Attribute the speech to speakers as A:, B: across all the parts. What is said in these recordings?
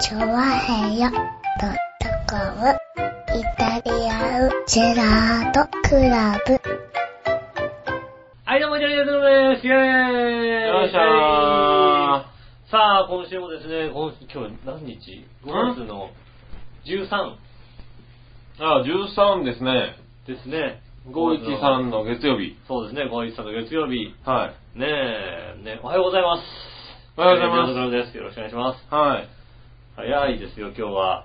A: チョワヘヨドットコムイタリアンジェラートクラブ。
B: はい、どうも、イタリアンジェラートです。イェーイ
C: よっしゃ
B: さあ、今週もですね、今今日何日 ?5 月の13
C: ー。あ、13ですね。
B: ですね。
C: 五一さん。の月曜日。
B: そうですね、5一さんの月曜日。
C: はい。
B: ねえ、ね、おはようございます。
C: おはようございます
B: イタリアンジェラートです。よろしくお願いしま
C: はい。
B: す。早いですよ、今日は。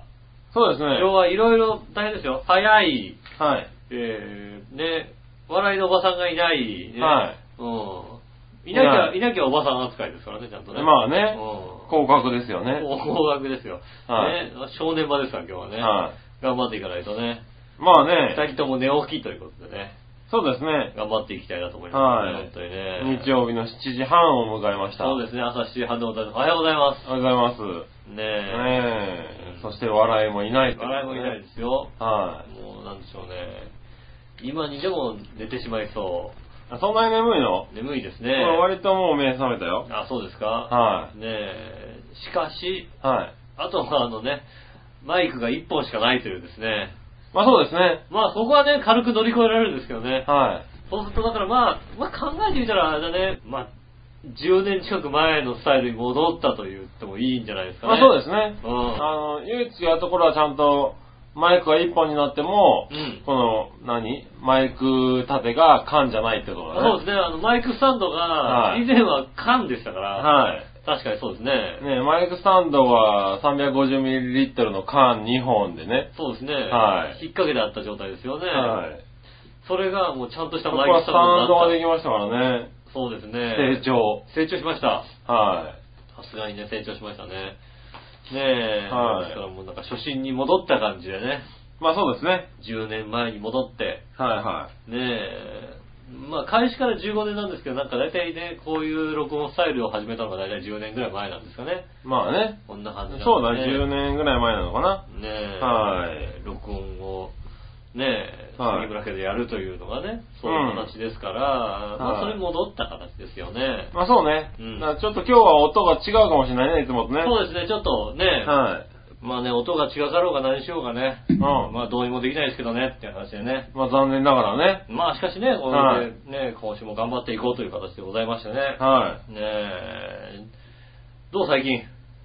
C: そうですね。
B: 今日はいろいろ大変ですよ。早い、
C: はい。
B: えー、ね、笑いのおばさんがいない、ね。
C: はい。
B: うん。いなきゃ、
C: はい
B: いなきゃおばさん扱いですからね、ちゃんとね。
C: まあね
B: うん。
C: 広角ですよね。
B: 高額ですよ。
C: はい
B: ね、正念場ですから今日はね。
C: は
B: 頑張っていかないとね。
C: い。まあ
B: 二
C: ね、
B: 人とも寝起きということでね。
C: そうですね。
B: 頑張っていきたいなと思いますね。
C: はい
B: 本当にね。
C: 日曜日の7時半を迎えました。
B: そうですね、朝7時半でございます。おはようございま
C: おはようございます。
B: す。ね
C: ね
B: え
C: え。そして笑いもいないと
B: 笑いもいないですよ。
C: はい。
B: もうなんでしょうね。今にでも寝てしまいそ
C: あそんなに眠いの
B: う。眠いです
C: こ
B: ね。
C: れ割ともう目覚めたよ。
B: あ、そうですか
C: はい
B: ねえ。しかし、
C: はい。
B: あとはあのね、マイクが1本しかないというですね。
C: まあそうですね。
B: まあそこはね、軽く乗り越えられるんですけどね。
C: は
B: そうするとだからまあ、まあ考えてみたらあれだね、まあ、10年近く前のスタイルに戻ったと言ってもいいんじゃないです
C: い。
B: かね。
C: まあそうですね。
B: う
C: あ
B: ん
C: の、唯一やるところはちゃんと、マイクが一本になっても、
B: うん
C: この、何マイク立てが缶じゃないってことだね。
B: そうですね、あの、マイクスタンドが
C: は、い
B: 以前は缶でしたから、
C: はい。
B: 確かにそうですね。
C: ねマイクスタンドは 350ml の缶2本でね。
B: そうですね、
C: はい
B: 引っ掛けてあった状態ですよね。
C: はい。
B: それがもうちゃんとした
C: そこ
B: マイク
C: は
B: ス
C: ス
B: タン
C: タン
B: ド
C: ドが
B: に
C: で
B: なっ
C: きましたからね。
B: た。そうですね。
C: 成。長。
B: 成長しました。
C: は
B: さすがにね、成長しましたね。ねえ、
C: はい
B: ですからもうなんか初心に戻った感じでね、
C: い。まあそうですね。
B: 10年前に戻って、
C: はいは
B: ねえ、まあ開始から15年なんですけど、なんか大体ね、こういう録音スタイルを始めたのが大体10年ぐらい前なんですかね。
C: い。まあね。
B: こんな感じなんで
C: そうだね、10年ぐらい前なのかな。
B: ねえ、
C: はい
B: 録音を、ねえ、
C: はい
B: 杉村家でやるというのがね、そういう形ですから、
C: ん
B: ま
C: は
B: あ
C: い
B: それに戻った形ですよね。
C: まあそうね。
B: うん
C: だからちょっと今日は音が違うかもしれないね、いつもとね。
B: そうですね、ちょっとね、
C: はい。
B: まあね、音が違かろうが何しようがね、
C: うん。
B: まあどうにもできないですけどね、っていう話でね。
C: まあ残念ながらね。
B: まあしかしね、こ
C: は
B: れ
C: い
B: でね、今週も頑張っていこうという形でございましたね。
C: はい。
B: ねえ、どう最近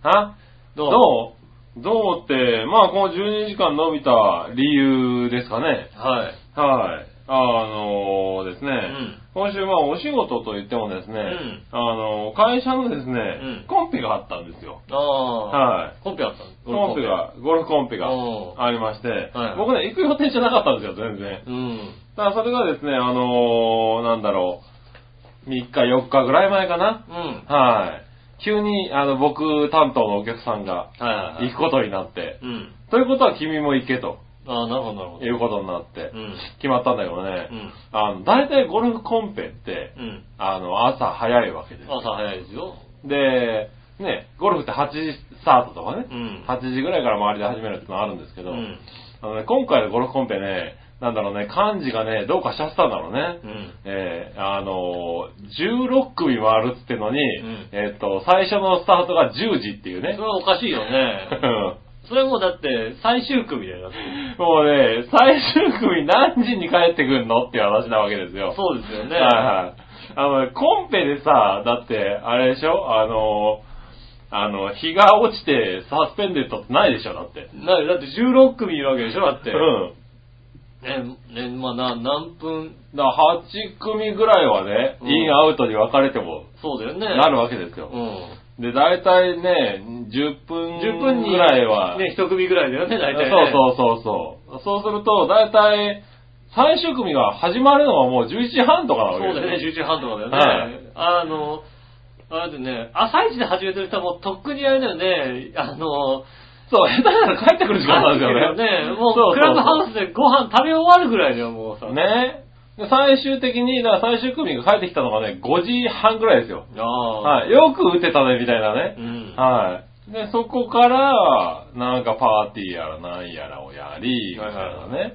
C: は
B: どう
C: どうどうって、まあこの12時間伸びた理由ですかね。
B: はい。
C: はい。あのですね、
B: ん
C: 今週まあお仕事と言ってもですね、
B: ん
C: あの会社のですね、
B: うん
C: コンペがあったんですよ。
B: ああ、
C: はい。
B: コンペあったの
C: コンペ。が、ゴルフコンペが
B: うん
C: ありまして
B: はい、
C: 僕ね、行く予定じゃなかったんですよ、全然。
B: うん。
C: ただそれがですね、あのーなんだろう、3日4日ぐらい前かな。
B: うん。
C: はい。急に、あの、僕担当のお客さんが
B: はいはい、はい。
C: 行くことになって、
B: うん。
C: ということは君も行けと
B: ああ、なるほど、なるほど
C: い。うことになって
B: う、ん。
C: 決まったんだけどね
B: う、ん。
C: あの、大体ゴルフコンペって、
B: うん。
C: あの、朝早いわけです。
B: 朝早いですよ。
C: で、ね、ゴルフって8時スタートとかね、
B: うん
C: 8時ぐらいから周りで始めるってのはあるんですけ
B: う
C: ど、
B: ん。
C: あのね、今回のゴルフコンペね、なんだろうね、漢字がね、どうかしちゃってたんだろうね。
B: うん。
C: えー、あのー、16組回るっつってのに、
B: ん
C: えっ、と、最初のスタートが10時っていう
B: それ
C: ね。
B: はおかしいよね。 それもうだって、最終組だよ、だって。
C: もうね、最終組何時に帰ってくんのっていう話なわけですよ。
B: そうですよね。
C: はいはい。あの、コンペでさ、だって、あれでしょあの、あの、日が落ちてサスペンデットってないでしょだって。
B: なだって16組いるわけでしょ、だって。
C: うん。
B: ね、ね、まあな、何分、
C: だから8組ぐらいはね、
B: うん
C: インアウトに分かれても、
B: そうだよね。
C: なるわけです
B: う
C: よ。
B: ん。
C: で、大体ね、10分
B: 10分に、
C: ぐらいは、
B: ね、1組ぐらいだよね、大体、ね。
C: そうそうそうそう。そうすると、大体、最終組が始まるのはもう11時半とかな
B: そ
C: わ
B: う
C: け
B: だ
C: です
B: よね、11時半とかだよね。
C: はい
B: あの、あれでね、朝一で始めてる人はもうとっくにあれだよね、あの、
C: そう、下手なら帰ってくる時間なんですよね。
B: ね。も
C: そ
B: う、
C: うそう
B: クラブハウスでご飯食べ終わるぐらいだよ、もうさ。。
C: ね。で最終的に、だから最終組が帰ってきたのがね、5時半ぐらいですよ。
B: ああ。
C: はい。よく打てたね、みたいな
B: う
C: ね。
B: ん。
C: はい。で、そこから、なんかパーティーやら何やらをやり、みたいなね、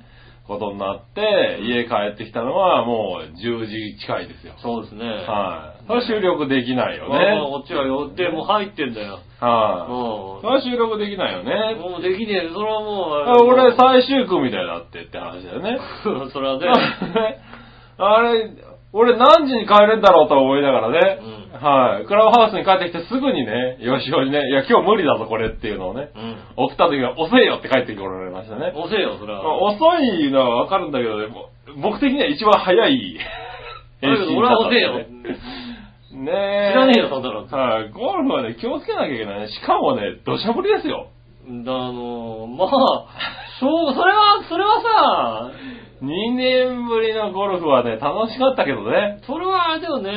C: ことになって、家帰ってきたのはもう10時近いですよ。
B: そうですね。
C: はい。それは収録できないよね。
B: まあまあこっちは予定もう入ってんだよ。
C: はい。
B: も
C: それは収録できないよ
B: うん。
C: ね。
B: もうできねえ、それはもう。
C: あ俺最終組だよだってって話だよね。
B: 後。 それはね。
C: あれ、俺何時に帰れんだろうと思いながらね、
B: うん
C: はい。クラブハウスに帰ってきてすぐにね、吉尾にね、いや今日無理だぞこれっていうのをね、
B: うん。
C: 送った時は遅いよって帰ってこられましたね。
B: 遅えよ、それ
C: ま
B: は。
C: あ遅いのはわかるんだけどね、もう僕的には一番早い
B: だけど俺は遅えよ。
C: ねえ。
B: 知らねえよそんなの
C: はい。ゴルフはね、気をつけなきゃいけないね。しかもね、土砂降りですよ。
B: だ、あの、まあ、しょう、それは、それはさ、
C: 2年ぶりのゴルフはね、楽しかったけどね。
B: それはあれだよね、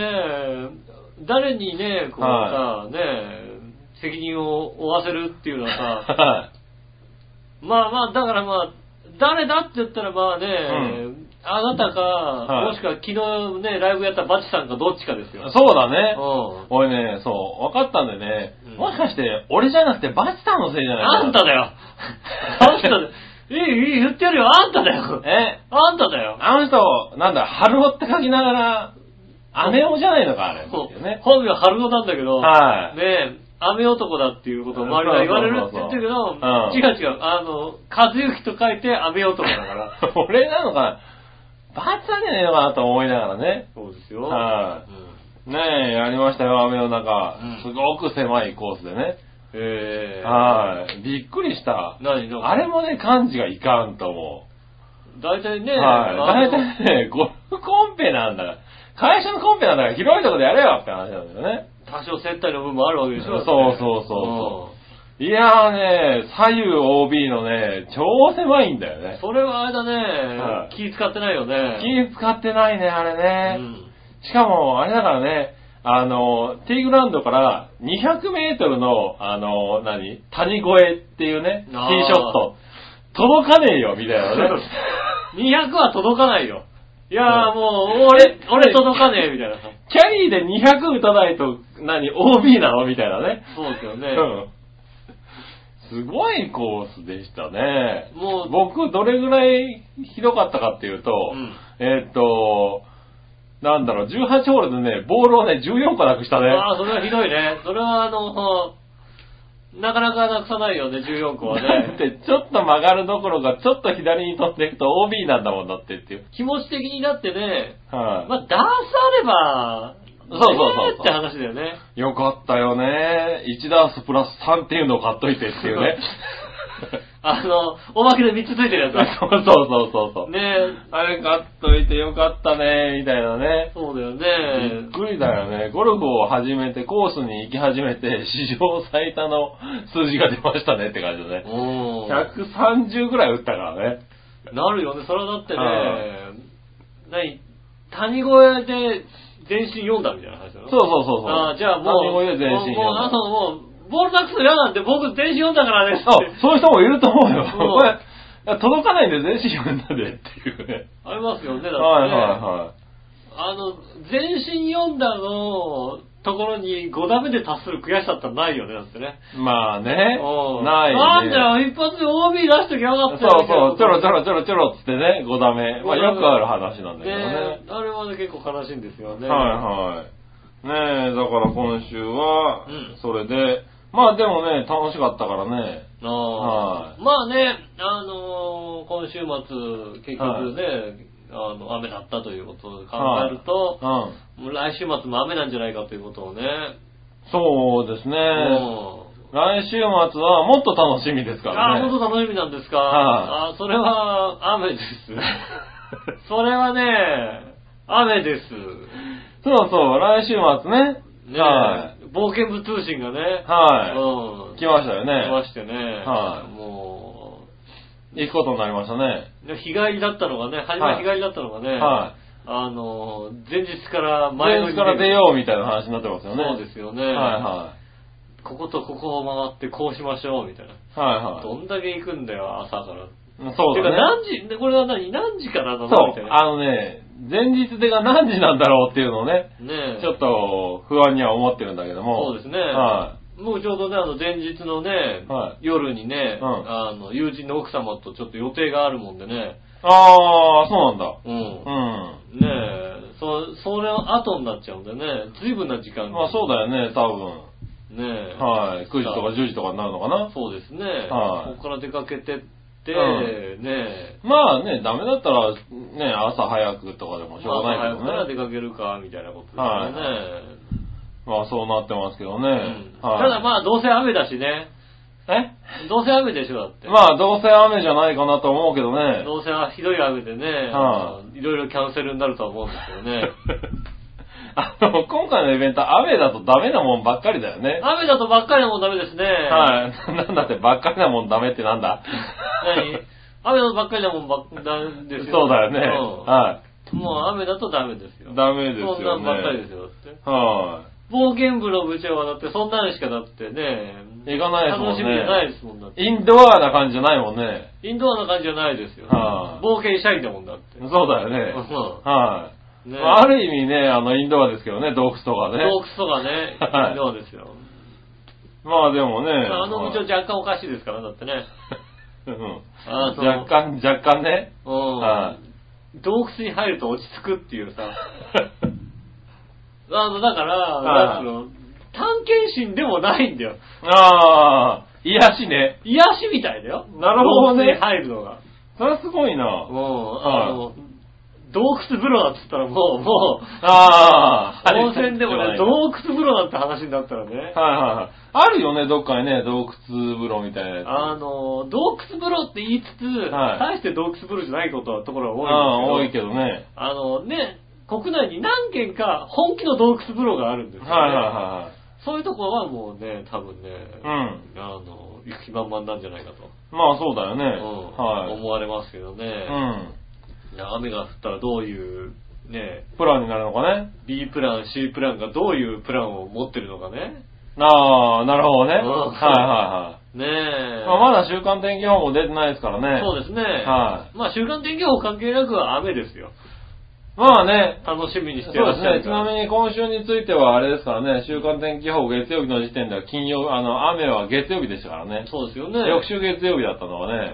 B: 誰にね、こうさ、
C: は
B: ね、責任を負わせるっていうのはさ、
C: は
B: まあまあ、だからまあ、誰だって言ったらまあね、
C: うん
B: あなたか、
C: い
B: もしくは昨日ね、ライブやったバチさんかどっちかです
C: い
B: よ。
C: そうだね。
B: う
C: 俺ね、そう、分かったんでね、
B: うん
C: もしかして、俺じゃなくて、バチさんのせいじゃ
B: ん。
C: ない
B: あんただよ。あんただよ。いい、いい、言ってやるよ。あんただよ。
C: え、
B: あんただよ。
C: あの人、なんだ、春尾って書きながら、姉をじゃないのか、あれ。
B: そう
C: ね。
B: 本名は春男なんだけど、
C: はい
B: ねえ、雨男だっていうことを周りが言われるって言ってるけど、
C: そうそうそう
B: 違う違う、あの、和幸と書いて雨男だ から。
C: 俺なのかな、バチさんじゃねえのかなと思いながらね。
B: そうですよ。
C: はい
B: うん
C: ねえ、やりましたよ、雨の中
B: うん。
C: すごく狭いコースでね。
B: えー、
C: はい。びっくりした。
B: 何の
C: あれもね、漢字がいかんと思
B: 大体ね、
C: う。はい。大
B: あの
C: 体ね、ゴルフコンペなんだから、会社のコンペなんだから広いとこでやれよって話なんだよね。
B: 多少接待の部分もあるわけでしょ。
C: そうそうそいやーね、左右 OB のね、超狭いんだよ
B: うん
C: ね。
B: それはあれだね、
C: はい
B: 気使ってないよね。
C: 気使ってないね、あれ
B: う
C: ね。
B: ん
C: しかも、あれだからね、あの、ティーグラウンドから200メートルの、あの、何谷越えっていうね、ティ
B: あー
C: ーショット。届かねえよ、みたいな ね。
B: 200は届かないよ。いや
C: う
B: ー
C: ん
B: もう、俺、俺届かねえ、みたいな。
C: キャリーで200打たないと、何 ?OB なのみたいなね。
B: そうですよ
C: う
B: ね。
C: ん。すごいコースでしたね。
B: もう、
C: 僕、どれぐらいひどかったかっていうと、
B: うん
C: えーっと、なんだろう、18ホールでね、ボールをね、14個なくしたね。
B: ああ、それはひどいね。それはあの、なかなかなくさないよね、14個は
C: だっ
B: ね。
C: て、 ちょっと曲がるどころか、ちょっと左に飛んでいくと OB なんだもんだってっていう。
B: 気持ち的になってね、
C: はい、
B: まあ、ダンスあれば、
C: そうそうそうそう
B: ねえって話だよね。
C: よかったよね。1ダースプラス3っていうのを買っといてっていうね。
B: あの、おまけで3つついてるやつだ。
C: そうそうそうそう。
B: ねえ、
C: あれ買っといてよかったね、みたいなね。
B: そうだよ
C: びっ
B: ね。
C: くりだよね。ゴルフを始めて、コースに行き始めて、史上最多の数字が出ましたねって感じだね。
B: おー
C: 130ぐらい打ったからね。
B: なるよね、それはだって
C: は
B: ね、何、谷越えで全身読んだみたいな話だ
C: そ
B: ろ
C: うそうそうそう。
B: あーじゃあもう、
C: 何も言えず全身
B: もう、もうあそうもう、ボールなくすの嫌なんで僕全身読んだからねって
C: あ、そういう人もいると思うよ。
B: そう
C: これ、いや届かないんで全身読んだでっていうね。
B: ありますよね、だって、ね。
C: はいは
B: あの、全身読んだのところに5打目で達する悔しさったらないよね、だってね。
C: いはい。まあね
B: う、ん
C: ないね。
B: なんだよ、一発で OB 出しときゃよか
C: そう
B: ったよ
C: そう、ちょろちょ
B: ろ。
C: ろちょろちょろっつってね、5ダメ。まあよくある話なんだけどね
B: ね。あれはね、結構悲しいんですよね。
C: はいはい。ねえ、だから今週は
B: うん、
C: それで、まあでもね、楽しかったからね。
B: ああ
C: は
B: まあね、あのー今週末、結局ね、あの、雨だったということを考えると、
C: うん。
B: もう来週末も雨なんじゃないかということをね、
C: そうですね。
B: もう
C: 来週末はもっと楽しみですから
B: ああ、
C: ね。
B: 本当楽しみなんですか。
C: は
B: ああー、それは雨です。それはね、雨です。
C: そうそう、来週末ね。
B: ね、
C: は
B: 冒険部通信がね、
C: い。
B: う
C: は
B: ん
C: い。。来ましたよ
B: 来ま
C: ね。
B: してね、
C: はい
B: も
C: 行くことになりましたね。
B: う、ね日帰りだったのがね、初め
C: はい
B: 日帰りだったのがね、
C: は
B: あの、前日から
C: い。
B: 前
C: 前
B: の
C: 日から出
B: う
C: ようみたいな話になってますよね。
B: そうですよね。
C: はいは
B: こことここを回ってこうしましょう、みたいな。
C: い。はい
B: どんだけ行くんだよ、朝から。
C: はい。そう
B: てか
C: だね。
B: 何時、でこれは何、何時からなの
C: そ、
B: みたいうな。
C: あのね、前日でが何時なんだろうっていうのをね、
B: ねえ
C: ちょっと不安には思ってるんだけども。
B: そうですね。
C: は
B: もうちょうどね、あの、前日のね、
C: はい
B: 夜にね、
C: うん
B: あの、友人の奥様とちょっと予定があるもんでね、
C: い。ああ、そうなんだ。
B: うん
C: う。ん。
B: ねえ、そ、それの後になっちゃうんでね、随分な時間
C: まあそうだよね、多分。
B: う。ねえ。
C: はい。9時とか10時とかになるのかな。
B: そうですね。
C: はい
B: ここから出かけてって、
C: う
B: ねえ。
C: まあね、ダメだったら、ね、朝早くとかでもしょうがない
B: 早
C: け
B: くから
C: どね。
B: 出かけるか、みたいなことですよね。
C: はいまあそうなってますけどね。
B: うん
C: はい
B: ただまあ、どうせ雨だしね。
C: え
B: どうせ雨でしょ、だって。
C: まあどうせ雨じゃないかなと思うけどね。
B: どうせひどい雨でね、
C: はい
B: ろいろキャンセルになるとは思うんですけどね。
C: あの、今回のイベント、雨だとダメなもんばっかりだよね。
B: 雨だとばっかりなもんダメですね。
C: はい。なんだって、ばっかりなもんダメってなんだ
B: 何雨だとばっかりなもんばっかりですよ。
C: そうだよね。
B: うん
C: は
B: もう雨だとダメですよ。
C: ダメですよ
B: そん
C: ね
B: なんばっかりですよ、だって。
C: い。は
B: 冒険部の部長はだって、そんなのしかだってね、
C: い。行かないですもん
B: 楽しみじゃないで
C: ね。
B: すもんだって。
C: インドアな感じじゃないもんね。
B: インドアな感じじゃないですよ。
C: はい
B: 冒険シャイだもんだって。
C: そうだよね。
B: う
C: はい。
B: ね
C: まあある意味ね、あの、インドアですけどね、洞窟とかね。
B: 洞窟とかね、
C: はい
B: インドアですよ。
C: まあでもね。
B: あの部長
C: はい
B: 若干おかしいですから、だってね。
C: うん
B: あの
C: 若干、若干ね。
B: うん。
C: は
B: 洞窟に入ると落ち着くっていう さ。あの、だから、
C: は
B: な
C: い
B: んつうの、探検心でもないんだよ。
C: ああ、癒しね。
B: 癒しみたいだよ。
C: なるほどね
B: 洞窟に入るのが。
C: それはすごいな。
B: うん、あの、洞窟風呂だっつったらもう、もう、
C: ああ、
B: 温泉でもね、
C: はい
B: 洞窟風呂だって話になったらね、
C: はいはい。あるよね、どっかにね、洞窟風呂みたいなやつ。
B: あの、洞窟風呂って言いつつ、
C: はい
B: 大して洞窟風呂じゃないことはところ
C: あ
B: が
C: あ、
B: 多
C: 多
B: いん
C: い
B: ですけ
C: け
B: ど、
C: どね。
B: あのね、国内に何軒か本気の洞窟風呂があるんですよ、
C: は
B: ね。
C: いは
B: そういうところはもうね、多分ね、
C: いはい。うん。
B: あの、行き満々なんじゃないかと、
C: まあそうだよね。
B: うん
C: はい。
B: 思われますけど
C: う
B: ね、
C: ん。
B: いや雨が降ったらどういう、ね、
C: プランになるのかね。
B: B プラン、C プランがどういうプランを持ってるのかね。
C: ああ、なるほどね。は
B: う
C: い
B: ん
C: は
B: ね
C: いは
B: え。
C: い。まあまだ週間天気予報も出てないですからね。
B: そうですね。
C: は
B: まあ週間天気予報関係なくは雨ですよ。
C: まあね、
B: 楽しみに
C: そ
B: し
C: う
B: てら
C: で
B: っ
C: す
B: しゃ
C: ね。
B: る
C: ちなみに今週についてはあれですからね、週間天気予報月曜日の時点では金曜、あの、雨は月曜日でしたからね。
B: そうですよね。
C: 翌週月曜日だったのがね、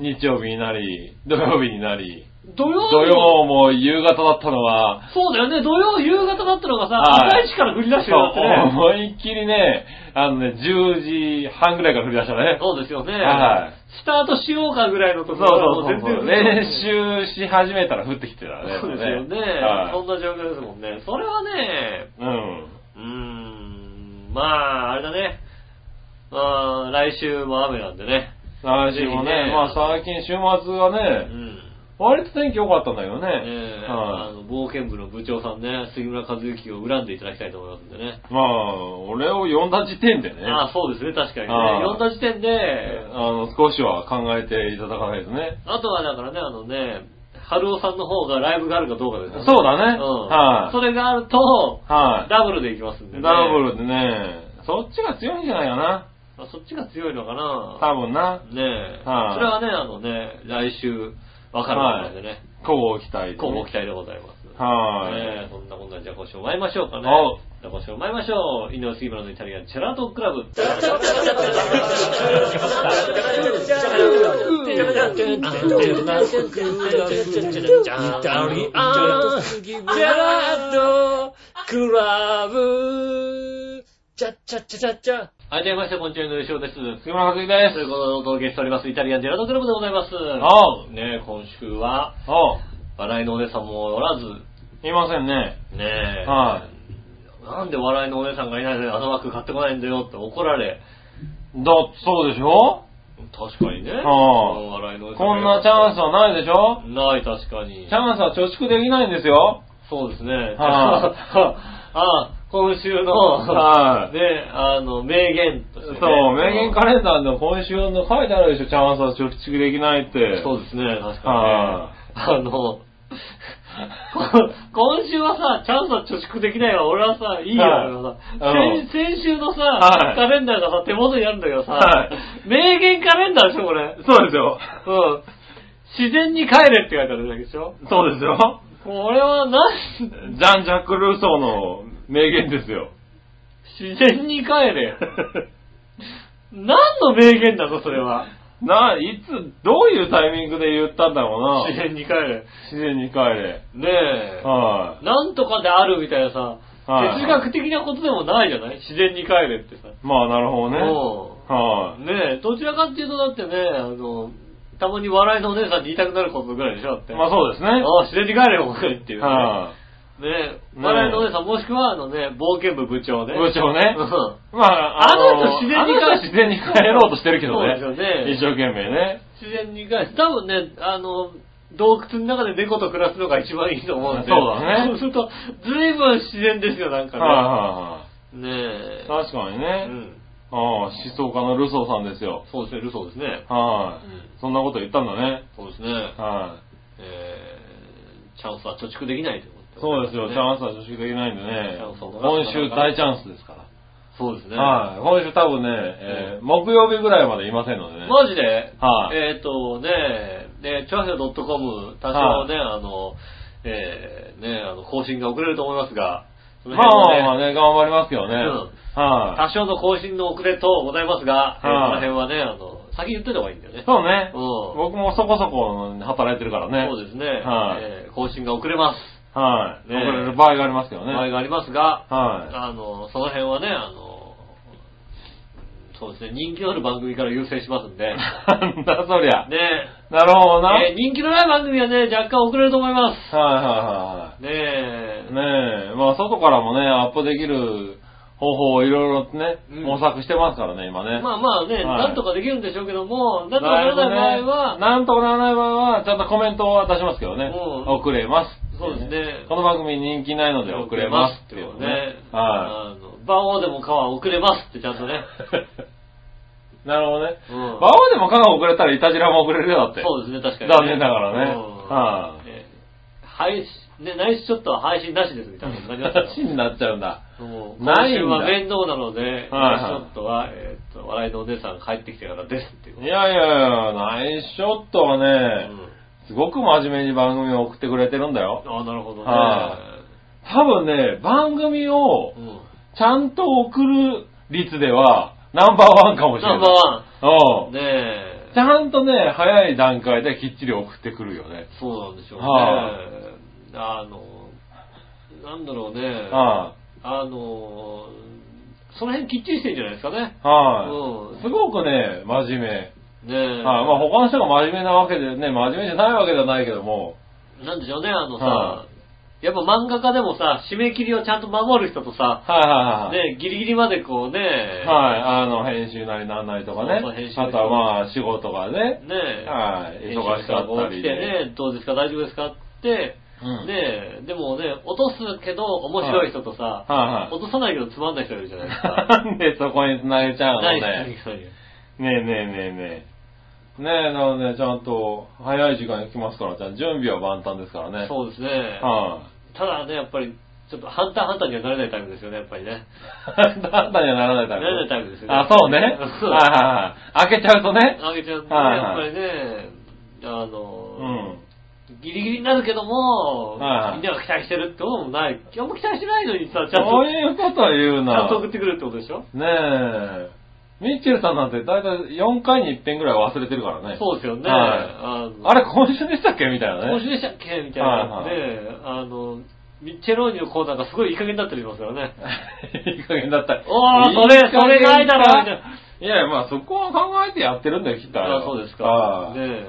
C: 日曜日になり、土曜日になり、
B: うん。土曜日
C: 土曜も夕方だったのは、
B: そうだよね。土曜夕方だったのがさ、
C: はい
B: 朝一から降り出してるよだってね。
C: 思いっきりね、あのね、10時半ぐらいから降り出したね。
B: そうですよね。
C: はい
B: スタートしようかぐらいのと
C: そう
B: こ
C: そ
B: ろから
C: うそう
B: も
C: そう。
B: う全然
C: 練習し始めたら降ってきてたね。
B: そうですよね。
C: はい
B: そんな状況ですもんね。それはね、
C: うん。
B: うーん、まあ、あれだね。まあ、来週も雨なんでね。
C: 来週も
B: ぜひ
C: ね
B: ね、
C: まあ最近週末は
B: う
C: ね、
B: ん。
C: 割と天気良かったんだけどね。
B: ねえあ
C: はい
B: の、冒険部の部長さんね、杉村和之を恨んでいただきたいと思いますんでね。
C: まあ、俺を呼んだ時点でね、
B: あ
C: あ
B: あ、そうですね、確かにね。
C: ああ
B: 呼んだ時点で、
C: の、少しは考えていただかないとね。
B: あとはだからね、あのね、春尾さんの方がライブがあるかどうかですよね。
C: そうだね
B: うん。
C: はい
B: それがあると、
C: はい。
B: ダブルでいきますんでね。
C: ダブルでね、そっちが強いんじゃないかな。
B: あそっちが強いのかな
C: 多分な。
B: ねえ。
C: はい
B: それはね、あのね、来週、わかるわけなんでね。
C: こう期待でね。
B: 今後期待でございます。
C: はい
B: ねえそんなことで、じゃあ今週も参りましょうかね。
C: おう
B: じゃあ今週も参りましょう。井上杉村のイタリアンジェラートクラブ。はい、どうもみなさんこんにちは、井上翔です。と
C: 杉村和樹で
B: いう
C: す。
B: ことでお届けしております、イタリアンジェラートクラブでございます。
C: おう
B: ねえ今週は、
C: おう
B: 笑いのお姉さんもおらず、
C: いませんね。
B: ねえ。
C: は
B: なんで笑いのお姉さんがいないのにあの枠買ってこないんだよって怒られ。
C: だ、そうでしょ
B: 確かにね。
C: ああ
B: うん笑いのお姉さん
C: こんなチャンス
B: は
C: はないでしょ
B: ない、確かに
C: チ。ャンスは貯蓄できないんですよ。
B: そうですね。
C: は
B: ああ、今週の、
C: はい。
B: ね、あの、名言とし
C: そ
B: て
C: う
B: ね、、
C: 名言カレンダーの今週の書いてあるでしょ、チャンスは貯蓄できないって。
B: そう
C: で
B: ですね、確
C: は
B: かにね。あの、 こ今週はさ、チャンスは貯蓄できないわ、俺はさ、いいよ、
C: はい
B: 俺はさ
C: う
B: 先
C: ん
B: 先週のさ、
C: はい
B: カレンダーがさ、手元にあるんだけどさ、
C: は
B: 名言カレンダーでしょ、これ。
C: す。そうですよ。
B: うん。自然に帰れって書いてあるだけでしょ
C: そうですよ。
B: これはなん、
C: ジャン・ジャック・ルーソーの名言ですよ。
B: 自然に帰れ。何の名言だぞ、それは。
C: な、いつ、どういうタイミングで言ったんだろう
B: 自
C: な。
B: 然に帰れ。
C: 自然に帰れ。
B: ねえ。
C: は
B: なんとかであるみたいなさ、
C: はい
B: 哲学的なことでもないじゃない自然に帰れってさ。
C: い。まあ、なるほどね。
B: う
C: は
B: ん。ねえ、どちらかっていうとだってね、あの、たまに笑いのお姉さんに言いたくなることぐらいでしょだって。
C: い。まあ、そうですね。
B: ああ、自然に帰れよ、お前っていう、ね。
C: は
B: ねえ、笑いのお姉さん、もしくはあのね、冒険部部長ね。
C: 部長ね
B: うん
C: い。まあ、
B: あの人自然に帰
C: あの人自然に帰ろうとしてるけどね。
B: そうですよね
C: 一生懸命ね。
B: 自然に返す。多分ね、あの、洞窟の中で猫と暮らすのが一番いいと思うんで。
C: そうだね
B: そうすると、ずいぶん自然ですよ、なんか
C: はい
B: ね。
C: は
B: ねえ
C: い。はい。確かに
B: う
C: ね。
B: ん。
C: ああ、思想家のルソーさんですよ。
B: そうですね、ルソーですね。
C: はい、
B: うん
C: そんなこと言ったんだね。
B: そうですね。
C: は
B: えー、チャンスは貯蓄できないという
C: い、
B: こと
C: そうですよ、チャンスは貯蓄できないんでね
B: チャンスを。逃
C: 今
B: した
C: 週
B: のか
C: 大チャンスですから。
B: そうですね。
C: はい、今週多分ね、えー木曜日ぐらいまでいませんのでね。
B: マジで
C: はい
B: えっ、とね、ね、チョアヘオ .com、多少ね、あの、えー、ね、あの、更新が遅れると思いますが、その
C: まあまあ
B: 辺
C: ま
B: は
C: あ
B: ね、
C: ね、頑張りますけどね。
B: う
C: は
B: ん
C: い、
B: 多少の更新の遅れとございますが、えー
C: はい
B: その辺はね、あの、先言ってた方がいいんだよね。
C: そうね、
B: うん
C: 僕もそこそこ働いてるからね。
B: そうですね、
C: はい
B: えー更新が遅れます。
C: はい、
B: ね
C: 遅れる場合がありますけどね。
B: 場合がありますが、
C: はい、
B: あの、その辺はね、あの、そうですね、人気のある番組から優先しますん で、ね、
C: なんだそり ゃ。なるほどな。
B: えー人気のない番組はね、若干遅れると思います。
C: はいはいはいはい。
B: ねえ。
C: ねえ、まあ外からもね、アップできる方法をいろいろね、
B: うん
C: 模索してますからね、今ね。
B: まあまあね、
C: はい
B: なんとかできるんでしょうけども、なん
C: だ
B: とかならない
C: ぶ
B: 場合は、
C: ねなんとかならない場合は、ちゃんとコメントを出しますけどね。
B: うん
C: 遅れます。
B: そうですね
C: この番組人気ないので遅れますって
B: 遅
C: い
B: れ
C: う
B: ま
C: の
B: すっていう
C: ね。
B: ね。
C: は
B: あの、馬王でも川遅れますってちゃんと ね。
C: い。なるほどね。
B: うん
C: 馬王でも香が遅れたらイタジラも遅れるよだって。
B: そうですね、確かに、
C: 残念ながらね
B: うん
C: はい
B: ね配信、ね、内視ちょっとは配信なしですみたいな感じにな っちゃう
C: 話になっちゃうんだ。
B: もう今
C: ないんだ
B: 週は面倒なので、
C: はい
B: 内視ショットは、えーっと、笑いのお姉さんが帰ってきてからですっていう。
C: いやいやいや、ナイスショットはね、
B: うん
C: すごく真面目に番組を送ってくれてるんだよ。
B: ああ、なるほどね。
C: は多分ね、番組を
B: うん。
C: ちゃんと送る率ではナンバーワンかもしれ
B: ナ
C: ない。
B: ンバーワ
C: う
B: ン。
C: ん
B: ねえ。
C: ちゃんとね、早い段階できっちり送ってくるよね。
B: そうなんでしょうね。
C: は
B: あの、なんだろうね。
C: は
B: あの、その辺きっちりしてるんじゃないですかね。
C: い、は
B: うん
C: い、すごくね、真面目。はい、
B: ねえ。
C: まあ他の人が真面目なわけでね、真面目じゃないわけではないけども、
B: なんでしょうね、あのさ、
C: は
B: やっぱ漫画家でもさ、締め切りをちゃんと守る人とさ、
C: はいはいはい。
B: ね、ギリギリまでこうね、
C: はい、あの、編集なりなんなりとかね。
B: そう編集
C: あとはまあ、仕事がね。
B: ねえ、
C: はい、忙しかったり
B: 来てね、どうですか、大丈夫ですかって、
C: う
B: ね
C: ん
B: えでもね、落とすけど面白い人とさ、
C: はいはい
B: 落とさないけどつまんない人いるじゃないですか。
C: なんでそこに繋げ ちゃうの
B: ない
C: ね。
B: ないない
C: ねえねえねえねえ。ねえ、なので、ちゃんと、早い時間に来ますから、じゃあ準備は万端ですからね。
B: そうですね。
C: は
B: ただね、やっぱり、ちょっとハンターハンターにはなれないタイプですよね、やっぱり ね。
C: い。 だったにはならないタイプ。
B: ならないタイプですよね
C: あ、そう ね。はい
B: そう
C: はいはい。開けちゃうとね。
B: あげちゃうとね、
C: はい
B: やっぱ
C: はい
B: りね、あ
C: う
B: の
C: ん。、
B: ギリギリになるけども、
C: はいはい
B: みんなが期待してるってこともない。今日も期待してないのにさ、ちゃん
C: そ
B: と、
C: ういうこと言う
B: ちゃ
C: なん
B: と。送ってくるってことでしょ
C: ねえ。ミッチェルさんなんて、だいたい4回に1遍ぐらい忘れてるからね。
B: そうですよね。
C: は
B: あの
C: あれ、今週でしたっけみたいなね。
B: 今週でしたっけみたいな。
C: はい
B: ね
C: はい
B: あの、ミッチェローニのコーナーがすごいいい加減になってりますから ね。
C: いい加減だった。
B: おーそれ
C: いい加減
B: それないだろ
C: か
B: みたいない
C: やいや、まあそこは考えてやってるんだよ、きっと。
B: あそうですか
C: は。いね
B: ね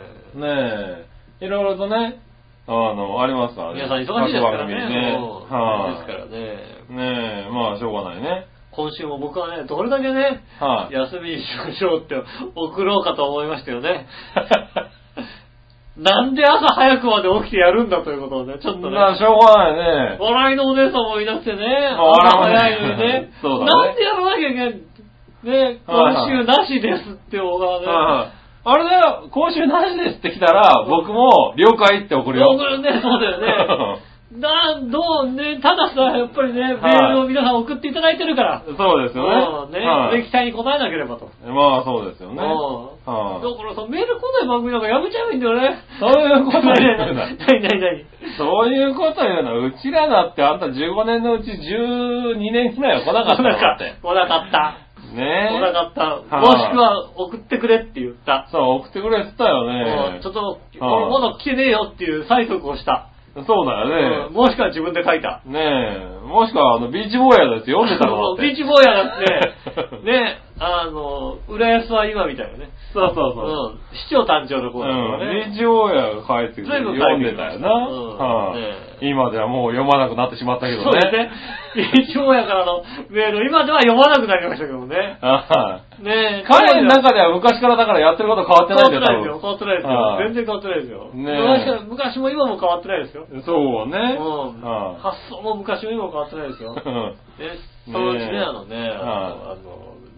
C: え。いろいろとね、あの、ありますからね。
B: 皆さん忙しいですからね。
C: 各番組にね。
B: もう
C: はい、
B: ですからね。
C: ねえ、まあしょうがないね。
B: 今週も僕はね、どれだけね、
C: はい、
B: 休みにしましょうって送ろうかと思いましたよね。 なんで朝早くまで起きてやるんだということをね、ちょっとね。
C: まあしょうがないね。
B: 笑いのお姉さんもいなくてね、
C: あ、
B: 朝早いのにね
C: そうだね
B: なんでやらなきゃいけない。ね、
C: はいは
B: 今
C: い
B: 週なしですって僕はね、
C: はいあれだよ、今週何時ですって来たら、僕も了解って送るよ。
B: 送るねそうだ よなん、どうね、たださ、やっぱりね、メールを皆さん送っていただいてるから。
C: そうですよ
B: うん
C: ね。
B: ね、
C: はい
B: それ期待に応えなければと。
C: まあそうですよね。
B: うん
C: はい
B: だからさ、メール来ない番組なんかやめちゃえばいいんだよね。
C: そういうこと言うな
B: 何。何何
C: そういうこと言うの。うちらだってあんた15年のうち12年くらいは来なかった
B: 来
C: もん
B: なか
C: だ
B: っ
C: ったて。
B: 来なかった。
C: ね
B: 来なかった。も
C: はい
B: しくは送ってくれって言った。
C: そう、送ってくれって言ったよ
B: も
C: ね
B: う。ちょっと、俺まだ来てねえよっていう催促をした。
C: そうだ
B: う
C: よ
B: ん
C: ね。
B: もしくは自分で書いた。
C: ねえ、もしくは、あの、ビーチボーイヤーだって読んでたのだっ て。
B: ビーチボーイヤーだ って、ね、あの、浦安は今みたいなね。
C: そうそうそう
B: うん。市長誕生の
C: う
B: 子だ
C: ん
B: から、ね。
C: ビーチボーイヤーが帰ってくる
B: 随分
C: 読んでたよな。
B: うん
C: はい
B: ねえ
C: 今ではもう読まなくなってしまったけどね。
B: そうですね。ビーチボーイヤーからのメール、今では読まなくなりましたけどもね。
C: ああ
B: ねえ
C: 彼の中では昔からだからやってること変わっ
B: 変
C: てな
B: わ
C: い
B: っ
C: ん
B: て
C: だ
B: ないで
C: よ、
B: すよ。変わってないですよ
C: は。い
B: 全然変わってないですよ。
C: ねえ
B: 昔から昔も今も変わってないですよ。
C: 多分。そう
B: う
C: ね。
B: ん。
C: は
B: 発想も昔も今も変わってないですよ。
C: い
B: で、そのうち
C: ねえ
B: ね、あのね、あの、
C: は
B: あの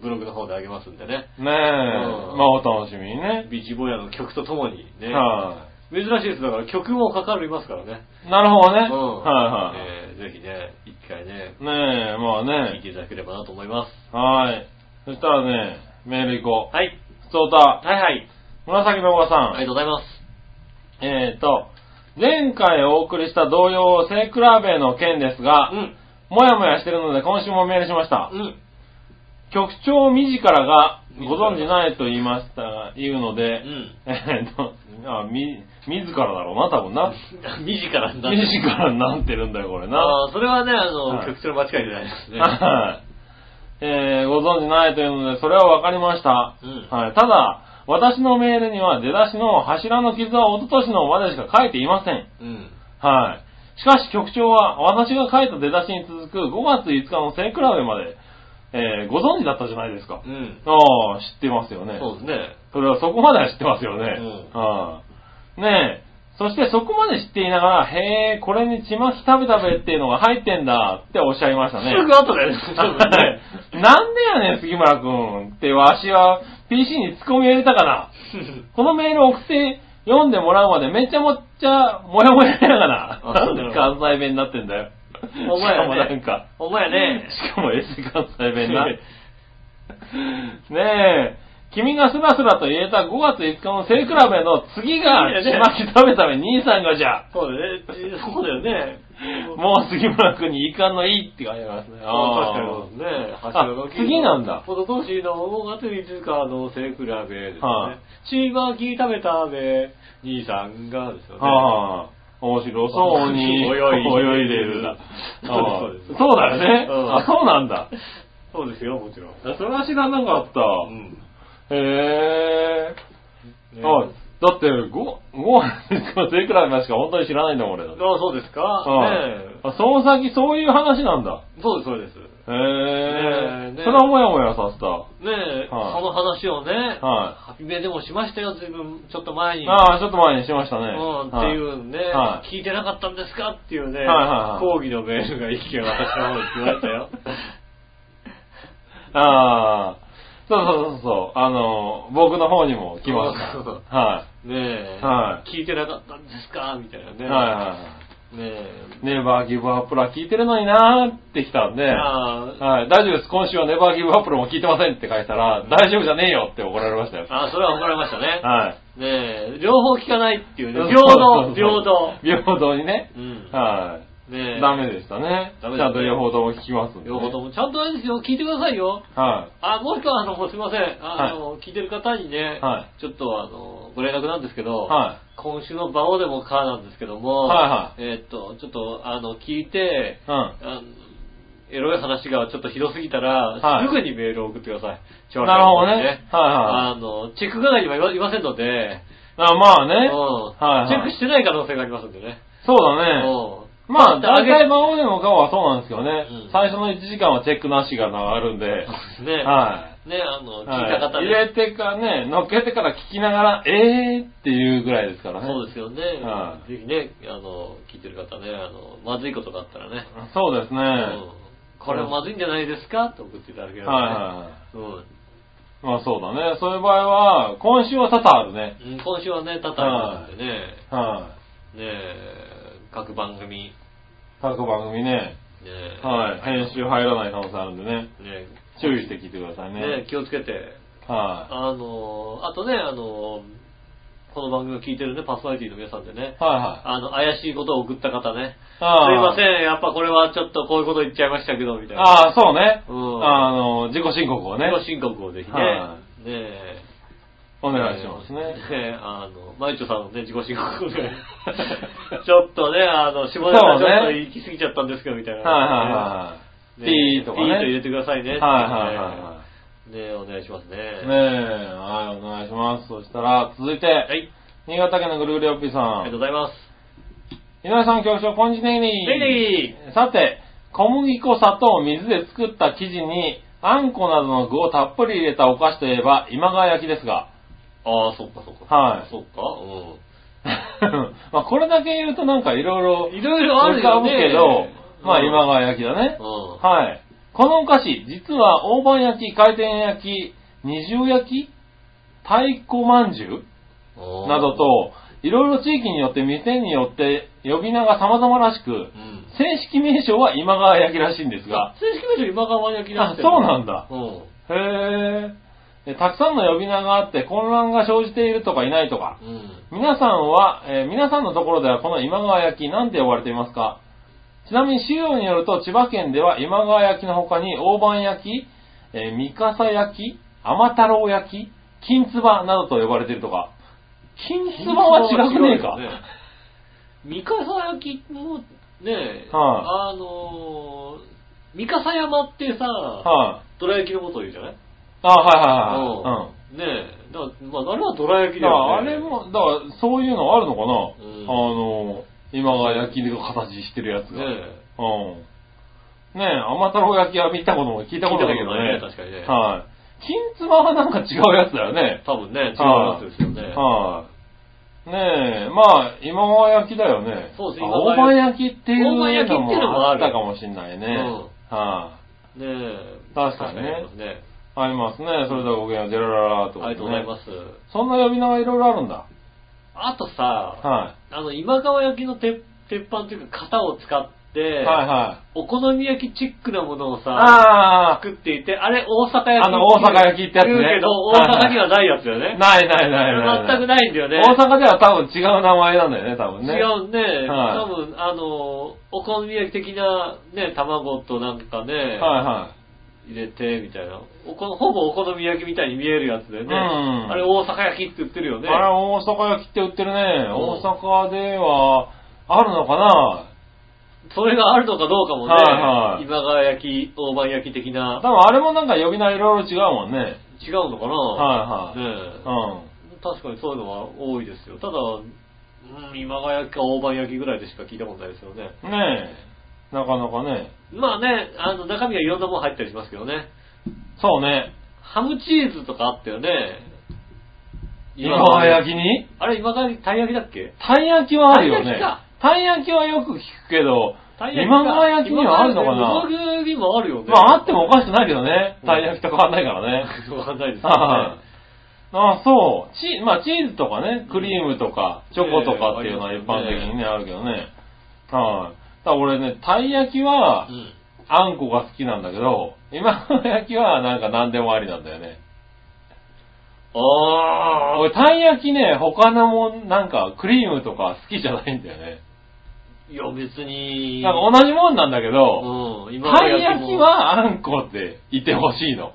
B: ブログの方であげますんでね。
C: ねえ、まあお楽しみにね。
B: ビーチボーイヤーの曲とともにね。
C: は
B: 珍しいです。だから曲もかかりますからね。
C: い。なるほどね。
B: うん。
C: はいはい。
B: えーぜひね、一回ね、
C: ねえ、まあ
B: 聴い
C: ね。
B: ていただければなと思います。
C: はい。そしたらね、メール行こう。
B: はい。
C: ふつおた、
B: はいはい。
C: 紫のおばさん。
B: ありがとうございます。
C: えーと、前回お送りした同様、背比べの件ですが、
B: うん。
C: もやもやしてるので今週もメールしました。
B: うん。
C: 局長自らがご存じないと言いましたが、言うの
B: う
C: で、
B: ん。
C: えーと、あ、み、自らだろうな、多分な。
B: 自らになってる
C: 自らになってるんだよ、これな。
B: ああ、それはね、あの、
C: はい
B: 曲調の間違いじゃないですね。
C: はいえーご存じないというので、それはわかりました。
B: うん
C: はい、ただ、私のメールには出だしの柱の傷は一昨年のまでしか書いていません。
B: うん。
C: はい。しかし局長は、私が書いた出だしに続く5月5日の背比べまで、えーご存知だったじゃないですか。
B: うん。
C: ああ、知ってますよね。
B: そうですね。
C: それはそこまでは知ってますよね。
B: う
C: はいねえ。そしてそこまで知っていながら、へえ、これにちまき食べ食べっていうのが入ってんだっておっしゃいましたね。
B: すぐ後だよね。多分ね
C: なんでやねん、杉村くんってわしは PC にツッコミ入れたかな。このメール送って読んでもらうまでめっちゃもっちゃもやもややがな。
B: あ
C: な
B: そ
C: ん
B: うだ
C: で
B: よ
C: 関西弁になってんだよ。
B: お前
C: しかも
B: や
C: な
B: ね
C: んか、
B: お前ね。
C: しかもエセ関西弁な。 ねえ、君がスラスラと言えた5月5日の背比べの次が、
B: いやね
C: ちまき食べため兄さんがじゃ、
B: そうだよね。そうだよね。
C: もう杉村君に遺憾のいいって書いてますね。
B: あ確かにね。
C: あ次なんだ
B: ポトトシの大月につかの背比べですね
C: はい。
B: チーバーキー食べたべ、兄さんがですよね。
C: ああ、面白そうに
B: 泳い
C: 泳いでるな。ああ
B: そうですそうです
C: そうだよね。
B: うん
C: あ、そうなんだ。
B: そうですよ、もちろん。
C: それは知らなかった。
B: うん。
C: へえ。
B: ね
C: あ、だって、5、5月の背比べまでしか本当に知らないんだもん、俺だって。
B: あそうですかね
C: あ、その先そういう話なんだ。
B: えそうです、そうです。ねえ
C: へえ
B: ね。え
C: それはもやもやさせた。
B: ねえ、そ
C: はい
B: の話をね、
C: は
B: ハピメでもしましたよ、随分、ちょっと前に。
C: ああ、ちょっと前にしましたね。
B: うん、って
C: はいいう
B: ね、
C: はい
B: 聞いてなかったんですかっていうね、
C: はいはいはい
B: 抗議のメールが一件私の方に来ました よ。
C: ああ、そうそうそうそう。あの、僕の方にも来まし
B: そうそう
C: た。は
B: ねえ、
C: はい。
B: 聞いてなかったんですかみたいないね。
C: はいは
B: ねえ、
C: い。ネバーギブアップラ聞いてるのになーって来たんで、は
B: ああ
C: い、大丈夫です。今週はネバーギブアップルも聞いてませんって書いたら、大丈夫じゃねえよって怒られましたよ。
B: ああ、それは怒られましたね。
C: はい。
B: ねえ、両方聞かないっていうね、平
C: そうそうそ
B: 等、
C: う
B: 平等。。
C: 平等にね。
B: うん。
C: はい。
B: ねえ、
C: ダメでしたね。ち
B: ダ
C: ゃ
B: メ
C: ん
B: だね
C: と両方とも聞きますんでね。
B: 両方とも、ちゃんとあれですよ、聞いてくださいよ。
C: は
B: あ、もしくは、あの、すいません。あの、聞いてる方にね、
C: は
B: ちょっと、あの、ご連絡なんですけど、
C: い。は
B: 今週の場をでもかなんですけども、
C: はい
B: えーっと、ちょっと、あの、聞いて、
C: い。うん。
B: あのエロい話がちょっとひどすぎたら、
C: はい
B: すぐにメールを送ってください。
C: なるほ
B: 調和票の
C: どね
B: 方に
C: はいはい
B: あの、チェック係にはいませんので、
C: あまあね。
B: うん
C: はいはい
B: チェックしてない可能性がありますんでね。
C: そうだね。
B: うん
C: まあ、
B: だっ
C: 大
B: て
C: 体魔王でもかはそうなんですけどね、
B: うん
C: 最初の1時間はチェックなしがあるんで、
B: ね、
C: は
B: ね、あの、聞
C: い。
B: いた方
C: はい入
B: ね
C: れてからね、乗っけてから聞きながら、えーっていうぐらいですからね。
B: そうですよね。
C: は
B: ぜひね、あの、聞いてる方ね、あの、まずいことがあったらね、
C: そうですね。
B: うんこれまずいんじゃないですかって送っていただければ、ね。
C: はいは
B: うん
C: い。まあそうだね。そういう場合は、今週は多々あるね。
B: うん今週はね、たたなんでね、
C: は
B: ねえ各番組、ね
C: い。各番組ね、
B: え
C: はい。編集入らない可能性あるんでね、
B: ね
C: 注意して聞いてください
B: え
C: ね。
B: ねえ気をつけて、
C: は
B: あの、あとね、あの、この番組を聞いてるね、パーソナリティの皆さんでね、
C: はいはい。
B: あの、怪しいことを送った方ね、す
C: あ
B: い
C: ー
B: ません、やっぱこれはちょっとこういうこと言っちゃいましたけど、みたいな。
C: ああ、そうね。
B: うん
C: あの、自己申告をね、
B: 自己申告をぜひね、
C: は
B: ねえ
C: お願いしますね。
B: えーあの、マイチョさんのね、自己申告で、 ちょっとね、あの、下ネタちょっ
C: そうね
B: と行き過ぎちゃったんですけど、みたいな、
C: はいはいはい。
B: ね
C: ピーとかね。
B: ピーと入れてくださいね。
C: はいはいはいは
B: ねえお願いしますね。
C: い。ねえ、はい、お願いします。そしたら、続いて、
B: はい、
C: 新潟県のぐるぐるよっぴーさ。
B: ありがとうんございます。
C: 井上さん局長、こんにちねぎ
B: ネ
C: に。
B: ギネ
C: さて、小麦粉、砂糖、水で作った生地に、あんこなどの具をたっぷり入れたお菓子といえば、今川焼きですが、
B: ああ、そっかそっか。
C: はい
B: そっか、うん。
C: まあこれだけ言うとなんかいろいろ、
B: いろいろあるよね
C: 浮かぶけど、まあ
B: うん
C: 今川焼きだね
B: う。ん。
C: はい。このお菓子、実は大判焼き、回転焼き、二重焼き、太鼓まんじゅう
B: おー
C: など、と、いろいろ地域によって店によって呼び名が様々らしく
B: う、ん。
C: 正式名称は今川焼きらしいんですが、
B: 正式名称今川焼きなんて
C: あそうなんだ
B: うん。
C: へえ。たくさんの呼び名があって混乱が生じているとかいないとか。
B: うん。
C: 皆さんは、えー皆さんのところではこの今川焼きなんて呼ばれていますかちなみに資料によると千葉県では今川焼きの他に大判焼き、えー三笠焼き、甘太郎焼き、金つばなどと呼ばれているとか。金つばは違くねえか。
B: 三笠焼きもね、
C: は
B: あのー、三笠山ってさ、
C: はい、
B: どら焼きのことを言うじゃない
C: あ。はいはいはい。うん。
B: うん。ねえ、だから、まあ、あれはどら焼きだ
C: だから
B: よ
C: あ
B: ね。
C: れも、だからそういうのあるのか
B: う
C: な、
B: ん
C: あの、今が焼きの形してるやつ
B: ね
C: が。
B: え、
C: うん。ねえ、甘太郎焼きは見たことも聞いたことないけど
B: 聞い
C: ね。
B: たことないね確かにね
C: はい。金つまはなんか違うやつだよね。
B: 多分ね、違うや
C: はい
B: つですよね。
C: はい。ねえ、まあ、今川焼きだよね。
B: そうです
C: あ
B: 今
C: 大
B: 川
C: 判
B: 焼
C: 焼きってい
B: 大
C: う
B: 判焼きっていうのもある
C: ったかもしんないね。
B: う
C: は
B: ねえ、
C: 確かにね
B: 確ね。
C: い。ありますね。それではごきげんよう、ジェラララと、。
B: ありがとうございますす。
C: そんな呼び名がいろいろあるんだ。
B: あとさ、
C: は
B: あの、今川焼きの鉄鉄板というか型を使って、
C: い。はいはい。
B: お好み焼きチックなものをさ、
C: あ
B: 作っていて、あれ大阪焼き。
C: あの大阪焼きってやつ
B: 言
C: ね
B: うけど、大
C: はい
B: 阪
C: はい
B: にはないやつだよ
C: あ、
B: ね。
C: ないないないない。
B: 全くないんだよね。
C: 大阪では多分違う名前なんだよね、多分ね。
B: 違うんで、
C: はい
B: 多分、あの、お好み焼き的なね、卵となんかね、
C: はいは
B: 入れて、みたいなおこ。ほぼお好み焼きみたいに見えるやつだよね。
C: うん
B: あれ大阪焼きって言ってるよ
C: い。
B: ね。
C: あれ、大阪焼きって売ってるね。
B: うん
C: 大阪では、あるのかな
B: それがあるのかどうかもね、
C: はいはい
B: 今川焼き、大判焼き的
C: 多
B: な、
C: 分あれもなんか呼び名いろいろ違うもんね。
B: 違うのかな
C: はいはい
B: ねえ
C: うん。は
B: 確かにそういうのは多いですよ。ただ、うん、今川焼きか大判焼きぐらいでしか聞いたことないですよね。
C: い。ねえ。なかなかね。
B: まあね、あの中身はいろんなもん入ったりしますけどね。
C: そうね。
B: ハムチーズとかあったよね。
C: 今川焼
B: き。
C: きに
B: あれ今川焼き、たい焼きだっけ
C: たい焼きはあるよね
B: たい焼きか。
C: たい焼きはよく聞くけど
B: た、い焼きか
C: 今川焼きにはあるのかな
B: 今川焼きにもあるよね。
C: まああってもおかしくないけどね。たい焼きと変わんないからね。
B: わかんないですけどね
C: はい。ああ、そう。チー、まあ、チーズとかね、クリームとか、チョコとかっていうのは
B: ええ
C: 一般的にね、
B: え
C: あるけどね。はい。ただ俺ね、たい焼きは
B: う、ん。
C: あんこが好きなんだけど、今の焼きはなんか何でもありなんだよね。
B: あ
C: 俺、たい焼きね、他のもん、なんか、クリームとか好きじゃないんだよね。
B: ーいや別に。
C: なんか同じもんなんだけど、
B: うん、今
C: た
B: 川
C: い
B: 焼
C: 焼
B: き
C: き
B: も。
C: はあんこっていてほしいの。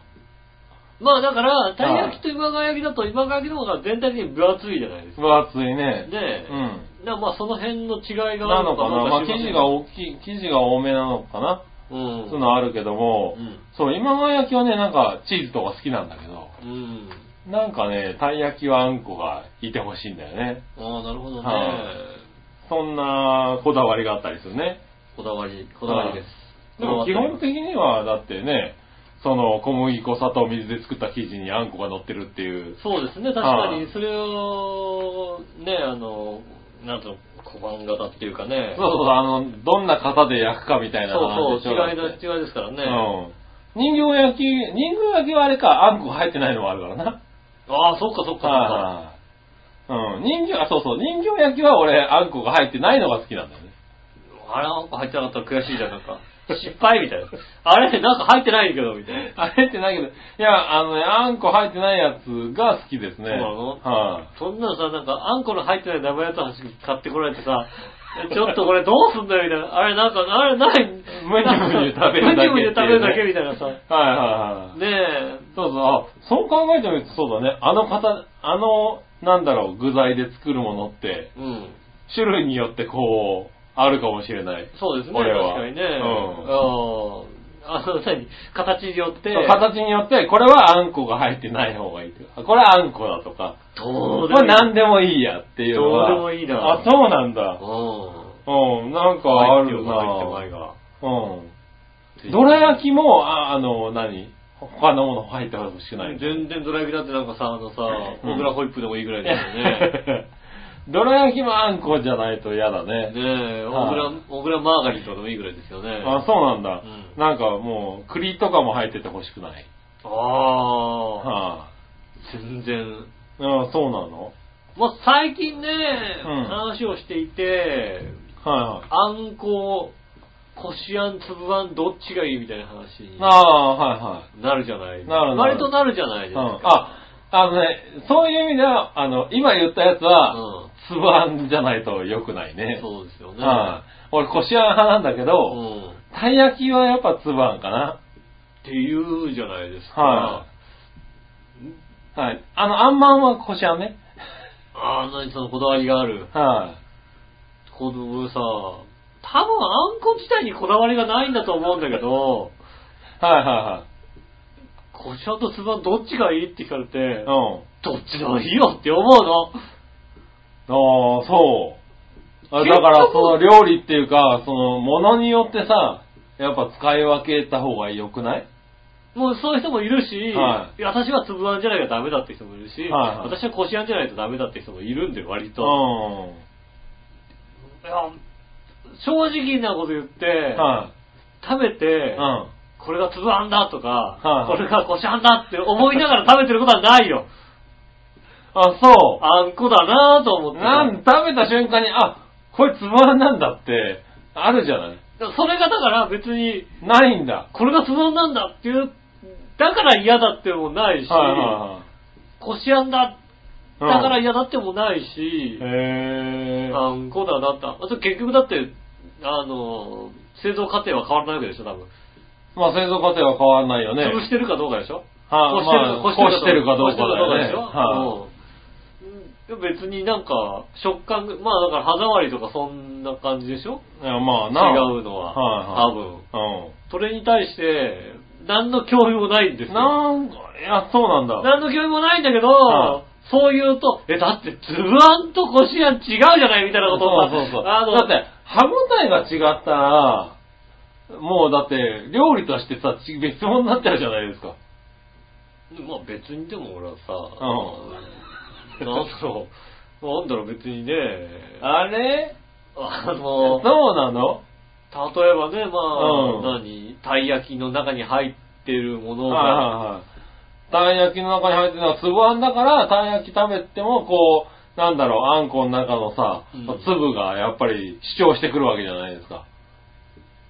B: まあだから、たい焼きと今川焼きだと今川焼きの方が全体的に分厚いじゃないですか。
C: 分厚いね。
B: ねえ。
C: うん。
B: だからまあその辺の違いがあ
C: な
B: るのか
C: のか
B: ど
C: な
B: う
C: まあ
B: か知
C: 生
B: り
C: 地
B: ま
C: が大きい、生地が多めなのかな
B: せんうん。
C: そういうのあるけども、
B: うん
C: そう、今川焼きはね、なんかチーズとか好きなんだけど、
B: うん。
C: なんかね、たい焼きはあんこがいてほしいんだよね。
B: ああ、なるほどね。
C: はいそんなこだわりがあったりするね。
B: こだわり、こだわりです。
C: でも基本
B: に。
C: 的には、だってね、その小麦粉、砂糖、水で作った生地にあんこが乗ってるっていう。
B: そうですね、確か
C: は
B: に
C: い、
B: それを、ね、あの、なんと、小判型っていうかね。
C: そうそう、あの、どんな型で焼くかみたいな
B: そ
C: 話
B: う
C: でし
B: そ
C: ょ
B: う、違いの
C: だって
B: 違いですからね。
C: うん。人形焼き、人形焼きはあれか、あんこ入ってないのもあるからな。
B: ああ、そっかそっかそっか。
C: はいはい。うん。人形、あ、そうそう、人形焼きは俺、あんこが入ってないのが好きなんだよね。
B: あれなんか入ってなかったら悔しいじゃん、なんか。失敗みたいな。あれなんか入ってないけど、みたいな。
C: あれってないけど、いや、あのね、あんこ入ってないやつが好きですね。
B: そうなの
C: はい、
B: そんなのさ、なんか、あんこの入ってない生やつ買ってこられてさ、 ちょっとこれどうすんだよ、みたいな。あれなんか、あれない。むに
C: むに食べるだけっていうね
B: むにむに食べるだけみたいなさ。ね
C: はいはいはい。
B: え。
C: そうそう、あ、そう考えてみるとそうだね。あの方、あの、なんだろう、具材で作るものって、
B: うん。
C: 種類によってこう、あるかもしれない。
B: そうですね、
C: 俺は
B: 確かにね。
C: うん
B: ああ。あの、何形によって。
C: そう形によって、これはあんこが入ってない方がいいとか、これはあんこだとか、
B: ど
C: こ
B: う
C: れは何
B: で
C: でもいいやっていうのは。
B: どうでもいいな
C: あ、そうなんだ。
B: も。うん。
C: うん、なんかある
B: 入って前
C: な
B: が。
C: うん。どら焼きも、ああの、何他のもの入ってほしくない。
B: 全然ドラ焼きだってなんかさ、あのさ、
C: うん
B: 小倉ホイップでもいいぐらいだよね。
C: どら焼きもあんこじゃないと嫌だ ね。
B: ねえ、
C: はい
B: 小倉、小倉マーガリンとかでもいいぐらいですよね。
C: あ、そうなんだ。
B: うん
C: なんかもう、栗とかも入っててほしくない。
B: ああ、
C: は
B: 全然。
C: あ、あそうなの
B: まあ、最近ね、
C: ん
B: 話をしていて、
C: はいはい。
B: あんこ、こしあん、つぶあん、どっちがいいみたいな話に
C: ああ、はいはい。
B: なるじゃない
C: なるなる
B: 割となるじゃないです
C: う
B: か。
C: んあ、あのね、そういう意味では、あの、今言ったやつは、
B: うん
C: つぶあんじゃないと良くないね。
B: そうですよね。
C: はい俺、こしあん派なんだけ
B: う
C: ど、
B: ん。った
C: い焼きはやっぱつぶあんかな。
B: ていうじゃないですか。
C: ははい。あの、あんまんはこしあんね。
B: あんなにそのこだわりがある。
C: は
B: このさ、多分あんこ自体にこだわりがないんだと思うんだけど、
C: い。はいは
B: こしあんとつぶあんどっちがいいって聞かれて
C: いはい。う、ん。
B: どっちでもいいよって思うの。
C: ああ、そう。あ
B: 結局
C: だから、その料理っていうか、その、ものによってさ、やっぱ使い分けた方が良くない
B: もうそういう人もいるし、
C: はい
B: 私はつぶあんじゃないとダメだって人もいるし、
C: はいはい
B: 私はこしあんじゃないとダメだって人もいるんで、割
C: う
B: と。
C: ん。はい
B: や正直なこと言って、
C: い。う
B: 食べて、
C: ん。
B: これがつぶあんだとか、
C: はい
B: これがこしあんだって思いながら食べてることはないよ。
C: あ、そう。
B: あんこだなぁと思って。
C: なん、食べた瞬間に、あ、これつぶあんなんだって、あるじゃない
B: それがだから別に、
C: ないんだ。
B: これがつぶあんなんだっていう、だから嫌だってもないし、
C: はいは
B: こしあんだ、
C: い
B: だ
C: はい。
B: から
C: うん、
B: 嫌だってもないし、
C: へー
B: あんこだなって。あと結局だって、あの、製造過程は変わらないわけでしょ、多分。
C: まあ製造過程は変わらないよね。
B: 潰してるかどうかでしょ
C: は
B: こ
C: い
B: してる、
C: まあこしてるかどうかだよ
B: こし
C: ね。
B: てるかどうかでしょうん別になんか、食感が、まあだから歯触りとかそんな感じでしょ
C: いやまあ
B: 違う
C: な。
B: の
C: は
B: は、多分。
C: いはい。
B: それに対して、何の興味もないんで
C: う
B: す
C: ん。
B: よ。
C: なんか、いや、そうなんだ。
B: 何の興味もないんだけど、
C: はい
B: そう言うと、え、だって、つぶあんとこしあん違うじゃないみたいなことになって
C: そうそうそう。
B: あの、
C: だって、歯応えが違ったら、もうだって、料理としてさ、ち別物になっちゃうじゃないですか。
B: まあ別にでも俺はさ、
C: う
B: なんだろう、なんだろう別にね、あ
C: あれそ
B: の
C: う、なの
B: 例えばね、まあ、
C: うん
B: 何、たい焼きの中に入ってるもの
C: はい
B: が、
C: はいはい。たい焼きの中に入ってるのは粒あんだから、たい焼き食べても、こう、なんだろう、あんこの中のさ、
B: うん
C: 粒がやっぱり主張してくるわけじゃないですか。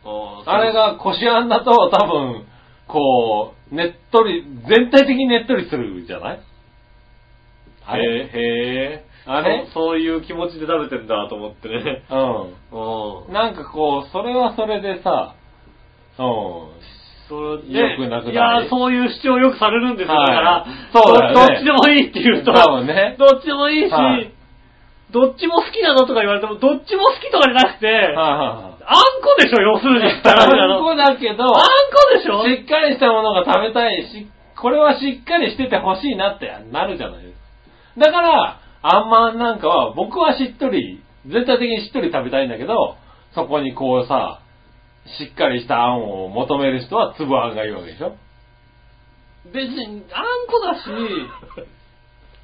B: あー
C: あれ、がこしあんだと多分、こう、ねっとり、全体的にねっとりするじゃない
B: へえ、へえ、
C: あれ
B: そうそういう気持ちで食べてんだと思ってね。
C: うん。
B: うん。
C: なんかこう、それはそれでさ、う
B: それで
C: よくなくない
B: いやー、そういう主張をよくされるんですよ。
C: はい
B: だから、
C: そうだよね。
B: どどっちでもいいって 言うんと、
C: 多分ね。
B: どっちでもいいし、
C: はい
B: どっちも好きなのとか言われても、どっちも好きとかじゃなくて、
C: はいは
B: あんこでしょ、要するに。
C: いはい。あんこだけど、
B: あんこでしょ
C: しっかりしたものが食べたいし、これはしっかりしててほしいなってなるじゃないですか。だから、あんまんなんかは、僕はしっとり、全体的にしっとり食べたいんだけど、そこにこうさ、しっかりしたあんを求める人は粒あんがいいわけでしょ
B: 別に、あんこだし、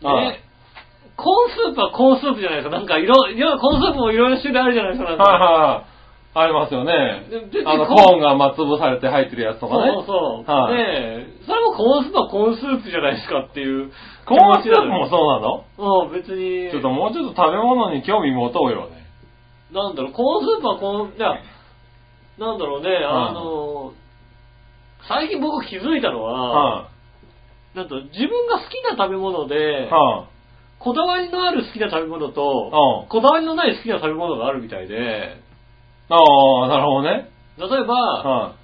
C: はい
B: ね、コーンスープはコーンスープじゃないですか。なんか色、いや、コーンスープもいろいろ種類あるじゃないですか。なんか
C: はいはい。ありますよね
B: で別。に
C: あの、
B: コ
C: コ
B: ーン
C: ーンがまつぶされて入ってるやつとかね。
B: そうそう。
C: はい
B: ねえ、それもコーンスープはコーンスープじゃないですかっていう。
C: コーンスープも
B: う。
C: そうなの
B: うん、別に。
C: ちょっともうちょっと食べ物に興味持とうよね。
B: なんだろう、コーンスープはコーン、いや、なんだろうね、あの、最近僕気づいたのは、
C: は
B: なんと自分が好きな食べ物
C: い。
B: で、
C: は
B: こだわりのある好きな食べ物
C: い。
B: と、
C: あ
B: こだわりのない好きな食べ物があるみたいで、例え
C: あー、なるほどね。
B: ば、
C: は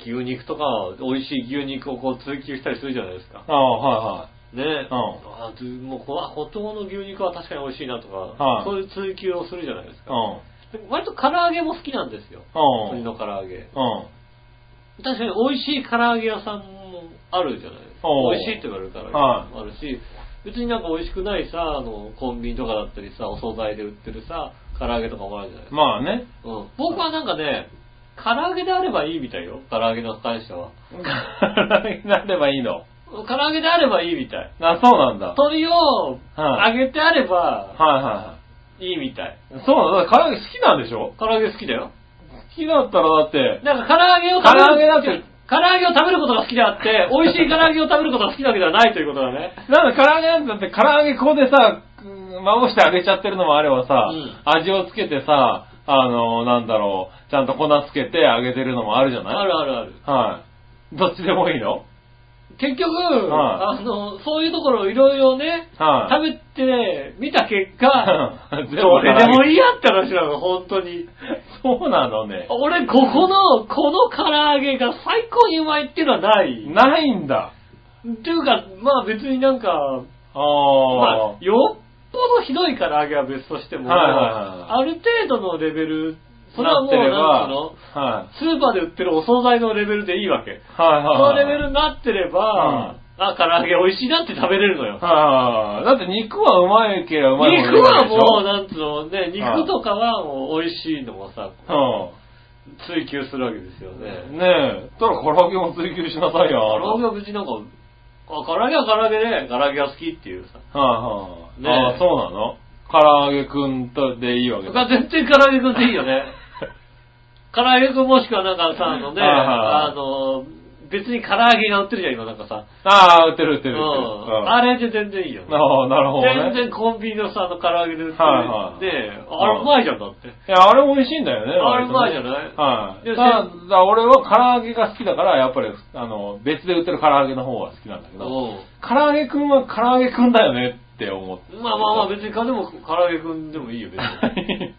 B: 牛肉とか、美味しい牛肉をこう追求したりするじゃないですか
C: い。。ああ、はいは
B: ね
C: ん
B: あずもうこわ、ほとんどの牛肉は確かに美味しいなとか、
C: はい
B: そういう追求をするじゃないです
C: い。う
B: か。
C: ん。
B: で割と唐揚げも好きなんですよ。
C: うん。う
B: 鶏
C: ん。
B: の唐揚げ。確かに美味しい唐揚げ屋さんもあるじゃないですか。
C: おう
B: 美味しいって言われる唐揚げ屋
C: はい
B: もあるし、別になんか美味しくないさ、あの、コンビニとかだったりさ、お惣菜で売ってるさ、唐揚げとかもあるじゃないですか。
C: まあね。
B: うん、僕はなんかね、唐揚げであればいいみたいよ。唐揚げの関しては。
C: なればいいの。
B: 唐揚げであればいいみたい。
C: あ、そうなんだ。はい
B: 鶏を
C: はい
B: 揚げてあれば
C: はい
B: いみたい。
C: いはい。そうなんだ。唐揚げ好きなんでしょ
B: 唐揚げ好きだよ。
C: 好きだったらだって、
B: なんか唐揚げを食べる。
C: 唐揚げだって
B: 唐揚げを食べることが好きであ って、美味しい唐揚げを食べることが好きなわけではないということだね。
C: なんだ唐揚げなんてだって唐揚げ粉でさ、うんまぶして揚げちゃってるのもあればさ、
B: うん
C: 味をつけてさ、あの、なんだろう、ちゃんと粉つけて揚げてるのもあるじゃない
B: あるあるある。
C: はい。どっちでもいいの
B: 結局、
C: は
B: あ
C: い
B: の、そういうところをいろいろね、
C: はい。
B: 食べてみた結果、
C: 全部
B: どれでも
C: い。
B: いいやって話なの、本当に。
C: そうなのね。
B: 俺、ここの、この唐揚げが最高にうまいっていうのはない。
C: ないんだ。
B: っていうか、まあ別になんか、
C: ああ。
B: まあ、よっぽどひどい唐揚げは別としても、
C: はいはいはい
B: ある程度のレベル、それはもう、
C: なってれ
B: なんつう
C: ば
B: の、
C: はい。
B: スーパーで売ってるお惣菜のレベルでいいわけ。
C: はい
B: そ
C: はい
B: の
C: はい。
B: レベルになってれば、あ、唐揚げ美味しいなって食べれるのよ。
C: はい。だって肉はうまいければうまいほど
B: 肉はもう、
C: う
B: なんつうの、ね、肉とかはもう美味しいのをさ、
C: は
B: 追求するわけですよ
C: い。
B: ね。
C: ねえ。たら唐揚げも追求しなさいよ。
B: 唐
C: あなた
B: 揚げは別になんか、あ、唐揚げは唐揚げで、唐揚げが好きっていうさ。
C: はいはい。
B: ねえ
C: ああ、そうなの唐揚げくんとでいいわけ
B: 僕
C: だ。
B: は全然唐揚げくんでいいよ ね。唐揚げくんもしくはなんかさ、あのね、
C: はいはいはい
B: あの、別に唐揚げが売ってるじゃん、今なんかさ。
C: ああ、売ってる売って
B: う
C: る売ってる。
B: ん。あれで全然いいよね。
C: ああ、なるほど
B: 全
C: ね。
B: 然コンビニのさ、あの唐揚げで売って
C: はいはい
B: る。で、あれうまいじゃん、だって。
C: いや、あれ美味しいんだよね。
B: あれうまいじゃ
C: ない
B: ない
C: はい。
B: で
C: ただ、だから俺は唐揚げが好きだから、やっぱり、あの、別で売ってる唐揚げの方が好きなんだけど、
B: うん
C: 唐揚げくんは唐揚げくんだよねって思って。
B: まあまあまあ、別にかでも、唐揚げくんでもいいよ、別に。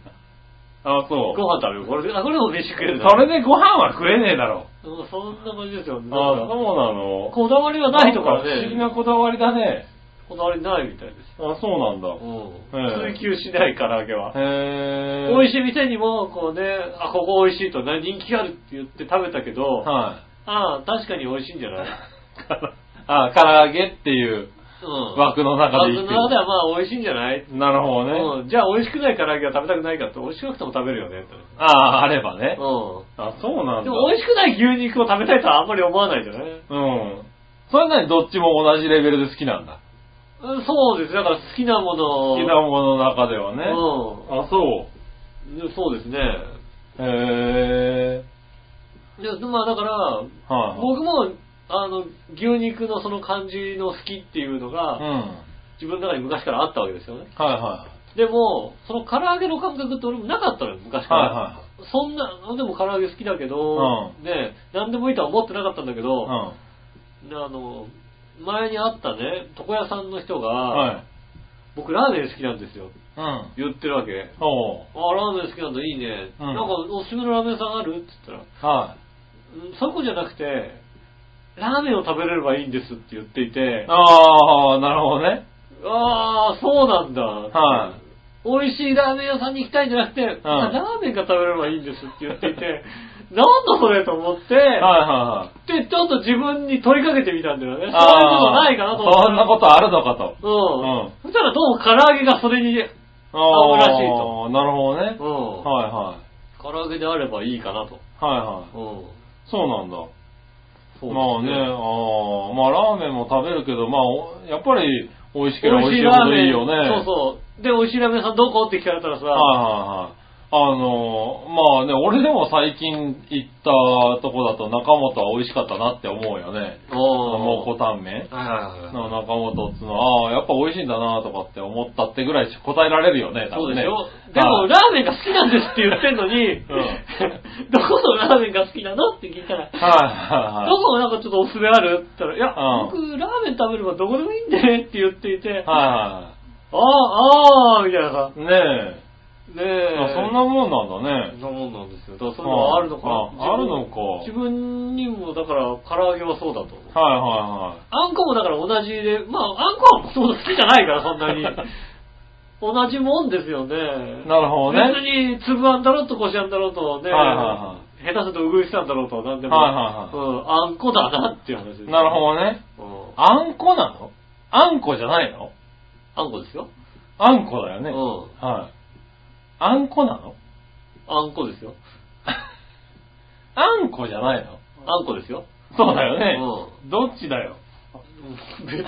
C: あ、そ
B: ご飯食
C: う。
B: べよう。これで、あ、これでも飯食えるな
C: それでご飯は食えねえだろ。
B: うんそんな感じですよね。
C: あ
B: だ
C: そ
B: か
C: うなの
B: らこだわりはないとか
C: ん不思議
B: ね
C: な、こだわりだね。
B: こだわりないみたいです。
C: あ、そうなんだ。
B: うん
C: ええ
B: 追求しない唐揚げは。
C: へえ。
B: 美味
C: し
B: しい店にも、こうね、あ、ここ美味しいと、ね、人気があるって言って食べたけど、あ
C: は
B: あ、確かに美味しいんじ ゃない
C: い。あ、唐揚げっていう
B: うん。
C: 枠の中で
B: 枠
C: 生き
B: の
C: て
B: 中で
C: る。
B: はまあ美味しいんじゃない、
C: なるほどね。
B: うん。じゃあ美味しくない唐揚げは食べたくないかって、美味しくなくても食べるよねって。
C: ああ、あればね。
B: う
C: あ、そうなんだ。
B: ん。でも美味しくない牛肉を食べたいとはあんまり思わないじゃない
C: うん。それなにどっちも同じレベルで好きなんだ。
B: うんそうです。だから好きなものを。
C: 好きなものの中ではね。
B: う
C: あ、そ
B: んで。そうですね。
C: う。へえ。
B: で、まあだから、
C: はい、
B: 僕も、あの、牛肉のその感じの好きっていうの
C: うん。
B: が、
C: は
B: 自分の中に昔からあったわけですよね。
C: いは
B: でも、その唐揚げの感覚って俺もなかったのよ、昔
C: い。
B: から。
C: は
B: そんな、でも唐揚げ好きだけど、
C: う
B: ね、なんでもいいとは思ってなかったんだけ
C: い
B: ど、
C: は
B: であの、前に会ったね、床屋さんの人が、
C: い。うん。はい。
B: 僕ラーメン好きなんですよ、
C: うん。
B: 言ってるわけ。
C: おう。
B: あ、ラーメン好きなんだ、いいね。
C: うん
B: なんか、おすすめのラーメン屋さんあるって言ったら、
C: は
B: うんそういうことじゃなくて、ラーメンを食べれればいいんですって言っていて
C: い。、ああ、なるほどね。
B: ああ、そうなんだ。
C: は
B: 美味しいラーメン屋さんに行きたいんじゃなくて、ラーメンが食べれればいいんですって言ってい て、なんだそれと思って、
C: はいは
B: で、ちょっと自分に問いかけてみたんだよね。そうい
C: いは
B: う
C: い。
B: ことないかなと思って。
C: そんなことあるのかと。
B: うん。
C: うん
B: そしたらどうも唐揚げがそれに、うん。
C: あ
B: らしいと
C: ーなるほどね。
B: 唐
C: はいはい。
B: 揚げであればいいかなと。
C: はいはい。
B: うん。
C: そうなんだ。
B: そうですね
C: まあね、ああ、まあラーメンも食べるけど、まあ、おやっぱり美味しければ美味しい
B: ラ
C: ほ
B: ー
C: ど
B: メン
C: いいよね。
B: そうそう。で、美味しいラーメン屋さんどこって聞かれたらさ、
C: はいはいはい。あの、まあね、俺でも最近行ったとこだと中本は美味しかったなって思うよね。
B: おー。
C: 蒙古タンメン
B: はいはいはい
C: の中本っつうのは、ああ、やっぱ美味しいんだなとかって思ったってぐらいし答えられるよね、多
B: そう
C: 分
B: で
C: ね。
B: しょ、でも、
C: はい
B: ラーメンが好きなんですって言ってんのに、どこのラーメンが好きなのって聞いたら、
C: はいはい
B: ど
C: はい。
B: こなんかちょっとおすすめあるって言ったら、いや、
C: うん
B: 僕、ラーメン食べればどこでもいいんでねって言っていて、あ
C: は
B: あ、ああ、みたいなさ。
C: いはい。ね
B: ね
C: え。
B: え。
C: あそんなもんなんだ
B: そん
C: ね。
B: なもんなんですよ。だからそういうのはあるのか
C: あ
B: な。
C: ああるのか
B: 自分にも、だから、唐揚げはそうだと。
C: はいは
B: あんこもだから同じで、まあ、あんこはもともと好きじゃないから、そんな に。同じもんですよね。
C: いはい。なるほどね。はい
B: 別に、粒あんだろうとこしあんだろうとね、
C: はいは
B: 下手するとうぐいすさんだろうとなんでも、
C: はいはい
B: うん、あんこだなっていう話です、
C: なるほどね。
B: うん
C: あんこなのあんこじゃないの
B: あんこですよ。
C: あんこだよ
B: う
C: ね。
B: ん。
C: はい。あんこなの
B: あんこですよ。
C: あんこじゃないの
B: あんこですよ。
C: そうだよね。どっちだよ。
B: うん。 別に、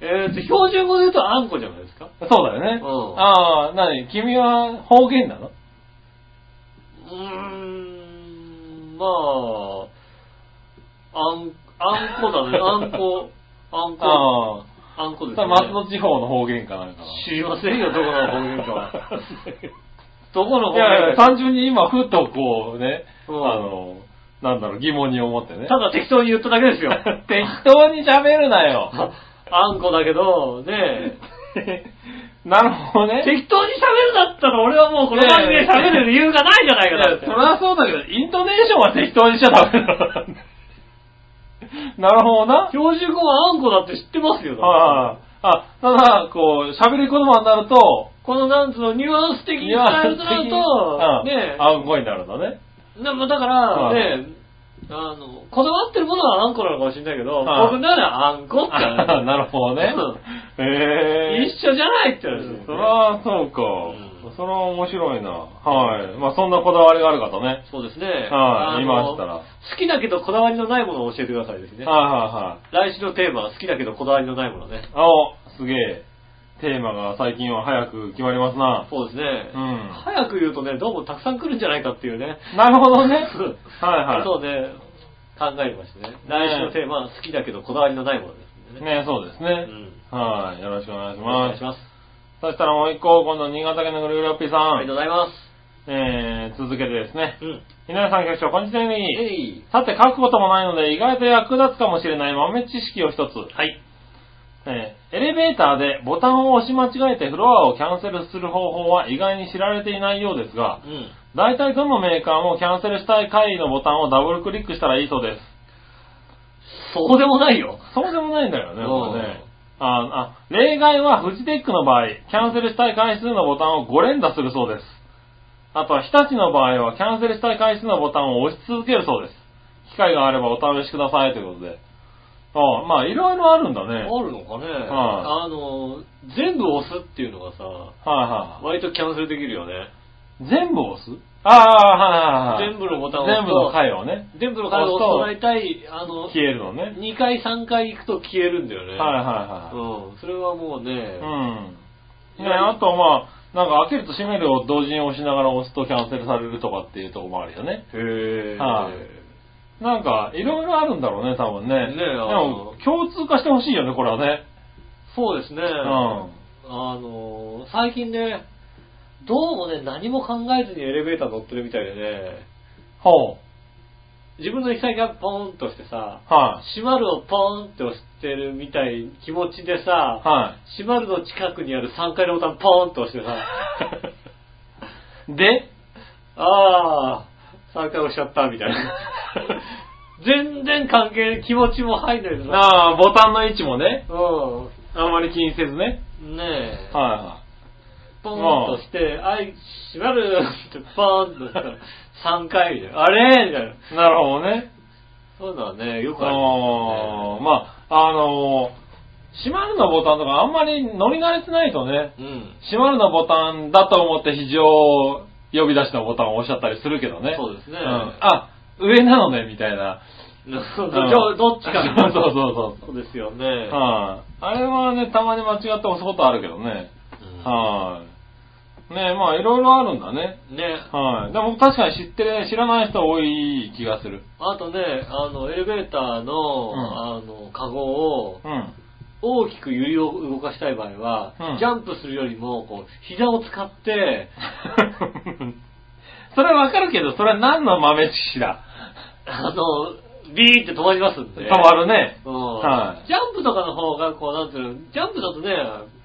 B: えっと、標準語で言うとあんこじゃないですか。
C: そうだよね。
B: うん
C: ああ、なに、君は方言なの
B: うーん、まあ、あん、あんこだね。あんこ、あんこ、
C: あ
B: あんこです
C: あ、
B: ね。
C: 松戸地方の方言かなんかな。
B: 知りませんよ、どこの方言か。 どこの
C: い
B: 方言
C: やいや、
B: か。
C: 単純に今、ふとこうね、あ
B: うん
C: の、なんだろう、疑問に思ってね。
B: ただ適当に言っただけです よ。
C: 適当に喋るなよ。
B: あんこだけど、ね
C: なるほどね。
B: 適当に喋るだったら俺はもうこの番組で喋る理由がないじゃない
C: い
B: か
C: や
B: なって。
C: それはそうだけど、イントネーションは適当にしちゃダメだ。 なるほどな。
B: 標準語はあんこだって知ってますよ。
C: ああ、あ、ただ、こう、喋り言葉になると、
B: このなんつうのニュアンス的に伝えるとなると、
C: 的に
B: ね
C: うんあんこになるのね。
B: なまあだから、
C: はい
B: ねあの、こだわってるものはあんこなのかもしれないけど、
C: はい
B: 僕ならあんこって話
C: あ なるほどね。ええ
B: 一緒じゃないって話ですよね
C: そら、そうか。
B: うん
C: そら面白いな。はい。まあ、そんなこだわりがある方ね。
B: そうですね。
C: は
B: あ
C: い
B: の
C: 今あったら
B: 好きだけどこだわりのないものを教えてくださいですね。
C: はいはいはい。
B: 来週のテーマは好きだけどこだわりのないものね。
C: あお、すげえ。テーマが最近は早く決まりますな。
B: そうですね。
C: うん
B: 早く言うとね、どうもたくさん来るんじゃないかっていうね。
C: なるほどね。 はいはい。
B: そうね、考えましたね。来週のテーマは好きだけどこだわりのないものですんでね。
C: ね、そうです
B: う
C: ね。
B: ん。
C: はい、よろしくお願いし
B: お願
C: ま
B: い
C: す
B: し。ます。
C: そしたらもう一個、今度新潟県のぐるぐるおっぴーさ、
B: ありがとうんございま
C: えー、続けてですね
B: す。。うん。
C: 皆さん局長、こんにちは。
B: えい。
C: さて、書くこともないので、意外と役立つかもしれない豆知識を一つ。
B: はい。
C: えーエレベーターでボタンを押し間違えてフロアをキャンセルする方法は意外に知られていないようですが
B: う、ん。
C: 大体どのメーカーもキャンセルしたい回のボタンをダブルクリックしたらいいそうです。
B: そうでもないよ。
C: そうでもないんだよね、
B: うん
C: これね。ああ例外はフジテックの場合、キャンセルしたい回数のボタンを5連打するそうです。あとは日立の場合はキャンセルしたい回数のボタンを押し続けるそうです。機会があればお試しくださいということで。ああまあいろいろあるんだね。はいはい、
B: あるのかね、あの、全部押すっていうのがさ、割とキャンセルできるよね。
C: 全部押すああ、はいはいはい。
B: 全部のボタンを押す
C: 全部の回をね、
B: 全部のカードを押してもらいたい、あの、
C: 消えるのね。はい
B: 2回3回行くと消えるんだよね。
C: はいは
B: うん。それはもうね
C: い。、うん。ね、あとまあ、なんか開けると閉めるを同時に押しながら押すとキャンセルされるとかっていうとこもあるよね。
B: へえ。
C: はいなんか、いろいろあるんだろうね、多分ね。
B: ねえ
C: で
B: あ
C: も
B: の、
C: 共通化してほしいよね、これはね。
B: そうですね。
C: うん。
B: あの、最近ね、どうもね、何も考えずにエレベーター乗ってるみたいでね、
C: ほう。
B: 自分の行き先がポーンとしてさ、
C: は
B: 閉まるをポーンって押してるみたい気持ちで
C: い。
B: さ、
C: は
B: 閉まるの近くにある3階のボタンポーンと押してさ、
C: い。で、
B: あー、3回押しちゃったみたい な。全然関係、気持ちも入んないでさ。
C: ああ、ボタンの位置もね、
B: う
C: あんまり気にせずね。
B: ん。ねえ。
C: はいはい。
B: ポンとして、あい、閉まるってポーンとしたら、3回みたいな。あれみたいな。
C: なるほどね。
B: そういうのはね、よくあり
C: あー
B: ま
C: まあ、あのー閉まるのボタンとかあんまり乗り慣れてないとね、
B: すね。うん。
C: 閉まるのボタンだと思って非常呼び出しのボタンを押しちゃったりするけどね。
B: そうですね
C: んあ、上なのね、みたいな。
B: そうそうどっちか
C: そうそうそう
B: そう。そうですよね。
C: はい、あ。れはね、たまに間違って押すことあるけどね。
B: うん
C: はい、ねまあいろいろあるんだね。
B: ね。
C: はい。でも確かに知ってる、知らない人多い気がする。
B: あとね、あの、エレベーターの、あ
C: ん
B: の、カゴを、
C: うん。
B: 大きく揺りを動かしたい場合は、
C: うん
B: ジャンプするよりも、こう、膝を使 って、
C: それはわかるけど、それは何の豆知識だ。
B: あの、ビーって止まりますんで。
C: 変わるね。
B: うん
C: はい
B: ジャンプとかの方が、こう、なんていうの、ジャンプだとね、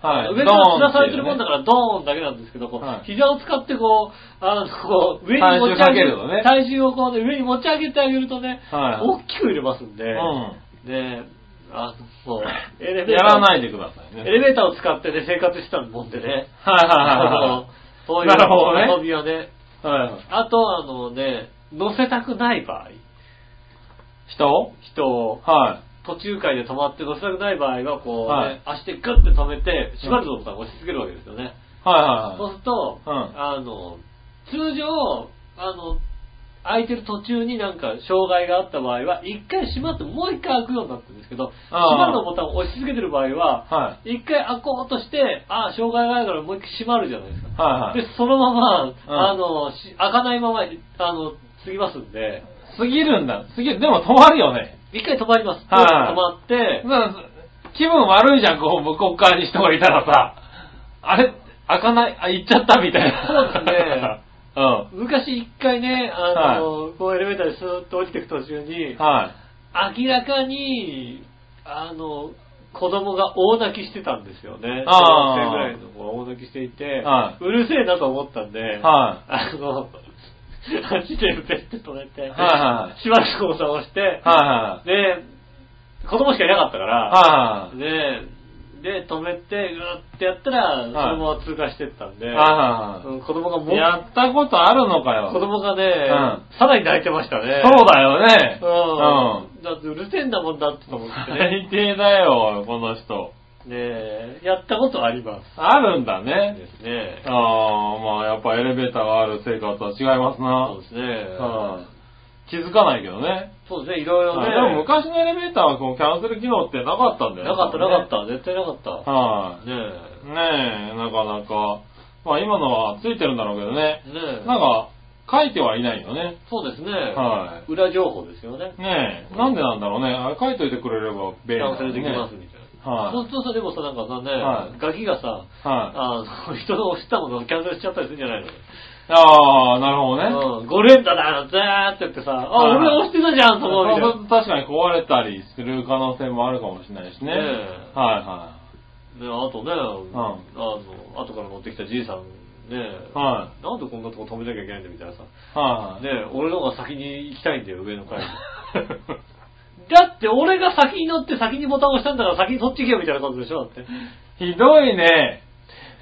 C: はい
B: 上から
C: ドーン
B: 吊らされてるもんだから、ドーンだけなんですけど、こう、
C: はい
B: 膝を使ってこう、あの、こう、上に持ち上げる
C: 体重かけるのね
B: 体重をこうね、上に持ち上げてあげるとね、
C: はい
B: 大きく揺れますんで、
C: うん。
B: で、あの、そう、エレ。
C: やらないいでください
B: エ
C: ね。
B: レベーターを使ってね、生活してたもんでね。
C: はいはい
B: あ
C: は
B: の そういう
C: なるほどね
B: 遊びはね。
C: いはい。はい。
B: あと、あのね、乗せたくない場合、
C: 人
B: 人を、
C: は
B: 途中階で止まって乗せたくない場合は、こうね、
C: はい
B: 足でグッて止めて、しばらくのボタンを押し付けるわけですよね。
C: い。はいはい
B: そう
C: はい。
B: すると、
C: うん
B: あの、通常、あの、空いてる途中になんか障害があった場合は、一回閉まってもう一回開くようになってるんですけど、
C: あー
B: 閉まるのボタンを押し続けてる場合は、
C: は
B: 一回開こうとして、ああ、障害があるからもう一回閉まるじゃないですか。
C: い。はいは
B: で
C: い。、
B: そのまま、
C: ん
B: あの、し開かないまま、あの、過ぎますんで、
C: 過ぎるんだ。過ぎる。でも止まるよね。
B: 一回止まります。
C: はい
B: 止まって
C: だ、から気分悪いじゃん、こう、向こう側に人がいたらさ。あれ開かない、あ、行っちゃったみたいな。
B: そうですね。
C: うん。
B: 昔一回ね、あの、こうエレベーターでスーッと降りていく途中に、
C: はい。
B: 明らかに、あの、子供が大泣きしてたんですよね。
C: あー
B: 小学生ぐらいの子が大泣きしていて、
C: は
B: うるせえなと思ったんで、
C: は
B: あの、足でペッて止めて、
C: いはい
B: しばらくボタンを押して、
C: い。は
B: で、子供しかいなかったから、
C: いはい。はい
B: で、で、止めて、うーってやったら、そのまま通過してったんで、
C: はいはい
B: うん子供がもう、
C: やったことあるのかよ。
B: 子供がね、
C: ん
B: さらに泣いてましたね。
C: そうだよね。
B: うん。だってうるせえんだもんだってと思ってね。
C: 最低だよ、この人。
B: ねえやったことありま
C: あるんだ
B: す。で
C: ね。
B: すね。
C: ああ、まあやっぱエレベーターがある生活は違います
B: そう
C: な。
B: ですね。
C: うん気づかないけどね。
B: そうですね、いろいろね。
C: でも昔のエレベーターはこうキャンセル機能ってなかったんだよね
B: なかった、なかった。絶対なかった。
C: は
B: ね
C: い。ねえ、なかなか。まあ今のはついてるんだろうけどね。
B: え。ねえ。
C: なんか、書いてはいないよね。
B: そうですね。
C: は
B: 裏情報ですよね。
C: ねえ、なんでなんだろうね。あれ書いといてくれれば便利だ
B: キャンセルできます
C: ね。
B: みたいな。そう
C: は
B: するとさ、でもさ、なんかさね、
C: はい
B: ガキがさ、
C: い。はい。
B: あの、人の押したものをキャンセルしちゃったりするんじゃないの
C: ああ、なるほど
B: う
C: ね。
B: ん、5連打だザーって言ってさ、あ、
C: はい
B: 俺押してたじゃん、そこ、みたい
C: そうす
B: な
C: ると確かに壊れたりする可能性もあるかもしれないしね。
B: ねえ
C: は
B: ね、あとね、あの、後から持ってきたじいさん、ね、
C: いはい。は
B: なんでこんなとこ止めなきゃいけないんだみたいなさ、
C: い。はいは
B: ね、
C: い。
B: 俺の方が先に行きたいんだよ、上の 階に。だって俺が先に乗って先にボタンを押したんだから先にそっち行けよみたいなことでしょ、だって。ね
C: ひどいね。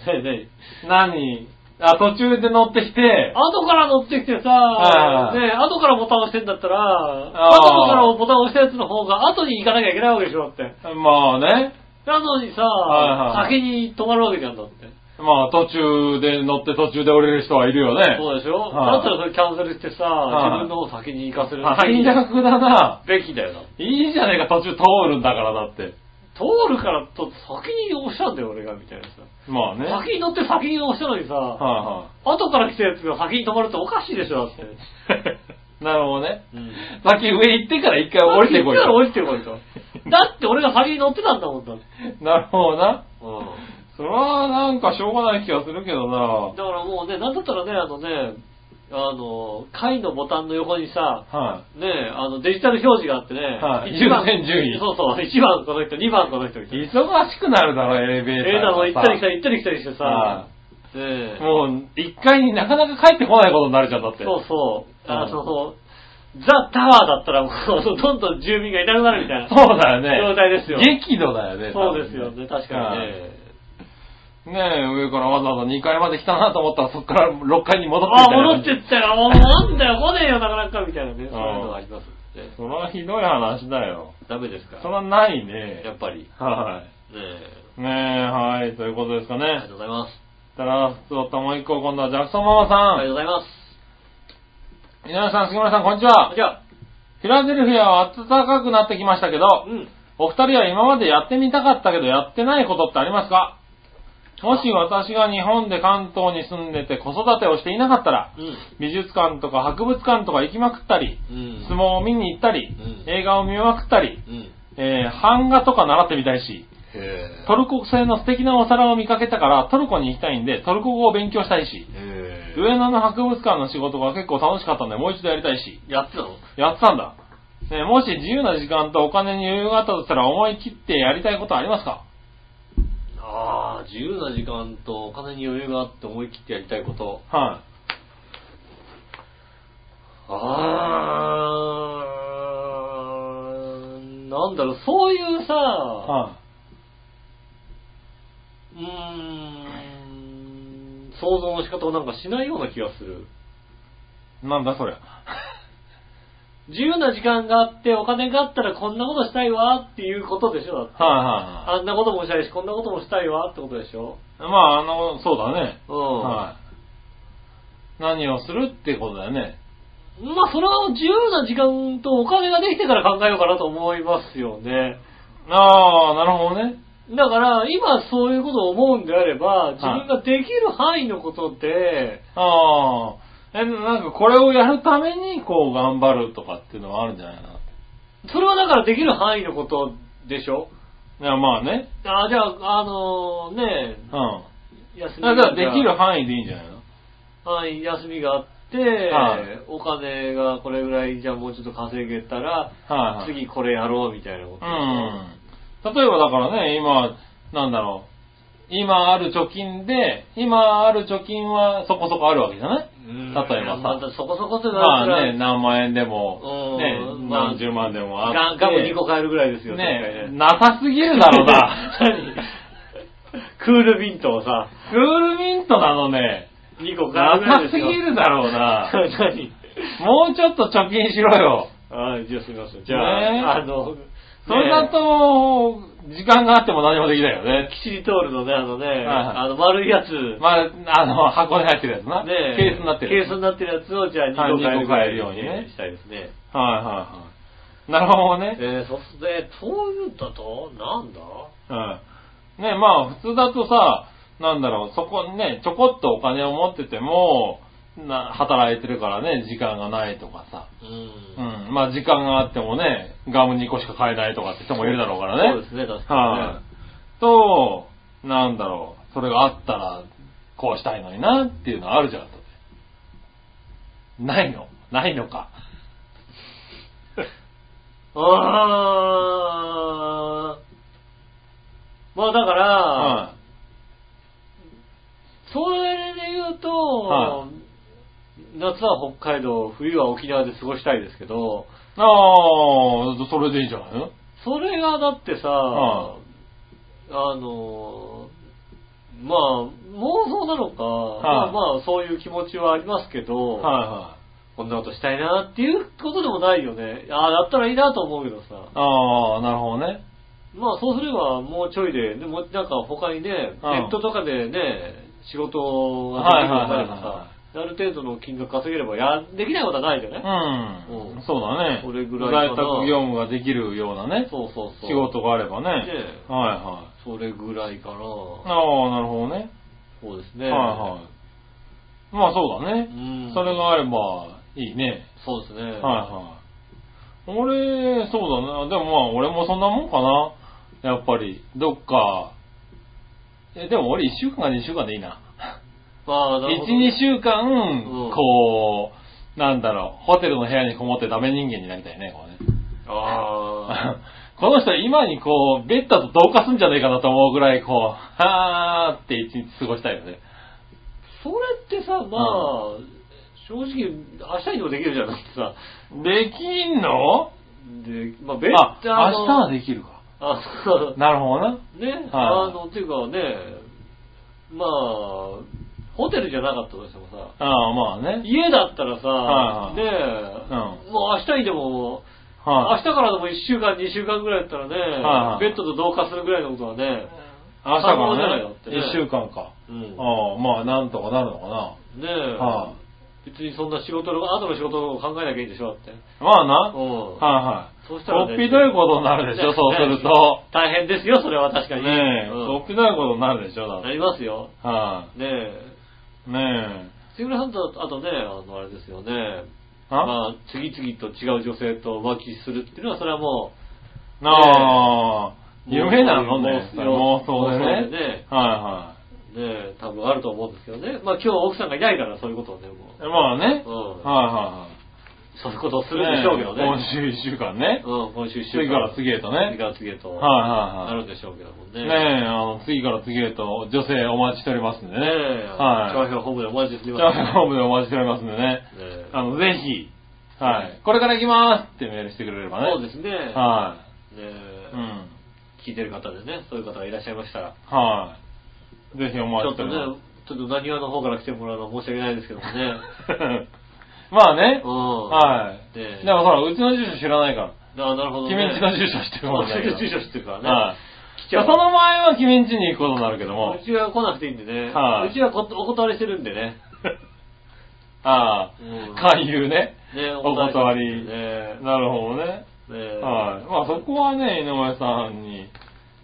B: えね
C: 何あ、途中で乗ってきて
B: え、、後から乗ってきてさ、
C: はい
B: ねえ後からボタンを押してんだったら、
C: ー
B: 後からボタンを押したやつの方が後に行かなきゃいけないわけでしょ、だって。
C: まあね。
B: なのにさ、
C: はいはい
B: 先に止まるわけじゃんだって。
C: まあ途中で乗って途中で降りる人はいるよね。
B: そうでしょ、
C: は
B: だ
C: い
B: ったらそれキャンセルしてさ、
C: はい
B: 自分の方先に行かせる。
C: 最悪だな。
B: べきだよな。
C: いいじゃねえか途中通るんだからだって。
B: 通るからと先に押したんだよ、俺が、みたいなさ。
C: まあね。はい
B: 先に乗って先に押したのにさ、
C: は
B: 後から来たやつが先に止まるっておかしいでしょ、だ って。
C: い。なるほどね。
B: うん。
C: 先上行ってから一回降りてこい
B: だから降
C: と。
B: りて こいと。だって俺が先に乗ってたんだもんだって。
C: なるほどな。
B: う
C: それはなんかしょうがない気がするけど
B: ん。
C: な。
B: だからもうね、なんだったらね、あのね、あの、階のボタンの横にさ、
C: は
B: ねえ、あの、デジタル表示があってね、
C: はい
B: 一番
C: 優先順位
B: そうそう、1番この人、2番この人みた
C: い。
B: い
C: 忙
B: な。
C: しくなるだろ、エレベ
B: え
C: ーターがさ。
B: えなの、行ったり来たり行ったり来たりしてさ
C: は、
B: ねえ
C: いもう、一回になかなか帰ってこないことになるじゃん、だって。
B: そうそう、あ
C: うん
B: の、ザ・タワーだったらもう、どんどん住民がいなくなるみたいな。
C: そうだよね。
B: 状態ですよ
C: 激怒だよね。
B: そうですよね、確かにね。
C: 多分ね。ねえ、上からわざわざ2階まで来たなと思ったら、そっから6階に戻って。
B: あ、戻っててったよ、もうなんだよ、来ねえよ、なかなか、みたいなね、そういうのがありますんで。
C: それはひどい話だよ。
B: ダメですか
C: それはないね。
B: やっぱり。ね
C: は
B: え。
C: い。ねえ、はい、ということですか
B: ありが
C: ね
B: と。うございます。
C: たら、ふつおたもう一個、今度はジャクソンママ
B: ありが
C: さ。
B: とうんございます。
C: 皆さん、杉村さん、こんにちは。
B: じゃあ、
C: フィラデルフィアは暖かくなってきましたけど
B: う、ん。
C: お二人は今までやってみたかったけどやってないことってありますかもし私が日本で関東に住んでて子育てをしていなかったら、
B: うん。
C: 美術館とか博物館とか行きまくったり、
B: うん。
C: 相撲を見に行ったり、
B: うん
C: 映画を見まくったり、
B: うん。
C: えー版画とか習ってみたいし、
B: へぇ
C: トルコ製の素敵なお皿を見かけたからトルコに行きたいんでトルコ語を勉強したいし、
B: へぇ
C: 上野の博物館の仕事が結構楽しかったんでもう一度やりたいし、
B: やってたの
C: やってたんだ。ね、もし自由な時間とお金に余裕があったとしたら思い切ってやりたいことはありますか
B: ああ、自由な時間とお金に余裕があって思い切ってやりたいこと。
C: は
B: あー、なんだろう、そういうさ、
C: い、は
B: うーん、想像の仕方をなんかしないような気がする。
C: い、なんだそれ。
B: 自由な時間があって、お金があったらこんなことしたいわっていうことでしょ、だって
C: はいはいはい。
B: あんなこともしたいし、こんなこともしたいわってことでしょ
C: まあ、あの、そうだね。
B: う
C: はい。何をするってことだよね。
B: ん。まあ、それは自由な時間とお金ができてから考えようかなと思いますよね。
C: ああ、なるほどね。
B: だから、今そういうことを思うんであれば、
C: い
B: 自分ができる範囲のことで、
C: ああ。え、なんかこれをやるためにこう頑張るとかっていうのはあるんじゃないかな。
B: それはだからできる範囲のことでしょ
C: いや、まあね。
B: あじゃあ、あのね
C: うん。
B: 休み
C: だからできる
B: が
C: 範囲でいいんじゃないの
B: はい、休みがあって、
C: はい
B: お金がこれぐらい、じゃあもうちょっと稼げたら、
C: はいはい。
B: 次これやろうみたいなこと。
C: うん。例えばだからね、今、なんだろう。今ある貯金で、今ある貯金はそこそこあるわけじゃない
B: うん
C: 例えばさ
B: またそこそこって
C: ま
B: なった
C: あ
B: ら、
C: ね、何万円でも、ね
B: うん、まあ
C: 何十万でもあ
B: ガ
C: っ
B: ン
C: て。
B: ガム2個買えるぐらいですよ
C: ね、
B: ね。
C: なさすぎるだろう な。
B: 何クールビントをさ、
C: クールミントなのね、
B: 2個買え
C: な
B: るぐらいで
C: さ
B: す
C: す
B: よ。
C: ぎるだろうな。
B: 何
C: もうちょっと貯金しろよ。
B: はい、じゃあすみません。じゃ
C: ね
B: あ、あの、
C: それだ
B: ね
C: と、時間があっても何もできないよね。
B: キシリトールのね、あのね、
C: はい
B: あの丸いやつ、
C: まあ、あの、箱に入ってるやつな。
B: ね
C: ケースになってるやつ
B: ケースになってるやつを、じゃあ
C: はい
B: 2個買えるぐらい
C: 二個買えるようにね
B: したいですね。
C: はいはいはい。なるほどね。
B: えー、そして、そういうんだと、なんだ
C: うん。ねまあ普通だとさ、なんだろう、そこにね、ちょこっとお金を持ってても、な働いてるからね、時間がないとかさ。
B: う。
C: うんん。まあ時間があってもね、ガム2個しか買えないとかって人もいるだろうからね。
B: そうですね、確
C: は
B: か
C: い。と、なんだろう、それがあったら、こうしたいのになっていうのはあるじゃん。ないのない のか。
B: にね。あー。まあだから、
C: は
B: それで言うと、
C: は
B: 夏は北海道、冬は沖縄で過ごしたいですけど、
C: い。ああ、それでいいんじゃないの
B: それがだってさ、
C: は
B: あの、まあ、妄想なのか、
C: はい
B: まあまあ、そういう気持ちはありますけど、
C: はいはい。
B: こんなことしたいなっていうことでもないよね。ああ、だったらいいなと思うけどさ。
C: ああ、なるほどね。
B: まあそうすればもうちょいで、でもなんか他にね、
C: うん
B: ネットとかでね、仕事ができるようになれば
C: は
B: さ、ある程度の金額稼げればや、できないことはないじゃない、
C: うん。
B: うん
C: そうだね。
B: それぐらいかな
C: 在宅業務ができるようなね、
B: そうそうそう。
C: 仕事。があればね。はい
B: ねえ
C: は
B: それぐらいかな。
C: い。ああ、なるほどね。
B: そうです
C: は
B: ね。
C: いはい。まあそうだね。
B: うん。
C: それがあればいいね。
B: そうですね。
C: はいはい。俺、そうだな。でもまあ俺もそんなもんかな。やっぱり、どっか。え、でも俺1週間か2週間でいいな。
B: まあ、なるほ
C: 1、
B: ど
C: 2週間、
B: うん
C: こう、なんだろう、ホテルの部屋にこもってダメ人間になりたいね、こうね。
B: ああ。
C: この人今にこう、ベッドと同化すんじゃないかなと思うぐらい、こう、はーって一日過ごしたいよね。
B: それってさ、まあ、正直、明日にでもできるじゃなくてさ、
C: できんの
B: で、まあ、ベッ
C: あ、
B: ドあ
C: 明日は
B: の
C: できるか。
B: あ、そう
C: なるほどな。
B: ね、
C: はい
B: あの、っていうかね、まあ、ホテルじゃなかったとしてもさ、
C: ああ、まあね。
B: 家だったら
C: は
B: さ、
C: い
B: ねえ、もう明日にでも、明
C: は
B: 日
C: い、
B: からでも1週間、2週間ぐらいだったらね、
C: はい
B: ベッドと同化するぐらいのことはね、
C: 明日
B: 可能じゃ
C: か
B: ない
C: ら
B: よ
C: ね
B: っ。てね
C: 一週間か。
B: うん、ね
C: ああ、まあなんとかなるのか
B: え、
C: な。は
B: 別にそんな仕事の、後の仕事を考えなきゃいいんでしょだって。
C: まあな。はい
B: うん。
C: はい。
B: そうしたら
C: と
B: ね
C: っぴどいことになるでしょ、そうすると。。
B: 大変ですよ、それは確かに。
C: ねえ、
B: うん
C: とっぴどいことになるでしょ、だって
B: なりますよ。
C: は
B: ねえ。
C: い。ねえ。
B: 杉村さんと、あとね、あの、あれですよね。
C: あ
B: まあ、次々と違う女性と浮気するっていうのは、それはも
C: あー、
B: ねえ
C: 夢なのね。
B: 妄想
C: 妄想で
B: 妄想で
C: ね
B: ね。
C: は
B: う、ねえ、多分あると思うんですけどね。まあ、今日奥さんがいないから、そういうことをね、も
C: いはい。まあね。
B: う。うん。
C: は
B: そういうことをす
C: いは
B: るん
C: いはい。
B: でしょうけどね。
C: 今週一週間ね。
B: うん、今週一週
C: 次から次へと
B: 次
C: ね
B: から次へと。
C: はいはいはい
B: なるんでしょうけどもね。
C: ねえ、あの、次から次へと女性お待ちしておりますんで
B: ね
C: ね。
B: え。
C: はい
B: 長編本部でお待ちして
C: チ
B: おり
C: ャ
B: ま
C: ー
B: す。
C: ハンホームでお待ちしておりますんでね。
B: ねえ
C: あの、ぜひ、はい。これから行きますってメールしてくれればね。
B: そうですね。
C: は
B: ねえ
C: い。うん。
B: 聞いてる方でね、そういう方がいらっしゃいましたら、
C: はい。ぜひお
B: ち
C: 待ち
B: ょってと
C: しお
B: ね
C: りま、
B: ちょっと何話の方から来てもらうのは申し訳ないですけどもね。
C: す。 まあね
B: う。ん。
C: はい。
B: ねえ
C: でもほら、うちの住所知らないから。
B: あなるほどね。
C: 君んちの住所知ってるもんね。
B: 君んちの住所知ってるからね。
C: は
B: 来
C: い。じ
B: ち
C: ゃ
B: ゃ
C: あ
B: う
C: その前は君んちに行くことになるけども
B: う。ちは来なくていいんでね。
C: はいう
B: ちはこお断りしてるんでね。
C: あ
B: うん
C: あ、勧誘ね。
B: ねえ
C: お断り
B: おしてるんでね
C: なるほどね。
B: ねえ
C: はい。まあそこはね、井上さんに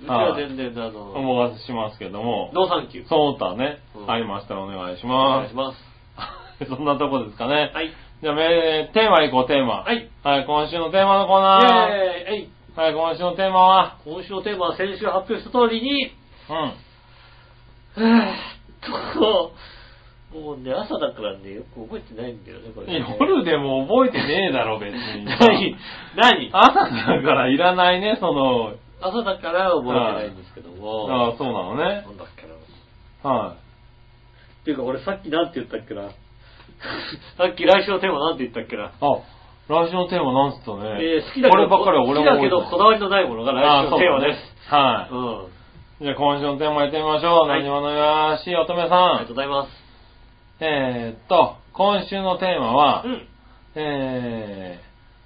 B: うちは全然、あ
C: お
B: の、
C: 任せしますけども。
B: ノーサンキュー。
C: その他ね
B: う、ん
C: ありましたらお願いし
B: お願
C: ま
B: いし
C: す。
B: ます。
C: そんなとこですかね。
B: はい。
C: じゃあ、めテーマいこう、テーマ。
B: はい。
C: はい、今週のテーマのコー
B: イェーイ
C: ナー。
B: えい
C: はい、今週のテーマは、
B: 今週のテーマは先週発表した通りに、
C: うん。
B: えーっと、もうね、朝だからね、よく覚えてないんだよね、これ、ね。
C: 夜でも覚えてねえだろ、別 に。
B: 何何
C: 朝だからいらないね、その、
B: 朝だから覚えてないんですけども。
C: ああ、そうなのね
B: な。んだっけな。っ
C: は
B: ていうか、俺さっきなんて言ったっけな。 さっき来週のテーマなんて言ったっけな。
C: い。あ、来週のテーマなんつったね。
B: えー好きだけど、
C: こればっかりは俺も
B: 好きだけど、こだ
C: わ
B: わりのないものが来週のテーマです。
C: す。はい。
B: うん。
C: じゃあ今週のテーマやってみましょう。
B: はい
C: 何者らしい乙女
B: あ
C: さ。
B: りがとうんございます。
C: えーっと、今週のテーマは、
B: うん。
C: え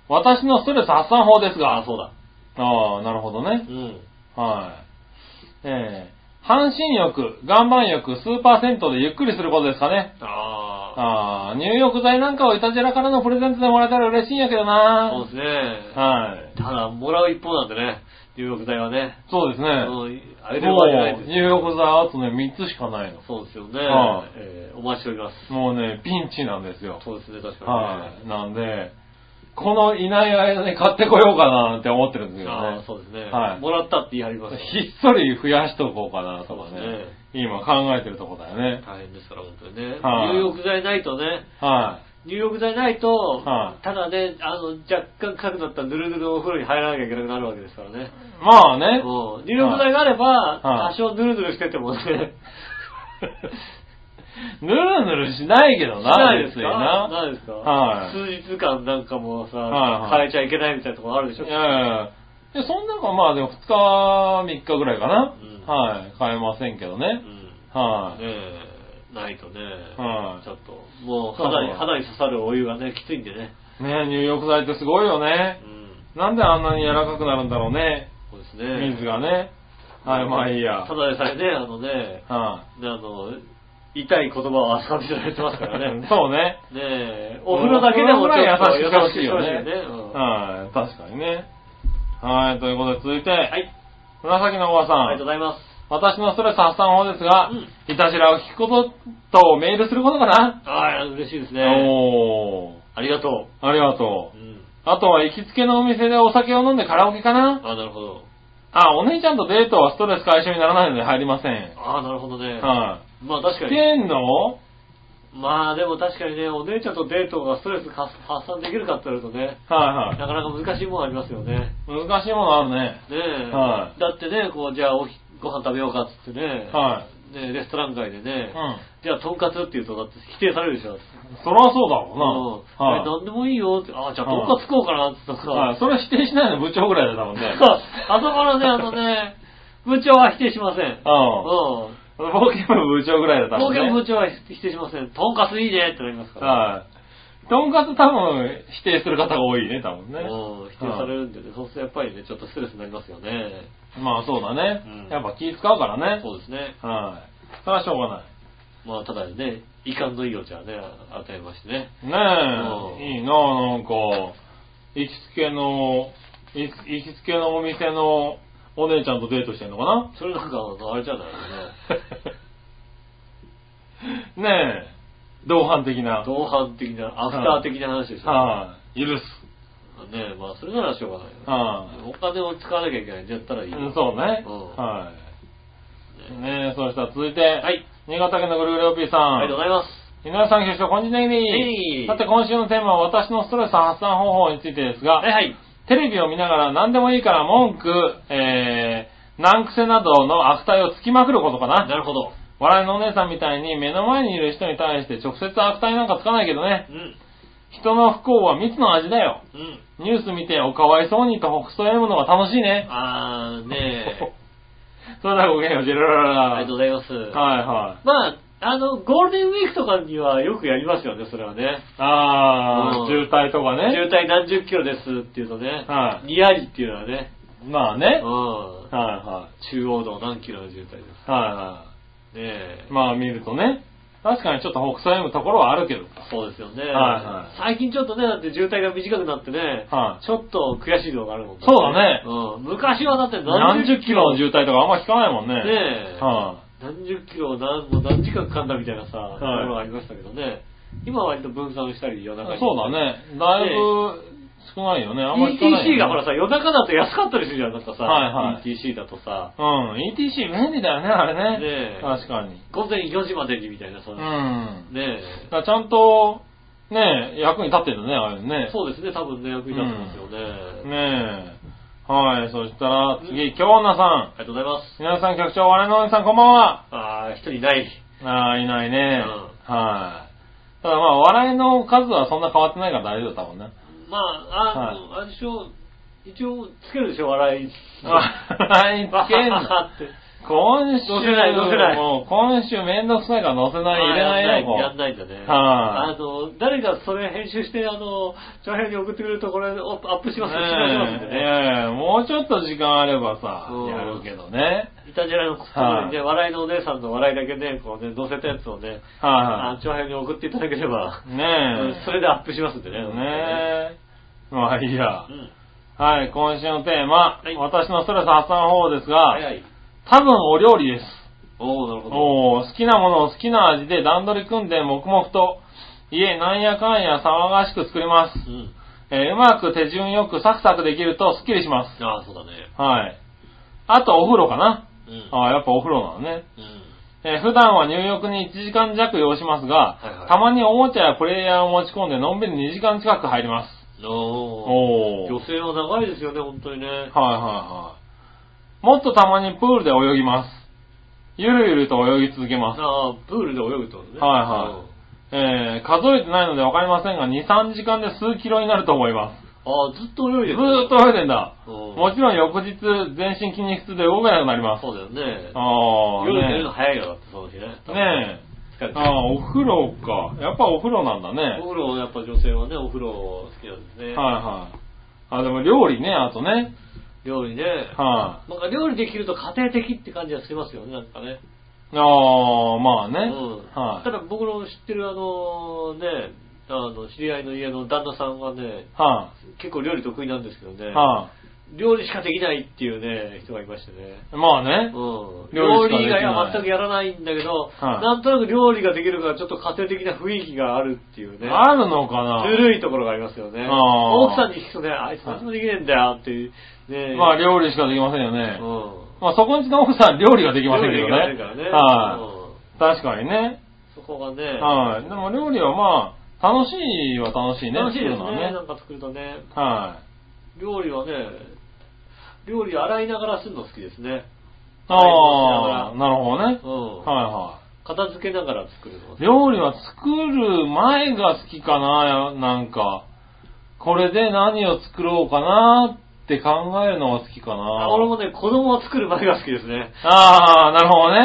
C: ー、私のストレス発散法ですが、
B: あ、そうだ。
C: ああ、なるほどね
B: う。ん。
C: はい。えー、半身浴、岩盤浴、スーパー銭湯でゆっくりすることですかね。
B: あ
C: ああ、入浴剤なんかをいたじらからのプレゼントでもらえたら嬉しいんやけど
B: あ。そう
C: な
B: ですね。
C: はい。
B: ただ、もらう一方なんでね、入浴剤はね。
C: そうですね。
B: うんあれで終
C: も
B: わりじゃないん
C: う、
B: です
C: 入浴剤あとね、3つしかないの。
B: そうですよね。
C: はい
B: えーお待ちしております。
C: もうね、ピンチなんですよ。
B: そうですね、確か
C: は
B: に
C: い。
B: ね。
C: なんで、このいない間に買ってこようかななんて思ってるんですけど
B: ああ
C: ね
B: ー、。そうですね。
C: はい
B: もらったって言い張りますよ。
C: ひっそり増やしとこうかなとか
B: そう
C: ね
B: で。
C: 今考えてるとこだよね。
B: 大変ですから、本当にね。
C: はい
B: 入浴剤ないとね、
C: は
B: 入浴剤ないと、
C: はい
B: ただね、あの、若干臭くなったぬるぬるお風呂に入らなきゃいけなくなるわけですからね。
C: い。まあね。
B: うん入浴剤があれば、
C: は
B: 多
C: い
B: 少ぬるぬるしててもね、
C: ぬるぬるしないけど
B: し
C: な、
B: ないですか
C: 別にな。
B: ないですか
C: はい
B: 数日間なんかもうさ、
C: はいは
B: 変
C: い
B: えちゃいけないみたいなところあるでしょ
C: いやいやいやでそんなかまあでも2日、3日ぐらいかな。
B: うん
C: はい。買えませんけど
B: う
C: ね。
B: ん
C: はい、
B: ねえ、ないとね、
C: はい
B: ちょっと、もう肌に、
C: そう
B: 肌に刺さるお湯がね、きついんでね。
C: ね入浴剤ってすごいよ
B: う
C: ね。
B: ん。
C: なんであんなに柔らかくなるんだろうね。
B: そうですね。
C: 水がね。はい、まあいいや。
B: た
C: はい、。
B: だでさえね、あのね、ねあの、痛い言葉をあさみされてますからね
C: そうね。
B: ねえ、お風呂だけでも
C: お
B: ちょ
C: 風呂
B: っ
C: ぐら
B: と
C: い優しくしてほしいよね。
B: 優しくしてほしいよねうん
C: はい、確かにね。はい、ということで続いて、
B: はい、
C: 紫のおばさん。
B: ありがとうございます。
C: 私のストレス発散法ですが、
B: うん
C: いたしらを聞くこととメールすることかな、
B: ああ、嬉しいですね。
C: おー、
B: ありがと
C: ありがと
B: う。う
C: う。
B: ん。
C: あとは行きつけのお店でお酒を飲んでカラオケかな
B: ああ、なるほど。
C: あ、お姉ちゃんとデートはストレス解消にならないので入りません。
B: ああ、なるほどね。
C: は
B: まあ確
C: い。
B: かに。
C: 天の
B: まあでも確かにね、お姉ちゃんとデートがストレス発散できるかって言われるとね、
C: はいは
B: なかなか難しいもんありますよね。
C: い。難しいものあるね。
B: ねえ。
C: はい
B: だってね、こう、じゃあおひご飯食べようかっつってね、
C: は
B: ねえレストラン街で
C: い。う
B: ね、
C: ん。
B: じゃあ、とんかつって言うと、だって否定されるでしょ。
C: そりゃそうだろうな。
B: うん。え、
C: は
B: なんでもいいよって、あ、じゃあ、とんかつ食おうかなって言った
C: い。はい、
B: らさ、
C: それ否定しないの部長ぐらいだったもんね。
B: あそこのね、あのね、部長は否定しません。うん。
C: 冒険部部長ぐらいだったも
B: 東
C: んね。
B: 京部長は否定しません。とんかついいねってなりますから。
C: はい。とんかつ多分否定する方が多いね、多分ね。
B: うん、否定されるんでね、そうするとやっぱりね、ちょっとストレスになりますよね。
C: まあそうだね
B: う。ん
C: やっぱ気使うからね。
B: そうですね。
C: はい。それはしょうがない。
B: まあ、ただね、遺憾の意をじゃあね、与えましてね。
C: ねえ、
B: うん
C: いいなぁ、なんか、行きつけの、い行きつけのお店のお姉ちゃんとデートしてんのかな
B: それなんか、あれじゃないのね。
C: ねえ、同伴的な。
B: 同伴的な、アフター的な話でしょ。
C: はい、許す。
B: ねまあ、それならしょうがないよね。
C: はい、
B: お金を使わなきゃいけないんだったらいいよ。
C: うんそうね。
B: うん
C: はい。ねえ、そしたら続いて、
B: はい。
C: 新潟県のぐるぐるおっぴーさん。
B: ありがとうございます。
C: 井上さん、局長、こんにちは。
B: い
C: さて、今週のテーマは私のストレス発散方法についてですが、
B: はいはい。
C: テレビを見ながら何でもいいから文句、えー、難癖などの悪態をつきまくることか
B: な
C: な。
B: るほど。
C: 笑いのお姉さんみたいに目の前にいる人に対して直接悪態なんかつかないけどね
B: う。ん。
C: 人の不幸は蜜の味だよ。
B: うん。
C: ニュース見ておかわいそうにとほくそ笑むのが楽しいね。
B: あー、ねえ。
C: それではごきげんよう、ジェララララ。
B: ありがとうございます。
C: はいはい。
B: まあ、あの、ゴールデンウィークとかにはよくやりますよね、それはね。
C: あ
B: うん
C: ー、渋滞とかね。
B: 渋滞何十キロですっていうとね、
C: はい
B: にやりっていうのはね、
C: まあ
B: う
C: ね。
B: ん、
C: はいは
B: 中央道何キロの渋滞です。ね
C: い。はいは
B: え
C: い。、まあ見るとね。確かにちょっとほくそ笑むところはあるけど。
B: そうですよね、
C: はいはい
B: 最近ちょっとね、だって渋滞が短くなってね、
C: はい
B: ちょっと悔しいのがあるもん
C: そうだね
B: うん。昔はだって
C: 何十キロの渋滞とかあんま聞かないもんね。
B: ねえ
C: は
B: 何十キロ何も何時間かかんだみたいなさ、
C: い
B: ところがありましたけどね。今は割と分散したり夜中
C: い
B: に。
C: そうだ。ね。だいぶ少ないよね。あんま聞かない、ね。
B: ETC がほらさ、夜中だと安かったりするじゃん、なんかさ、
C: はいはい
B: ETC だとさ、
C: うん。ETC 便利だよね、あれ
B: ね
C: ね。
B: え
C: 確かに。
B: 午前4時までにみたいなさ、
C: うん。
B: ね
C: だからちゃんと、ねえ、役に立ってるね、あれ
B: え
C: ね。
B: そうですね、多分ね、役に立ってますよね。
C: ねえ。はい、そしたら次、京奈さん。
B: ありがとうございます。
C: 皆さん局長、我のおじさんこんばんは。
B: あー、一人いない。
C: ああ、いないね。
B: う
C: はい。ただまあ、笑いの数はそんな変わってないから大丈夫だもんね。
B: まあ、あ、あれでしょ、一応つけるでしょ、笑い。
C: 笑いつけんの
B: わーって。
C: 今週、
B: 載せない載せない
C: もう今週めんどくさいから載せない、入れないよ、
B: あ
C: もう
B: やんないやんないんだね。
C: はい
B: あの、誰がそれ編集して、あの、長編に送ってくれるとこれをアップしますよ、しますんで
C: ねえ
B: ね。
C: ええもうちょっと時間あればさ
B: うん、
C: やるけどね。
B: いたじらのこ
C: は
B: に
C: い
B: ね、笑いのお姉さんの笑いだけね、こうね、載せたやつをね、あ
C: は
B: 長編に送っていただければ、
C: い。
B: うん
C: ねえ。
B: それでアップしますんでね。
C: ねえ。まあいいや
B: う。ん。
C: はい、今週のテーマ、
B: はい
C: 私のストレス発散方法ですが、
B: はいはい。
C: 多分お料理です。
B: おー、なるほど。
C: おー好きなものを好きな味で段取り組んで黙々と、家なんやかんや騒がしく作ります。
B: うん。
C: えーうまく手順よくサクサクできるとスッキリしま
B: ああ、そうだね。
C: す。はい。あとお風呂かな。
B: うん。
C: ああ、やっぱお風呂なのね。
B: うん。
C: えー普段は入浴に1時間弱要しますが、
B: はいはい
C: たまにおもちゃやプレイヤーを持ち込んでのんびり2時間近く入ります。
B: おー。
C: おー。はい
B: 女性は長いですよね、本当にね。
C: はいはい。もっとたまにプールで泳ぎます。ゆるゆると泳ぎ続けます。
B: ああ、プールで泳ぐってことね。
C: はいはい
B: うん
C: えー、数えてないのでわかりませんが、2、3時間で数キロになると思います。
B: ああ、ずっと泳いで
C: ずーっと泳いでんだ。
B: と。うん
C: もちろん翌日、全身筋肉痛で動けなくなります。
B: そうだよね。
C: あー、
B: 夜寝るの早いよ、だってその日ね。
C: ねね
B: 疲れ
C: え。
B: てる
C: あー、お風呂か。やっぱお風呂なんだ
B: お
C: ね。
B: 風呂、やっぱ女性はね、お風呂好きなんですね。
C: はいはい。あ、でも料理ね、あとね。
B: 料理ね。
C: は
B: なんか料理できると家庭的って感じがしますよね、なんかね。
C: い。あー、まあね。
B: うん。た
C: はい。
B: だ僕の知ってるあの、ね、あの、知り合いの家の旦那さんはね、
C: は
B: 結構料理得意なんですけどね
C: い。。は
B: 料理しかできないっていうね、人がいましてね。
C: い。まあね。
B: うん料
C: 料理しかできない
B: 理以外は全くやらないんだけど、
C: はい
B: なんとなく料理ができるからちょっと家庭的な雰囲気があるっていうね。
C: あるのかな
B: ぬるいところがありますよね。
C: ああ
B: 奥さんに聞くとね、あいつ何もできねえんだよっていう。ね
C: まあ料理しかできませんよね。
B: うん。
C: まあそこんちの奥さん料理ができませんけ
B: 料
C: どね。
B: 理ができませんからね。
C: は
B: うん
C: い。確かにね。
B: そこがね、
C: はい。でも料理はまあ、楽しいは楽しいね。
B: 楽しいですね
C: 作るのは
B: なんか作るとね、
C: はい。
B: 料理はね、料理洗いながらするの好きですね。洗い物しな。がら
C: ああ、なるほどね
B: うん。
C: は
B: 片付けながら作るの
C: いはい。料理は作る前が好きかな、なんか。これで何を作ろうかなって考えるのが好きかな
B: あ。俺もね、子供を作る前が好きですね。
C: ああ、なるほ
B: う
C: ど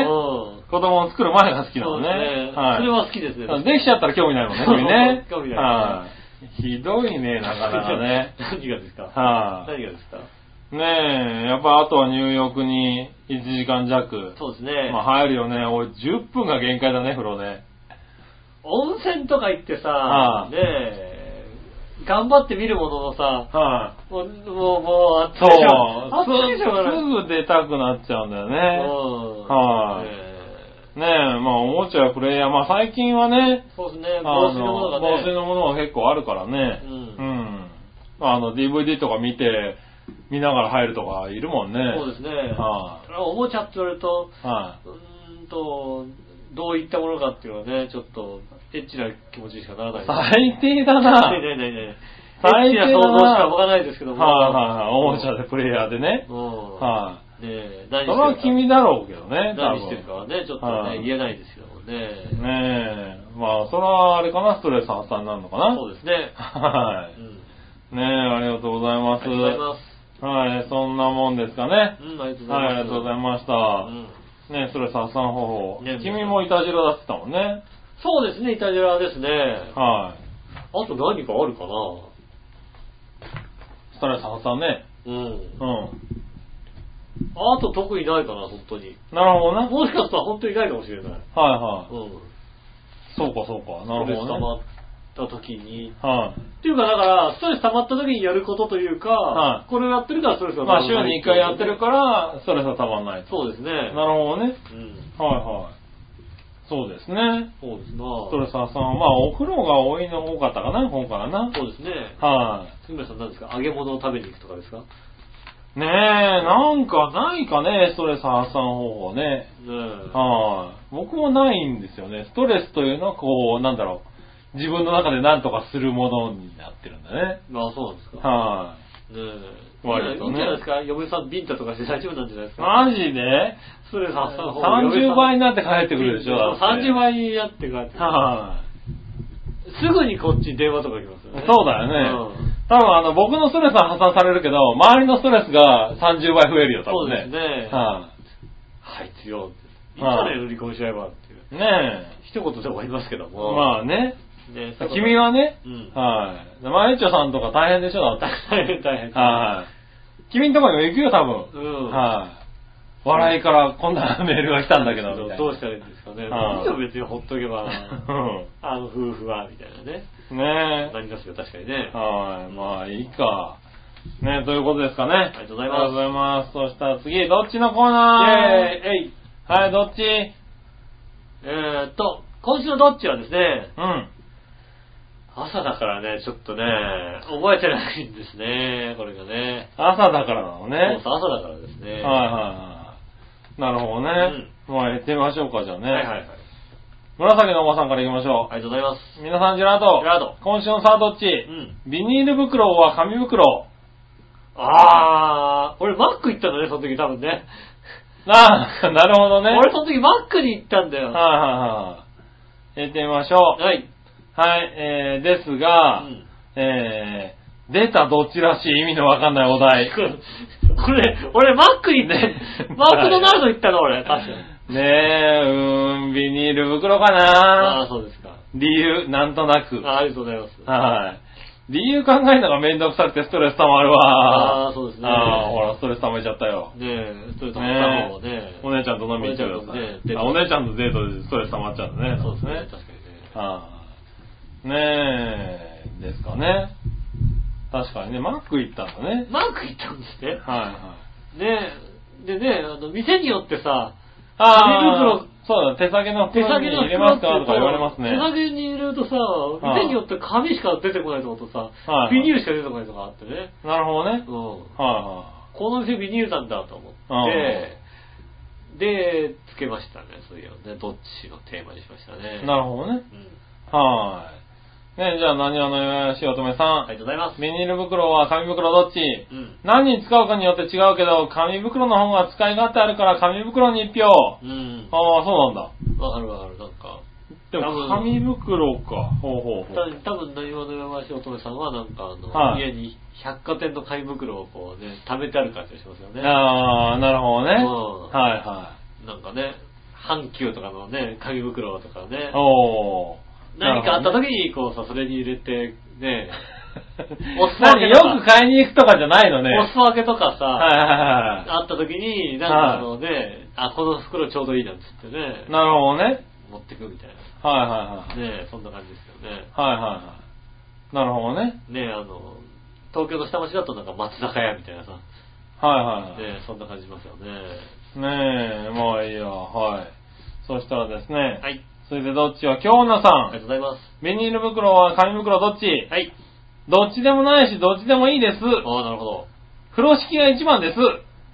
C: ね。
B: ん。
C: 子供を作る前が好きなのね。
B: そうですね
C: はい。
B: それは好きですね。。
C: できちゃったら興味ないもんね、これね
B: 興味ない
C: はい。ひどいね、なかなかね
B: 。何がですか
C: はい。
B: 何がですか
C: ねえ、やっぱあとは入浴に1時間弱。
B: そうですね。
C: まあ入るよね。俺10分が限界だね、風呂ね。
B: 温泉とか行ってさ、
C: はい
B: ねえ、頑張って見るもののさ、
C: は
B: もう、もう、もう
C: い。
B: 暑
C: そ
B: いじゃ
C: う。
B: ん。暑いじゃん、
C: すすぐ出たくなっちゃうんだよ
B: う
C: ね。
B: ん。
C: はい
B: ね
C: ねえ、まあおもちゃやプレイヤー、まあ最近はね、
B: えそうですね、
C: あ
B: 防水のものがね。
C: 防水のものが結構あるからね。
B: うん
C: うん。あの、DVD とか見て、見ながら入るとかいるもんね。
B: そうですね。
C: は
B: おもちゃって言われると、
C: い。は。
B: うーんと、どういったものかっていうのはね、ちょっと、エッチな気持ちにしかならないい。
C: 最低だ
B: な
C: な。
B: いないないない。エ
C: 最
B: ッチ
C: 低だ
B: な
C: な
B: 想像しかわかないですけども。
C: はいはいはい。おもちゃでプレイヤーでね
B: う。ん。
C: は
B: ねえ、
C: い。
B: 何
C: それは
B: してる
C: 君だろうけどね、
B: か、
C: 多
B: 何
C: 分。
B: してるかはね、ちょっと
C: は
B: ね
C: い、
B: 言えないですけどもね。
C: ねえ。まあ、それはあれかな、ストレス発散になるのかな。
B: そうですね。
C: は
B: うん。
C: い。ねえ、ありがとうござい
B: あ
C: ま
B: りが
C: す。
B: とうございます。
C: はい、そんなもんですかね。
B: うん、ありがとうござい
C: はい、
B: ます。
C: ありがとうござい
B: ま
C: ました。
B: うん。
C: ねえ、ストレス発散方法。
B: ねえ
C: 君もいたじらだって言ったもんね。
B: そうですね、イタジラですね。あ
C: は。
B: と何かあるかない
C: ストレス発散ね。
B: うん
C: う。
B: あと特にないかな、本当に。
C: ん。なるほどね。
B: もしかしたら本当にないかもしれない。
C: はいは
B: う
C: い。
B: ん。
C: そうかそうか。な
B: スト
C: る
B: レス溜
C: ほどね。
B: まった時に。
C: はい。
B: っていうか、だから、ストレス溜まった時にやることというか、
C: はい
B: これをやってるからストレスが溜
C: まあ、
B: る
C: 週に1回やってるから、ストレスは溜まんないと。
B: そうですね。
C: なるほどね。
B: うん。
C: はいはい。そうですね。
B: そうです
C: スト
B: な
C: レス発散は、まあ、お風呂が多いの多かったかな、今回はな。
B: そうですね。
C: は
B: 杉村さん何ですか揚げ物を食べに行くとかですかね
C: い。ねえ、なんかないかね、ストレス発散方法ね。
B: え。
C: はい。僕もないんですよね。ストレスというのは、こう、なんだろう。自分の中で何とかするものになってるんだね。
B: まあそうなんですか。
C: は
B: ねえ。
C: 割
B: い
C: とね
B: いんじゃないですか嫁さんビンタとかして大丈夫なんじゃないです
C: い。
B: か
C: マジで
B: ストレス 発散法
C: ?30 倍になって帰ってくるでしょ、 だって
B: 30倍にやって帰ってくる
C: はい。
B: すぐにこっちに電話とか来ますよね。
C: そうだよね
B: うん
C: 多分あの、僕のストレスは破産されるけど、周りのストレスが30倍増えるよ、多
B: そうです
C: 分ね。
B: ね。
C: は
B: はい、強い。いつ
C: はい
B: から売り込みしちゃえばっていう。
C: い。ね
B: 一言で終わりますけど
C: え。
B: も。
C: まあね。
B: あ、ね、
C: 君はね、
B: うん
C: はい。マエチョさんとか大変でしょ、だっ
B: 大変大変。
C: て。はい。君んとこにも行くよ、多
B: う
C: 分。
B: ん。
C: はい。笑いからこんなメールが来たんだけど、みたいな。
B: どうしたらいいんですかね。いい
C: はい
B: よ、別にほっとけば、 あの夫婦は、みたいなね。
C: うん。ね
B: なりますよ、確かにね
C: え。。はい。まあ、いいか。ねえ、ということですかね。あ
B: りがとうございます
C: ありがとうございます。そしたら次、どっちのコーナー
B: イェーイえい
C: はい、どっち
B: えーっと、今週のどっちはですね、
C: うん。
B: 朝だからね、ちょっとね、覚えてないんですね、これがね。
C: 朝だからなのね。
B: そうそう朝だからですね。
C: はいはいはい。なるほどね。まあ、やってみましょうか、じゃあね。
B: はいはいはい。
C: 紫のおばさんから行きましょ
B: ありがとうございます。
C: う。皆さん、ジェラート。
B: ジェラート
C: 今週のさあ、どっち、
B: ん
C: ビニール袋は紙袋。
B: あー、俺マック行ったんだね、その時多分ね。
C: ああ、なるほどね。
B: 俺その時マックに行ったんだよ。
C: はいはいはい。やってみましょう。
B: はい。
C: はい、えー、です
B: う
C: が、
B: ん
C: えー、出たどっちらしい意味のわかんない お題。
B: これ、俺マックに行って、マクドナルド行ったの俺、確かに。
C: ねえ、うーん、ビニール袋か
B: あ
C: な
B: あー、そうですか。
C: 理由、なんとなく。
B: あーありがとうございます。
C: はい。理由考えるのがめんどくさくてストレス溜まるわ。
B: あーそうですね
C: ああ、ほら、ストレス溜めちゃったよ。
B: ねえ、それとも
C: ね
B: 卵ね。
C: お姉ちゃんと飲みに行ってくださ
B: お姉ちゃんとデート
C: い。あお姉ちゃんとデートでストレス溜まっちゃうね。
B: そうですね、確
C: ね。
B: かにね。
C: ああねえ、ですかね。確かにね、マック行ったんだね。
B: マック行ったんですね。
C: はいはい。
B: ねえ、でね、あの、店によってさ、
C: ああ
B: 手袋、
C: そうだ、手提げの
B: 手
C: 袋
B: 提
C: に
B: げの
C: 入れますかとか言われます
B: 手
C: ね。
B: 提げに入れるとさ、
C: あ
B: 店によって紙しか出てこないとことさ
C: は、い
B: ビニールしか出てこないとかあってね。
C: なる
B: う
C: ほど
B: ん
C: ね。。は
B: この店ビニールなんだと思って、で、つけましたね、そういうね。どっちのテーマにしました
C: いは
B: ね。
C: い。なるほどね。
B: うん。
C: はい。ねじゃあ、何話のしおとめさ
B: あ。
C: ん
B: りがとうございます。
C: ビニール袋は紙袋どっち
B: うん。
C: 何に使うかによって違うけど、紙袋の方が使い勝手あるから紙袋に一票。あ
B: うん。
C: あ、そうなんだ。
B: わかるわかる、なんか。
C: で
B: 多分
C: も紙袋か。ほうほうほ
B: た
C: う。
B: 多分、なにわの山橋乙女さんは、なんか、あの、
C: はい
B: 家に百貨店の紙袋をこうね、貯めてある感じがしますよね。
C: ああ、なるほどね。
B: うん
C: はいは
B: なんかね、阪急とかのね、紙袋とかね
C: い。、おお。
B: 何かあった
C: なる
B: 時に、こうさ、それに入れて、ね、お酢分
C: 何
B: け
C: よ
B: とか
C: く買いに行くとかじゃないのね。
B: お裾分けとかさ、
C: はいはいは
B: あった時に、なんかあのね、あ、この袋ちょうどいいなんつってね
C: い。、なるほどね。
B: 持ってくみたい
C: はいはいは
B: な。
C: い。
B: ねえそんな感じですよね。
C: はいはいはい。なるほどね。
B: ねえあの、東京の下町だとなんか松坂屋みたいなさ、ね
C: はいはいはい。
B: えそんな感じしますよね。
C: ねえ、まあいいや、はい。そしたらですね、
B: はい、
C: 続いてどっちは京奈さ。
B: ありがとうんございます。
C: ビニール袋は紙袋どっち、
B: はい。
C: どっちでもないし、どっちでもいいです。
B: ああ、なるほど。
C: 風呂敷が一番です。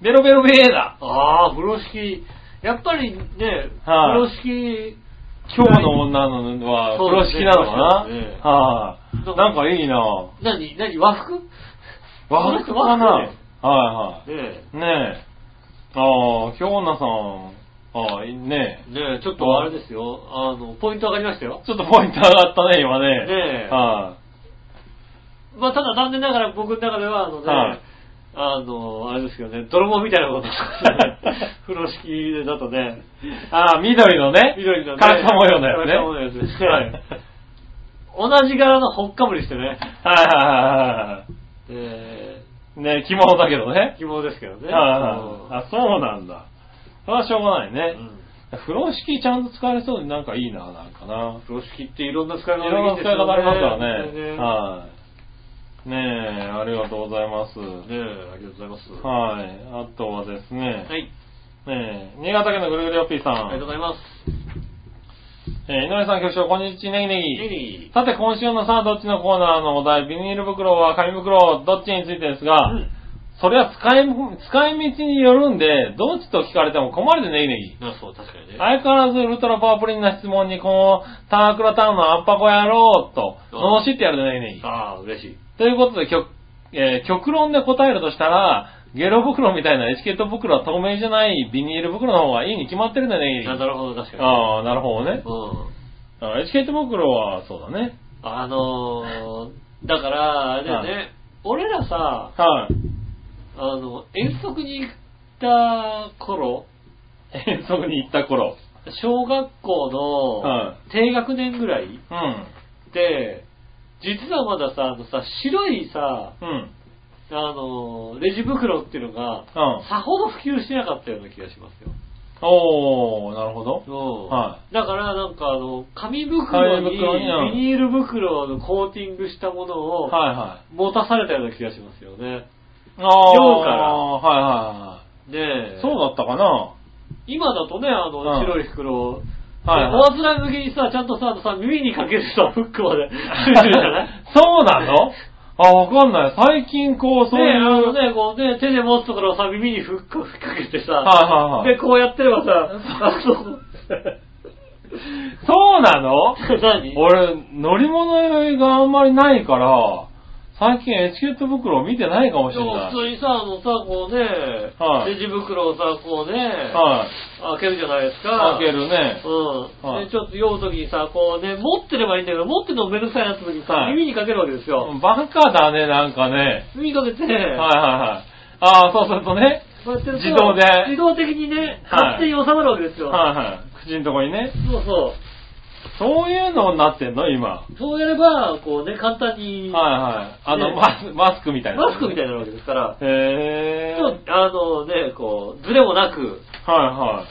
C: ベロベロベーだ。
B: ああ、風呂敷、やっぱりね、
C: はい
B: 風呂敷、
C: 今日の女のは風呂敷なのかな、
B: そうですね
C: はい、
B: そうですね
C: なんかいいなぁ。
B: 何何和服
C: 和服かな
B: 和
C: は
B: 服
C: い
B: ね
C: は
B: ね
C: い。ねえ。ああ、京奈さん。ああ、いいね
B: え、ねえ、ちょっとあれですよ、あの、ポイント上がりましたよ。
C: ちょっとポイント上がったね、今ね。
B: ねえ
C: は
B: まあ、ただ残念ながら僕の中では、あのね、
C: はい
B: あの、あれですけどね、泥棒みたいなことです ね風呂敷だとね、
C: い、ああ、緑のね。
B: 緑のね、
C: カラカ模様のやつね。
B: カラカ模様のやつですね。
C: はい。
B: 同じ柄のほっかむりしてね、
C: はいはいはいは
B: え
C: い。ね着物だけどね
B: ー、。希望ですけどね。
C: はいはいはいあ、そうなんだ。それはしょうがないね。
B: うん
C: 風呂敷ちゃんと使われそうでなんかいいな、なんかな。
B: 風呂敷っていろんな使い方
C: い
B: が
C: ろんな使い方ありますから
B: いいです
C: ね。
B: よね
C: はい。ねえ、ありがとうございます。
B: ねえ、ありがとうございます。
C: はい。あとはですね、
B: はい。
C: ねえ、新潟県のぐるぐるよっぴーさ、
B: ありがとうんございます。
C: えー井上さん局長、こんにちは、ネギネギ。
B: ネギ
C: さて、今週のさあ、どっちのコーナーのお題、ビニール袋は紙袋、どっちについてですが、
B: うん
C: それは使い、使い道によるんで、どっちと聞かれても困るでネギネギ。
B: あそう、確かにね。
C: 相変わらずウルトラパワープリンな質問に、この、タークラタウンのアッパコ野郎と、罵ってやるでネギネギ。
B: ああ、嬉しい。
C: ということで、極、えー極論で答えるとしたら、ゲロ袋みたいなエチケット袋は透明じゃないビニール袋の方がいいに決まってるんだね。
B: ななるほど、確かに。
C: ああ、なるほどね。
B: うん。
C: あエチケット袋は、そうだね。
B: あのー、だから、あれだよ
C: は
B: ね、俺らさ、
C: はい。
B: あの、遠足に行った頃、
C: 遠足に行った頃。
B: 小学校
C: は
B: の低学年ぐらい
C: うん。
B: で、実はまださ、あのさ、白いさ、
C: うん。
B: あのー、レジ袋っていうのが、
C: うん。
B: さほど普及してなかったような気がしますよ。
C: おー、なるほど。
B: うん
C: は
B: だから、なんかあの、紙袋に
C: 紙袋にうん
B: ビニール袋のコーティングしたものを
C: はいは
B: 持たされたような気がしますよね。
C: い。あー、
B: 量から
C: はい
B: ね
C: はいは
B: え。
C: い。そうだったかな
B: 今だとね、あの、
C: うん
B: 白い袋、
C: はいはい
B: おあつらい向けにさ、ちゃんとさ、あのさ耳にかけるさ、フック まで、ついてるじゃ ない
C: そうなのあ、わかんない。最近こう、そう
B: ね
C: い
B: え、あ
C: う。
B: のね、こうね、手で持つところをさ、耳にフックを吹っかけてさ、
C: はいはいはい
B: で、こうやってれ ばさ、あの、
C: そうなの
B: 何
C: 俺、乗り物酔いがあんまりないから、最近エチケット袋を見てないかもし
B: で
C: れ
B: も
C: ない
B: 普。通にさ、あのさ、こうね、
C: はい
B: レジ袋をさ、こうね、
C: はい。
B: 開けるじゃないですか。
C: 開け。るね。
B: うん。
C: はい
B: で、ちょっと酔うときにさ、こうね、持ってればいいんだけど、持ってるのめんどくさいなって時にさ、
C: はい
B: 耳にかけるわけですよ。
C: バカだね、なんかね。
B: 耳にかけて、
C: はいはいはい。ああ、そうするとね。
B: こうやってると
C: 自動で
B: 自動的にね、
C: はい
B: 勝手に収まるわけですよ。
C: はいはい。口のとこにね。
B: そうそ
C: そういうのになってんの今。は
B: う。そうやれば、こうね、簡単に、
C: いはい。あの、
B: ね
C: マスマスクみたいな。
B: マスクみたい
C: い
B: になるわけですから、
C: な。へえ。
B: ちょっとあのね、こう、ズレもなく、
C: は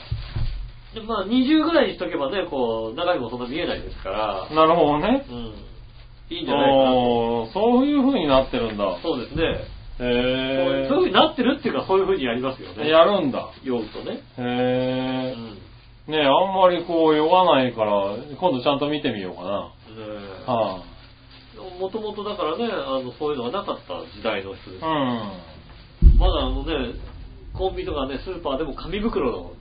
B: でまあ20ぐらいにしとけばね、こう、中身もそんな見えないですから
C: いは、い。なるほどね。
B: うん。いいんじゃないかなと。
C: おーそういう風になってるんだ。
B: そうですね。そうい
C: へ
B: う風になってるっていうか、そういう風にやりますよ
C: え。
B: ね。
C: やるんだ。
B: 酔うとね。う
C: へえ。
B: ん。
C: ねえ、あんまりこう酔わないから、今度ちゃんと見てみようかな。は
B: もともとだからね、あの、そういうのがなかった時代の人です
C: あ、。うん。
B: まだあのね、コンビニとかね、スーパーでも紙袋の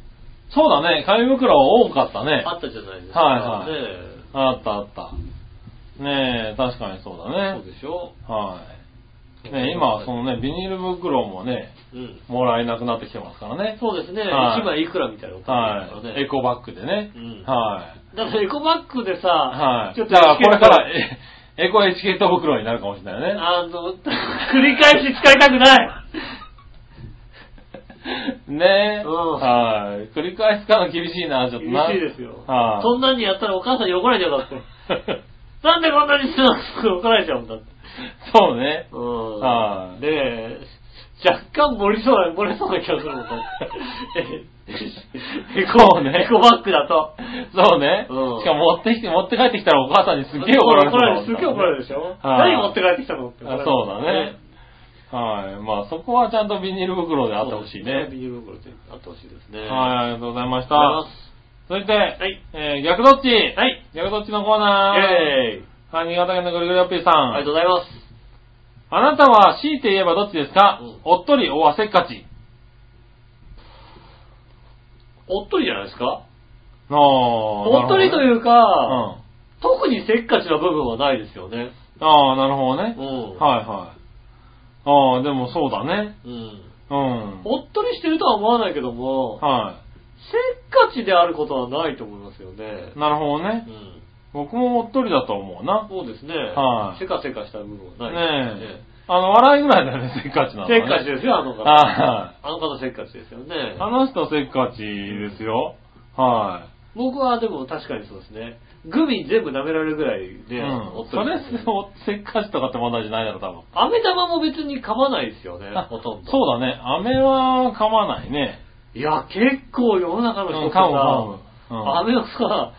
C: そうだね、紙袋は多かったね。
B: あったじゃないですか。
C: はいはい
B: ね
C: あったあった。ねえ、確かにそうだ
B: そう
C: ね。
B: でしょ
C: はい。ねえ今はそのね、ビニール袋もね、
B: うん。
C: もらえなくなってきてますからね。
B: そうですね。
C: はい
B: 1枚いくらみたいなこと
C: は
B: ですから
C: い。エ
B: ね。
C: コバッグでね。
B: うん
C: はい。
B: だからエコバッグでさ、
C: はい。
B: ちょっと
C: だからこれから、 えエコエチケット袋になるかもしれないよね。
B: あの、 繰り返し使いたくない
C: ねえ。
B: うん
C: はい。繰り返すから厳しいな、ちょっと
B: 厳
C: な。
B: しいですよ。
C: は い。
B: そんなんにやったらお母さんに怒られちゃうだって。なんでこんなにしてなくて怒られちゃうんだって。
C: そうね。
B: うん。
C: はい
B: ねえ、若干盛りそうな、盛れそうな気がするもんね。え エコ、
C: そうね
B: エコバッグだと。
C: そうね。
B: うん
C: しかも持ってきて、持って帰ってきたらお母さんにすっげえ怒られる。
B: すっげえ怒られるでしょ
C: はい
B: 何持って帰ってきたのって。
C: あそうだね。はい。まあそこはちゃんとビニール袋であってほしいね。
B: ビニール袋であってほしいですね。
C: はい、ありがとうございまし
B: ありがとうございま
C: た。続いて、えー逆どっち
B: す。はい。
C: 逆どっちのコーナー。
B: イェーイ。
C: はい、新潟県のぐるぐるよっぴーさ
B: ありがと
C: ん。
B: うございます。
C: あなたは強いて言えばどっちですか、
B: うん
C: おっとり、おあせっかち。
B: おっとりじゃないですか
C: あお
B: おっとりと
C: う
B: いう
C: か
B: か、特にせっかちな部分はないですよね。
C: うん。ああ、なるほどね
B: う。ん。
C: はいはい。ああ、でもそうだね。
B: うん。
C: うん。
B: おっとりしてるとは思わないけども、
C: は
B: せっかちであることはないと思いますよね
C: い。。なるほど
B: う
C: ね。
B: ん。
C: 僕もおっとりだと思うな。
B: そうですね。
C: はい
B: せかせかした部分はないですよ
C: ねえ。あの、笑いぐらいだよね、せっかちなの、
B: ね。
C: ね。
B: せっかちですよ、あの方。
C: はい
B: あの方せっかちですよね。
C: あの人せっかちですよ。は
B: 僕はでも確かにそうですね。グミ全部舐められるぐらい
C: い。
B: ね、
C: う
B: お
C: ん
B: っ。と
C: そ
B: り
C: れ
B: ですね、
C: おせっかちとかって問題じゃないだろ、多分。
B: 飴玉も別に噛まないですよね
C: あ、
B: ほとんど。
C: そうだね。飴は噛まないね。
B: いや、結構世の中の人ってさ、
C: うん噛む噛むうん
B: 飴をさ、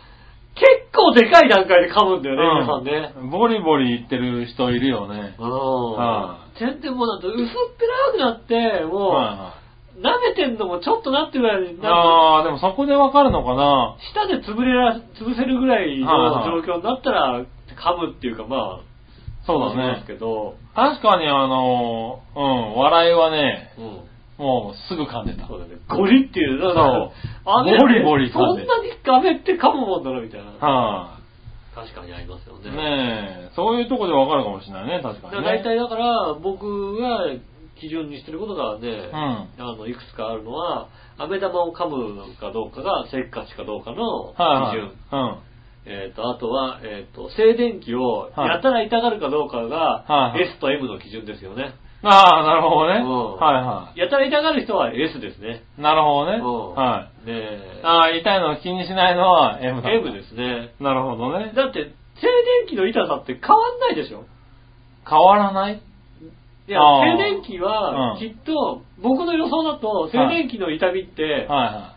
B: 結構でかい段階で噛むんだよね、皆さんね。
C: うんボリボリいってる人いるよね。は
B: うん。全然もうなんと薄っぺらくなって、もう、
C: はいはい
B: 舐めてんのもちょっとなってぐらいになっ
C: ああ、でもそこでわかるのかな
B: て、舌で潰れら、潰せるぐらい
C: はいは
B: の
C: い
B: 状況になったら、噛むっていうかまあ、
C: そうだ
B: しま
C: ね
B: す。けど、
C: 確かにあのーうん、笑いはね、
B: うん。
C: もうすぐ噛んでた。
B: そうだね。ゴリっていう、だから
C: そう
B: 飴って
C: ゴリゴリ
B: そ
C: 噛ん
B: ん
C: で
B: なにガメって噛むもんだろ、みたいな。
C: は
B: 確かにありますよ
C: い、ねえ、そういうとこでわかるかもしれないね、確か
B: だか
C: に
B: ら
C: ね。
B: 大体だから、僕が基準にしてることがね、あの、いくつかあるのは、飴玉を噛むかどうかがせっかちかどうかの
C: は
B: 基
C: い、
B: 準。
C: はい
B: えっ、と、あとは、えっ、と、静電気をやたら痛がるかどうかが
C: は、い
B: S と M の基準ですよね。
C: うん。ああ、なるほどね。
B: うん
C: はいは
B: やたら痛がる人は S ですね。
C: い。なるほど
B: う
C: ね。
B: ん
C: は
B: ね
C: い。
B: え
C: ああ、痛いのを気にしないのは M だ。
B: M ですね。
C: なるほどね。
B: だって、静電気の痛さって変わんないでしょ
C: 変わらない
B: いや、
C: あ
B: 静
C: ー
B: 電気は、
C: うん
B: きっと、僕の予想だと、静電気の痛みって、
C: はいはい。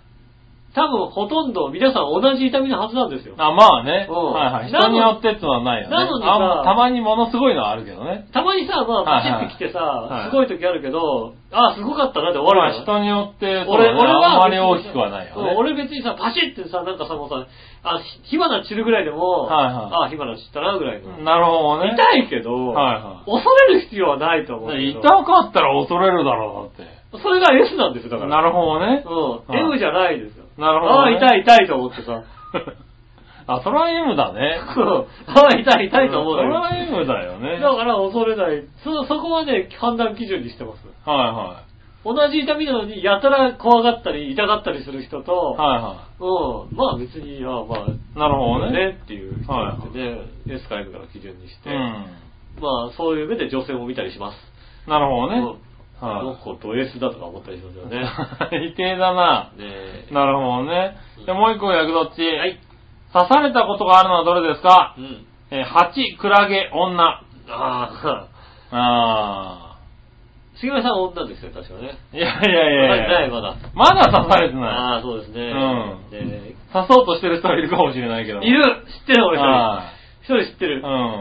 B: 多分ほとんど皆さん同じ痛みのはずなんですよ。
C: あ、まあね。
B: うん
C: はいはい。
B: なの
C: 人によってってのはないよね。
B: なのにさ
C: あたまにものすごいのはあるけどね。
B: たまにさ、まあ、
C: は
B: パチ
C: いはい
B: ってきてさ、
C: はい
B: すごい時あるけど、あーすごかったなって終わるじゃん。
C: まあ人によって、そうだ
B: 俺、
C: ね
B: 俺は、
C: あんまり大きくはないよ
B: そう
C: ね。
B: 俺別にさ、パシッってさ、なんかさ、もうさ、あ、ひ火花散るぐらいでも、
C: は
B: あー、
C: いはい
B: 火花散ったなぐらいの。
C: なるほどね。
B: 痛いけど、
C: はいはい
B: 恐れる必要はないと思うけど。
C: 痛かったら恐れるだろう、だって。
B: それが S なんですよ、だから。
C: なるほどね。
B: うん。
C: はい
B: M じゃないですよ。
C: なるほどね
B: ああ、痛い痛いと思って さ。
C: あ、それは M だね。
B: そうああ、痛い痛いと思う
C: そ
B: ん
C: れ
B: だ
C: は M だよ
B: け
C: ね。
B: ど。だ
C: はい
B: から恐れない。そ、そこはね、判断基準にしてます。
C: は
B: 同じ痛みなのに、やたら怖がったり、痛がったりする人と、
C: い。はいは
B: うん。まあ別に、ああまあ、
C: い。なるほどね。
B: ねっていう人なんてね、S か M かの基準にして、
C: うん。
B: まあそういう目で女性も見たりします。
C: なるほどね。
B: うん。あの
C: は
B: 子と S だとか思ったりしますよ ね。
C: い。 痛えだな。
B: ねえ。
C: なるほどね。で、もう一個役どっち。
B: はい。
C: 刺されたことがあるのはどれですか
B: うん。
C: えー、蜂、クラゲ、女。
B: ああ。
C: あ
B: 杉村さんは女ですよ、確かね。
C: ー。いやいやいや
B: 刺されてないまだ。
C: まだ刺されてない。
B: ああ、そうですね。
C: うん
B: で
C: 刺そうとしてる人はいるかもしれないけど。
B: いる知ってる俺
C: は
B: 一人。一人知ってる。
C: う
B: うん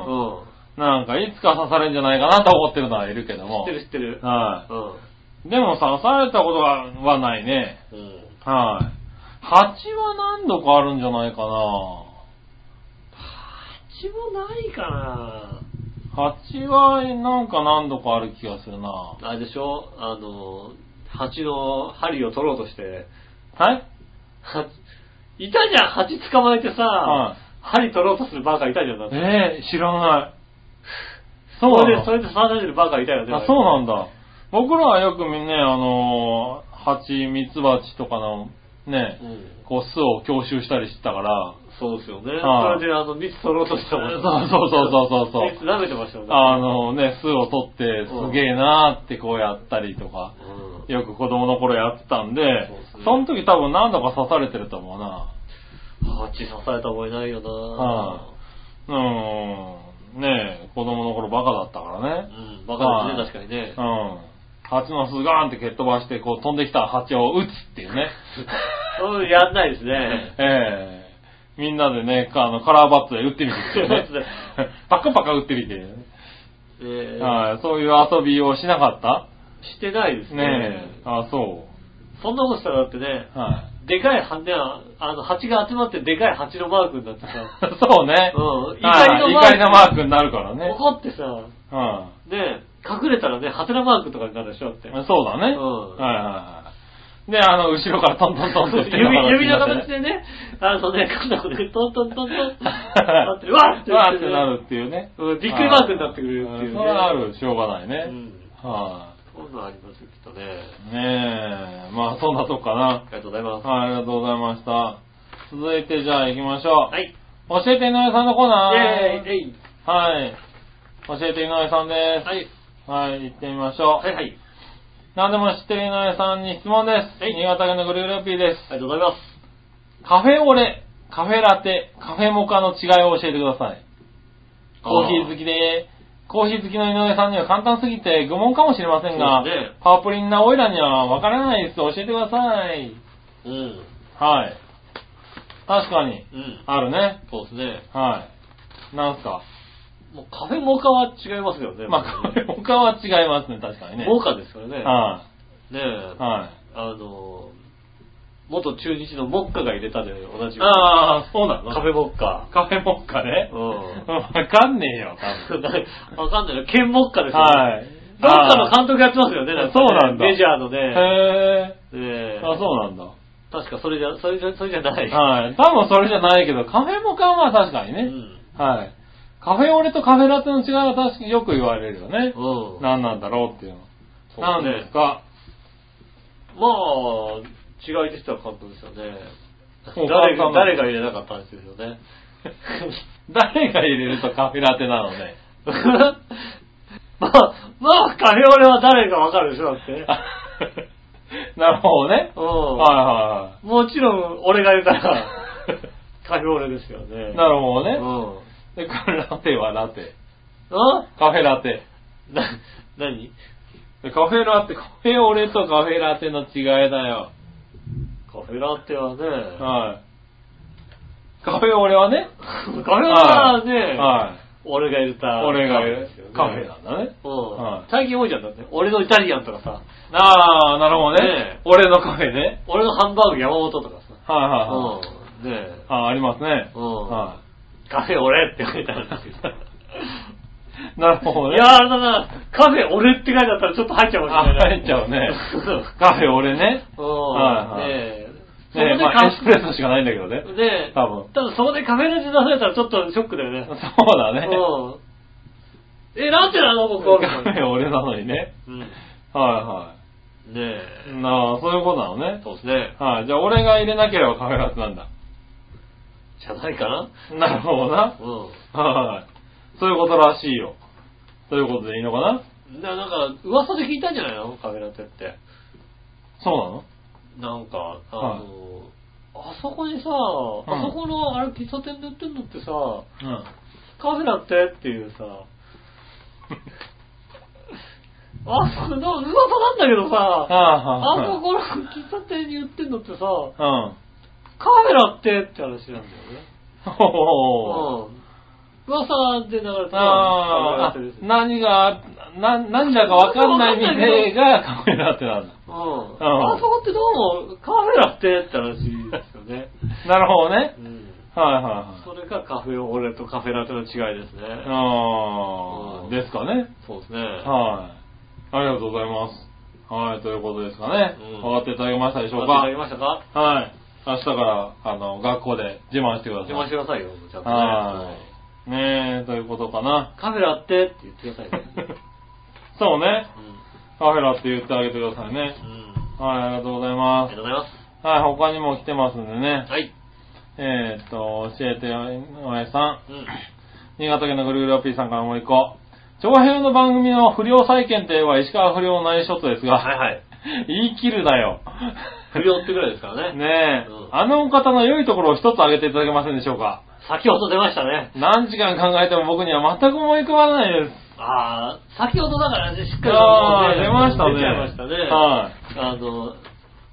C: い。なんか、いつか刺されるんじゃないかなと思ってるのはいるけど
B: 知っ
C: も。
B: てる知ってる。
C: は
B: うん。
C: い。でも刺されたことははないね。
B: うん。
C: はい。蜂は何度かあるんじゃないかな。
B: 蜂もないかな
C: 蜂は、なんか何度かある気がするな。は
B: あれでしょあの、蜂の針を取ろうとして、
C: い
B: 蜂いたじゃん、蜂捕まえてさ、
C: はい
B: 針取ろうとするバカいたじゃん。だって
C: えー、知らない。そう
B: そ
C: な
B: れ
C: の
B: で、それで刺されてるバカいたよね。
C: あ、そうなんだ。僕らはよくね、あのー、蜂、蜜蜂とかの、ね
B: う、ん。
C: こう、巣を強襲したりしてたから、
B: そうですよね。
C: はい
B: それで、あの、蜜取ろうとしたもん
C: そうそうそうそうそう
B: 蜜舐めてましたよね。
C: あのね、巣を取って、
B: うん
C: すげえなーってこうやったりとか、
B: うん
C: よく子供の頃やってたんで
B: そうですね、
C: その時多分何度か刺されてると思うな。
B: 蜂刺された覚えないよな
C: はいうーん。ねえ、子供の頃バカだったからね。
B: うん、バカですね、確かにね
C: う。ん。蜂の巣ガーンって蹴っ飛ばして、こう飛んできた蜂を撃つってい うね。
B: うん、やんないですね。
C: ええみんなでね、かあの、カラーバットで撃ってみてっていうね パカパカ撃ってみて。
B: えー
C: はい、そういう遊びをしなかった
B: してないですね。
C: ねえ。あ、そ
B: そんなことしたらだってね、
C: う。はい。
B: でかい蜂ね、あの、蜂が集まってでかい蜂のマークになってさ、
C: そうね。
B: うん
C: はい
B: 怒
C: 怒
B: り
C: り
B: のマ
C: のマ
B: ーク
C: ークになるから ね。
B: 怒ってさ、
C: うん。
B: ね、隠れたらね、ハテナマークとかになるでしょって。
C: そうだね。
B: うん
C: はいはいはい。で、あの、後ろからトントントンっ て
B: 指指の形
C: で。
B: でね、あのね、こんなことでトントント ントンってなって、わっって
C: わ
B: な
C: ー
B: っ
C: ってて
B: ね
C: なるっていうね。
B: うんびっくりマークになってくるっていうね
C: んそれはある、しょうがないうね。
B: ん。
C: は
B: そんなんありますよ、きっとね。
C: い。ねえ、まあそんなとこかな
B: あ。りがとうございます。
C: はい、ありがとうございました。続いてじゃあ行きましょう。
B: はい。
C: 教えて井上さんのコーナー。
B: イェーイ
C: はい。教えて井上さんで
B: はい。
C: す。はい、行ってみましょう。
B: はいはい。
C: 何でも知ってる井上さんに質問です。
B: はい
C: 新潟県のグルーラピーです。
B: ありがとうございます。
C: カフェオレ、カフェラテ、カフェモカの違いを教えてください。コーヒー好きで、コーヒー好きの井上さんには簡単すぎて愚問かもしれません
B: そ
C: が、
B: うですね
C: パープリンなオイラにはわからないです。教えてください。
B: うん。
C: はい。確かに、
B: うん。
C: あるね。
B: そうですね。
C: はい。なんすか。
B: もうカフェモカは違いますよね。
C: まあ、カフェモカは違いますね、確かにね。
B: モカですからね。
C: は
B: ね
C: い。
B: え、
C: は
B: あの、元中日のモッカが入れたで同じ
C: い。
B: み
C: ああ、そうなの
B: カフェモッカ。
C: カフェモカね
B: う。ん。
C: わかんねえよ、多
B: わかんないな。ケンモッカです
C: 分。
B: よね。
C: はい。
B: どっかの監督やってますよね、かね
C: そうなんだ
B: メジャーのね。
C: へ
B: え
C: え。あ、そうなんだ。
B: 確かそれじゃ、それじゃ、それじゃない。
C: はい。多分それじゃないけど、カフェモカは確かに
B: う
C: ね。
B: ん。
C: はい。カフェオレとカフェラテの違いは確かによく言われるよね。
B: うん。
C: 何なんだろうっていうの。
B: そう
C: 何
B: ね
C: ですか
B: まあ、違いでしたら簡単ですよね。
C: もう
B: 誰が、
C: 簡単なの
B: 誰が入れなかったんですよね。
C: 誰が入れるとカフェラテなのね。
B: まあ、まあ、カフェオレは誰かわかるでしょ、だって。
C: なるほどね。
B: う
C: はい
B: ん。
C: は
B: もちろん、俺が入れた ら、カフェオレですよね。
C: いはい。なるほど
B: う
C: ね。
B: ん。
C: で、これラテはラテ。
B: あ
C: カフェラテ。
B: な、何
C: でカフェラテ、カフェオレとカフェラテの違いだよ。
B: カフェラテはね、
C: はい。カフェオレはね。
B: カフェラテはね、
C: は
B: 俺が入れた
C: い。俺が
B: カフェ
C: 入れ
B: で
C: る
B: すよね
C: カフェなんだね。
B: う
C: は
B: ん。
C: い
B: 最近多いじゃん、だって。俺のイタリアンとかさ、
C: ああ、なるほど
B: ねえ
C: ね。俺のカフェね。
B: 俺のハンバーグ山本とかさ、
C: はいはいは
B: う
C: い。
B: ん。ねえ、
C: あーありますね。
B: うん
C: は
B: カフェ俺って書いてあるんですけど。
C: い。なるほど
B: い
C: ね。
B: やー あれだな、カフェ俺って書いてあったらちょっと入っちゃうかもしれない。
C: あ入っちゃうね
B: そう
C: カフェ俺ね。
B: うん。
C: はいは
B: ね
C: い
B: え。そこ
C: ね
B: で
C: え、ま
B: カ
C: あエ
B: フ
C: スプレッソしかないんだけどね。
B: ェ、ねえ、
C: 多分。
B: 多分そこでカフェラテ出されたらちょっとショックだよね。
C: そうだね。
B: うん。え、なんでなのここみたい
C: カフ
B: な
C: ェ俺なのにね。
B: うん。ね
C: は
B: え
C: いはい。。なあ、そういうことなのね。
B: そうですね。
C: はい。じゃあ俺が入れなければカフェラテなんだ。
B: じゃないかな
C: なるほどな。
B: う。
C: はい。そういうことらしいよ。ということでいいのかなん
B: ななんか、噂で聞いたんじゃないのカフェラテって。
C: そうなの
B: なんか、あの、
C: は
B: あそこにさ、
C: ん
B: あそこの、あれ、喫茶店で売ってんのってさ、
C: うん。
B: カフェラテっていうさ、 あそこ、な噂なんだけど
C: はあ
B: さ、あ
C: はあ。
B: そこの喫茶店に売ってんのってさ、
C: うん。
B: カフェラテって話なんだよね。
C: おお。
B: うん。噂で流れて
C: あ
B: カフェラテです
C: あ、何が、な、なんだかわかんない店がカフェラテな
B: う
C: んだ。
B: ん。あそこってどうも、カフェラテって話ですよね。
C: なるほどね
B: う。ん。
C: はいはいはい。
B: それがカフェオレとカフェラテの違いですね。
C: あ
B: うん
C: あ、ですかね。
B: そうですね。
C: はい。ありがとうございます。はい、ということですかね
B: うん。
C: 分かっていただけましたでしょう
B: わかり
C: か
B: ましたか
C: はい。明日から、あの、学校で自慢してください。
B: 邪魔してくださいよ、ちゃんとね。
C: は
B: うん
C: い。ねえ、ということかな。
B: カフェラテって言ってくださいね。
C: そうね。
B: うん
C: カフェラって言ってあげてくださいね。
B: うん
C: はい、ありがとうござい
B: ありが
C: ます
B: と。うございま
C: はい、他にも来てますんでね
B: す。。はい。
C: えーっと、教えておやさん。
B: うん。
C: 新潟県のグルーラピーさんからもう一個。長編の番組の不良再建といえば石川不良のナイスショットです
B: は
C: が、
B: いはい。
C: 言い切るだ よ。
B: 不良ってぐらいですからね。
C: ねえ
B: う、ん
C: あのお方の良いところを一つ挙げていただけませんでしょうか。
B: 先ほど出ましたね。
C: 何時間考えても僕には全く思い浮かばないです。
B: ああ、先ほどだからね、しっかり
C: ああ、出ましたね。
B: 出ちゃいましたね。
C: はい。
B: あの、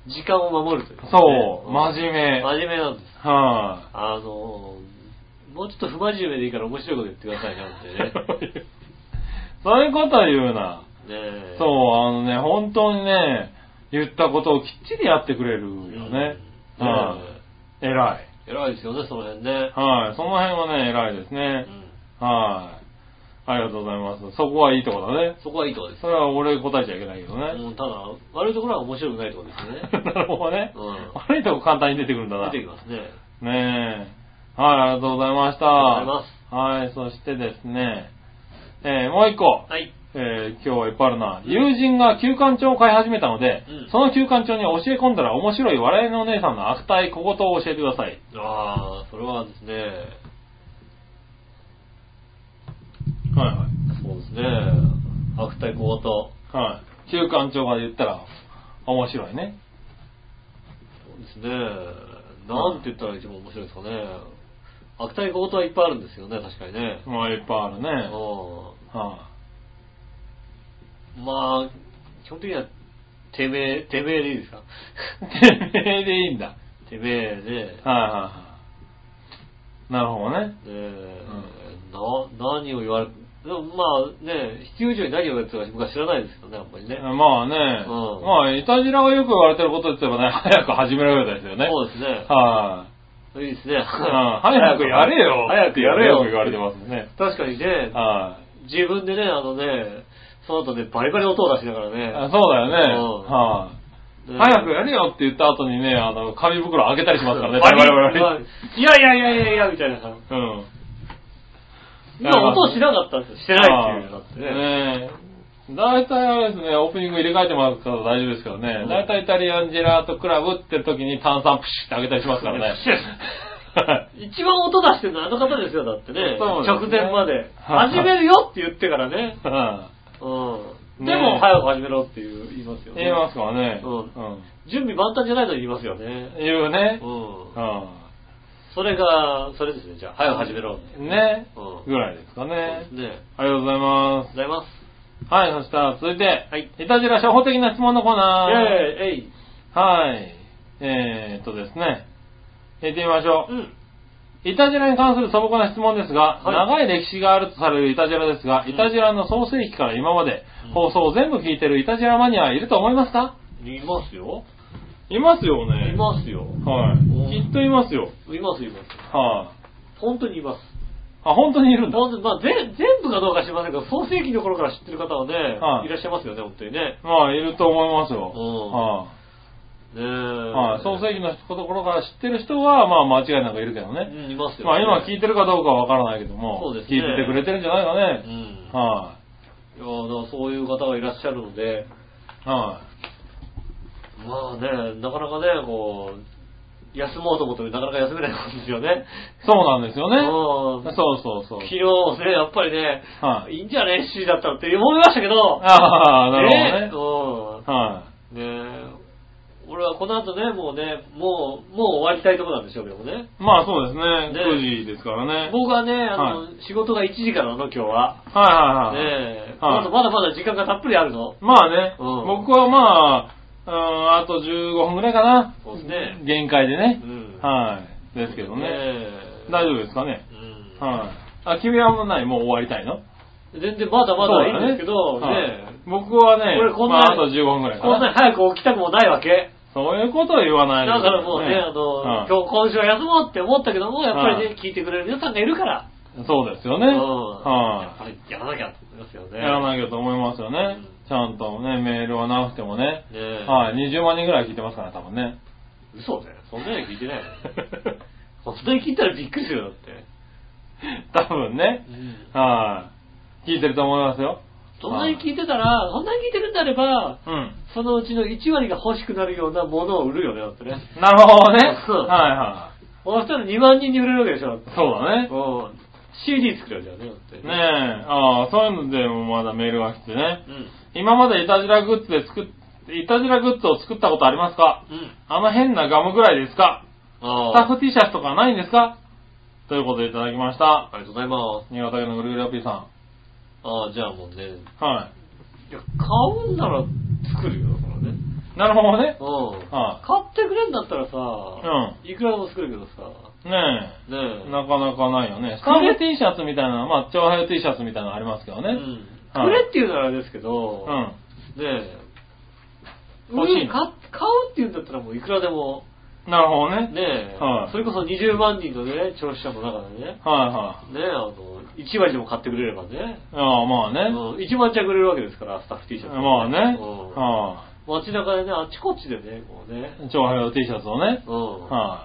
B: 時間を守るという、ね。
C: そう、真面目。はい、
B: 真面目なんです。あの、もうちょっと不真面目でいいから面白いこと言ってくださいなんてね。
C: そういうことは言うな。
B: ねえ
C: そう、あのね、本当にね、言ったことをきっちりやってくれるよ
B: うん
C: ね。
B: え
C: はい。偉い。
B: 偉いですよね、その辺ね。
C: はい。その辺はね、偉いです
B: う
C: ね。
B: ん
C: はい。ありがとうございます。そこはいいとこだね。
B: そこはいいところです。
C: それは俺答えちゃいけないけどね。
B: うんただ、悪いところは面白くないところです ね。
C: なるほどね。
B: うん
C: 悪いとこ簡単に出てくるんだな。
B: 出てきますね。
C: ねえ。はい、ありがとうございました。
B: ありがとうござい
C: はい、そしてですね、えーもう一個、
B: はい。
C: えー今日はいっぱいあるな。友人が休館長を飼い始めたので、
B: うん
C: その休館長に教え込んだら面白い笑いのお姉さんの悪態小言を教えてください。
B: ああ、それはですね、
C: はいは
B: そうですね、悪態小言。
C: い。はい。休館長が言ったら面白いね。
B: そうですね。なんて言ったら一番面白いですかね。悪態小言はいっぱいあるんですよね、確かにね。
C: まあいっぱいあるね。はい、
B: まあ、基本的には、てめえ、てめえでいいですか
C: てめえでいいんだ。はい、
B: てめえで、ね
C: はいはい。なるほどね。
B: えな、何を言われ、でもまあね、必要以上に何を言われてるか僕は知らないですよね、あんまりね。
C: まあね、
B: うん
C: まあ、いたじらがよく言われてることって言えばね、早く始めろよですよね。
B: そうですね。
C: はい
B: いいですね。
C: 早くやれよ
B: 早くやれ
C: 早
B: よ
C: く言われてますね。
B: 確かにね、
C: は
B: 自分でね、あのね、その後ね、バリバリ音を出しながら
C: い。
B: ね。
C: あそうだよね。
B: うん
C: はい。早くやれよって言った後にね、あの、紙袋開けたりしますからね、バリバリバリバリ。
B: いやいやいやいやいや、みたいなさ。
C: うん。
B: 今音をしなかったんですよ。してないっていうのだってね。
C: ねえ。大体あれですね、オープニング入れ替えてもらうから大丈夫ですけどね
B: う、ん
C: 大体イタリアンジェラートクラブって時に炭酸プシュって開けたりしますからね。
B: プシ 一番音出してるのはあの方ですよ、だってね。
C: そうです
B: 直
C: ね
B: 前まで。
C: はい
B: 始めるよって言ってからね。
C: は
B: うん。で
C: ね
B: も、早く始めろっていう言います
C: い
B: よ
C: 言
B: ね
C: い。ますからね。
B: うん準備万端じゃないのに言いますよね。
C: 言うね
B: う。ん
C: う。
B: それが、それですね、じゃあ、早く始めろ。
C: ん。ね
B: うん。
C: ぐらいですかね。
B: ね。ありが
C: ありがとうございま
B: とうございます。
C: す。はい、そしたら続いて、
B: はい。
C: いたじら初歩的な質問のコーナー。
B: イェーイえい。
C: はい。えー、っとですね。行ってみましょ
B: うん。
C: う。いたじらに関する素朴な質問ですが、
B: は
C: 長い歴史があるとされるいたじらですが、
B: うん
C: いたじらの創世記から今まで
B: うん
C: 放送を全部聞いてるいたじらマニアいると思いますか
B: いますよ。
C: いますよね
B: いますよ。
C: はい。きっといますよ。
B: います、います。
C: はい、
B: 本当にいます。
C: あ。本当にいるんだ。
B: 本当にまあ、ぜ全部かどうか知りませんけど、創世紀の頃から知ってる方はね、
C: はい
B: い、らっしゃいますよね、本当にね。
C: まあ、いると思いますよ。
B: うん
C: はい、
B: ねえ
C: はい、創世記のところから知ってる人は、まあ間違いなくいるけどね。
B: うん、いますよ、
C: まあ今聞い
B: て。
C: てるかどうかはわからないけども、
B: そうです
C: 聞
B: ね
C: いててくれてるんじゃないか
B: う
C: ね。
B: ん。
C: はい
B: やだからそういう方がいらっしゃるので、
C: い、はい、
B: まあね、なかなかね、こう、休もうと思ってもなかなか休めないもんですよね。
C: そうなんですよね。
B: うん
C: そうそうそう。
B: 昨日ね、やっぱりね、、
C: はい
B: いんじゃね ?C だったらって思いましたけど、
C: ああ、なるほどね。
B: ほ
C: は
B: ね。うん。ねえ俺はこの後ね、もうね、もう、もう終わりたいところなんでしょうけどもね。
C: い。まあそうですね。
B: ね
C: 9時ですからね。
B: 僕はね、あの、
C: は
B: 仕事が1時からなの、今日は。
C: はいはいはい。
B: ねえ、
C: はい
B: あとまだまだ時間がたっぷりあるの。
C: まあね、
B: うん
C: 僕はまあ、うん、あと15分ぐらいかな。
B: そうですね
C: 限界でね
B: う。ん。
C: はい。ですけど
B: ね
C: ね。
B: え
C: 大丈夫ですかね。
B: うん
C: はい。あ、君はもうない、もう終わりたいの
B: 全然まだまだいいんですけ
C: そ
B: ど、ね
C: うだねはい僕はね、
B: 俺こんな
C: まあ、あと15分くらいか
B: こんな
C: な。
B: に早く起きたくもないわけ。
C: そういうことを言わない
B: だからもうね、あの、今日今週は休もうって思ったけども、やっぱりね、
C: はい
B: 聞いてくれる皆さんがいるから、
C: 日、そうですよね。
B: うんやっ
C: は
B: ぱりやらなきゃと思いますよ
C: い。
B: ね。
C: やらなきゃと思いますよね
B: うん。
C: ちゃんとね、メールはなくてもね。
B: ねえ
C: はい、20万人ぐらい聞いてますから、多分ね。
B: 嘘だよ。そんなに聞いてないよ。 そんなに聞いたらびっくりするよ、だって。
C: 多分ね。はい。聞いてると思いますよ。
B: そんなに聞いてたら、そんなに聞いてるんであれば、
C: うん。
B: そのうちの1割が欲しくなるようなものを売るよね、だってね。
C: なるほどね。
B: そう
C: はいは
B: そしたら2万人に売れるわけでしょ、だって
C: い。そうだね。
B: うん CD 作るじゃんね、だって
C: ねえ、ああ、そういうのでもまだメールが来てね
B: う。ん。
C: 今までいたじらグッズで作っ、いたじらグッズを作ったことありますか
B: うん。
C: あの変なガムぐらいですかスタ
B: あ
C: ッフ T シャツとかないんですかということでいただきました。
B: ありがとうございます。
C: 新潟県のぐるぐるアピーさ
B: ああ、じゃあもうね、い
C: ん。は
B: や、買うんなら作るよ、だからね。
C: い。なるほどね。
B: うん。
C: は
B: 買ってくれんだったらさ、いくらでも作るけどさ、
C: い。ねえ。
B: ねえ。
C: なかなかないよね。スタンプ T シャツみたいな、まあ、長輩 T シャツみたいなのありますけどね。
B: うん
C: はい
B: くれっていうならあれですけ
C: う
B: ど、
C: ん。
B: ねえ、
C: 欲しいの
B: 買買うっていうんだったらもういくらでも、
C: なるほどね。
B: ねえ、
C: はい
B: それこそ20万人のね、聴取者の中でね、
C: は
B: ねえ、あの、1割でも買ってくれればね、
C: いはい。ああ、まあね。
B: うん1万着売れるわけですから、スタッフ T シャツ、
C: まあね。
B: うん
C: は
B: 街中でね、あっちこっちでね、こうね、
C: い。長輩 T シャツをね。
B: うん。
C: は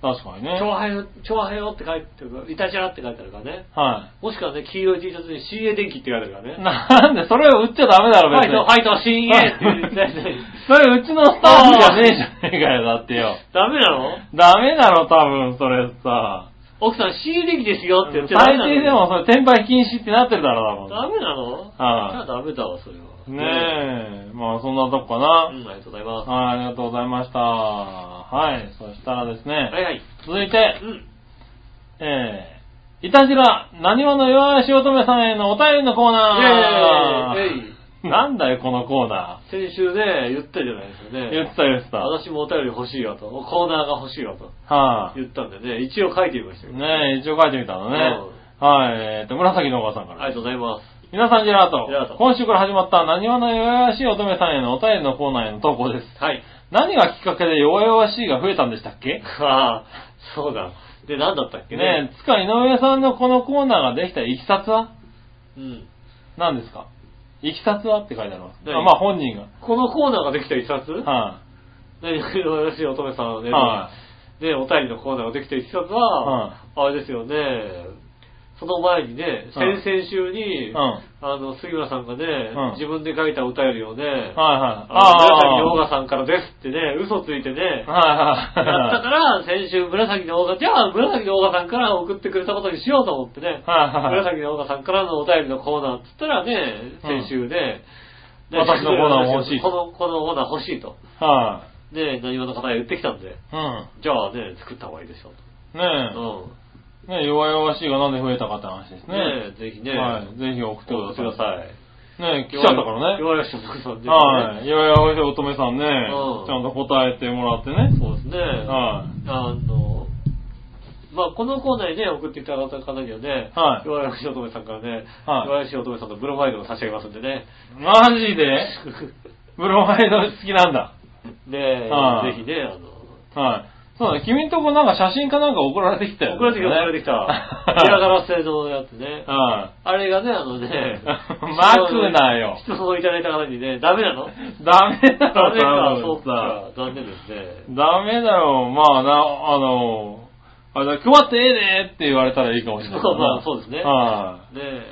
C: い。確かにね。
B: 長編、長編よって書いてる、いたちらって書いてあるからね。
C: は
B: もしくはね、黄色い T シャツに CA 電気って書いてあるから
C: い。
B: ね。
C: なんで、それを売っちゃダメだろ、
B: ファ
C: 別
B: イ
C: に。
B: ト、ファイト、CA って言って ね。
C: それ、うちのスタッフじゃねえじゃねえかよ、だってよ。
B: ダメなの
C: ダメだろ、多分、それさ。
B: 奥さん CA 電気ですよって言
C: 最
B: ってダメなの
C: 低でも、それ、転売禁止ってなってるだろ、
B: ダメなの
C: はい
B: じゃあダメだわ、それは。
C: 多分。ねえ。まあ、そんなとこかな。
B: うん、ありがとうございます。
C: はい、ありがとうございました。はい、そしたらですね、
B: はいはい。
C: 続いて
B: う、ん。
C: えー、いたじら、なにわの弱いしおとめさんへのお便りのコーナー
B: イェーイイェーイ
C: なんだよ、このコーナ
B: 先週ね、言ったじゃないですか
C: ー。言
B: ね。
C: ってた言ってた。
B: 私もお便り欲しいわと、コーナーが欲しいわと
C: はい、
B: 言ったんでね、一応書いてみましたけど
C: ねえ、一応書いてみたのね。はい、えーと、紫のおばさんか
B: ありが
C: ら。
B: とうございます。
C: 皆さん、ジェラート
B: ジェラート。
C: 今週から始まった、なにわの弱々しい乙女さんへのお便りのコーナーへの投稿です。
B: はい。
C: 何がきっかけで弱々しいが増えたんでしたっけ
B: ああ、そうだ。で、何だったっけ
C: ね
B: ね。
C: え、つか井上さんのこのコーナーができたいきさつは
B: うん。
C: 何ですかいきさつはって書いてあります。
B: 何
C: あまあ本人が。
B: このコーナーができた一冊
C: は
B: 何よりのよろしい乙女さんの
C: い、
B: ね、
C: は
B: ね、お便りのコーナーができた一冊
C: は
B: は、あれですよね、その前にね、先
C: うん
B: 々週に、
C: うん
B: あの、杉村さんがね、
C: うん
B: 自分で書いたお便りをね、
C: い。はいはい。
B: あの、紫のオー
C: あ
B: ガさんからですってね、嘘ついてね
C: あ。、はい
B: や
C: はい。
B: ったから、先週紫のオーガ、じゃあ紫のオーガさんから送ってくれたことにしようと思ってね、
C: はいはいはい。
B: 紫のオーガさんからのお便りのコーナーって言ったらね、
C: うん
B: 先週ね、ね
C: 私のコーナーも欲しい
B: この、このコーナー欲しいと。
C: は
B: ね、何者の方が言ってきたんで、
C: い。うん。
B: じゃあね、作った方がいいでしょう
C: ね
B: と。うん。
C: え、ねえ、弱々しいがなんで増えたかって話ですね。
B: ねえ、ぜひね、
C: はい。ぜひ送って
B: 送って
C: く
B: く
C: だ
B: だ
C: さ
B: さ
C: い。
B: い。
C: ねえ、来ちゃったからね。
B: 弱い人もさんね。
C: はい。弱々しい乙女さんね、
B: うん
C: ちゃんと答えてもらってね。
B: そうですね。
C: は
B: あの、まあ、このコーナーにね、送っていただいた方にはね、
C: はい
B: 弱いしおとめさんからね、
C: はい
B: 弱いしおとめさんのブロマイドを差し上げますんで ね。
C: い。マジでブロマイド好きなんだ。
B: で、
C: はい
B: ぜひね、あの、
C: はい。そうだ、君んとこなんか写真かなんか送られてきたよ、ね。
B: 送られてきた、送られて きた。ビラガラス製のやつね。
C: は、
B: あれがね、あのね
C: 巻くなよ
B: 質問をいただいた方にね、ダメ なの
C: い。ダメだ
B: ダメか
C: ろ、、
B: そう
C: さ
B: か。残念です ね。
C: ダメだろ、まあな、あの、あれだ、配ってええでって言われたらいいかもしれないな。
B: そうまあそうですね
C: は
B: ねえ、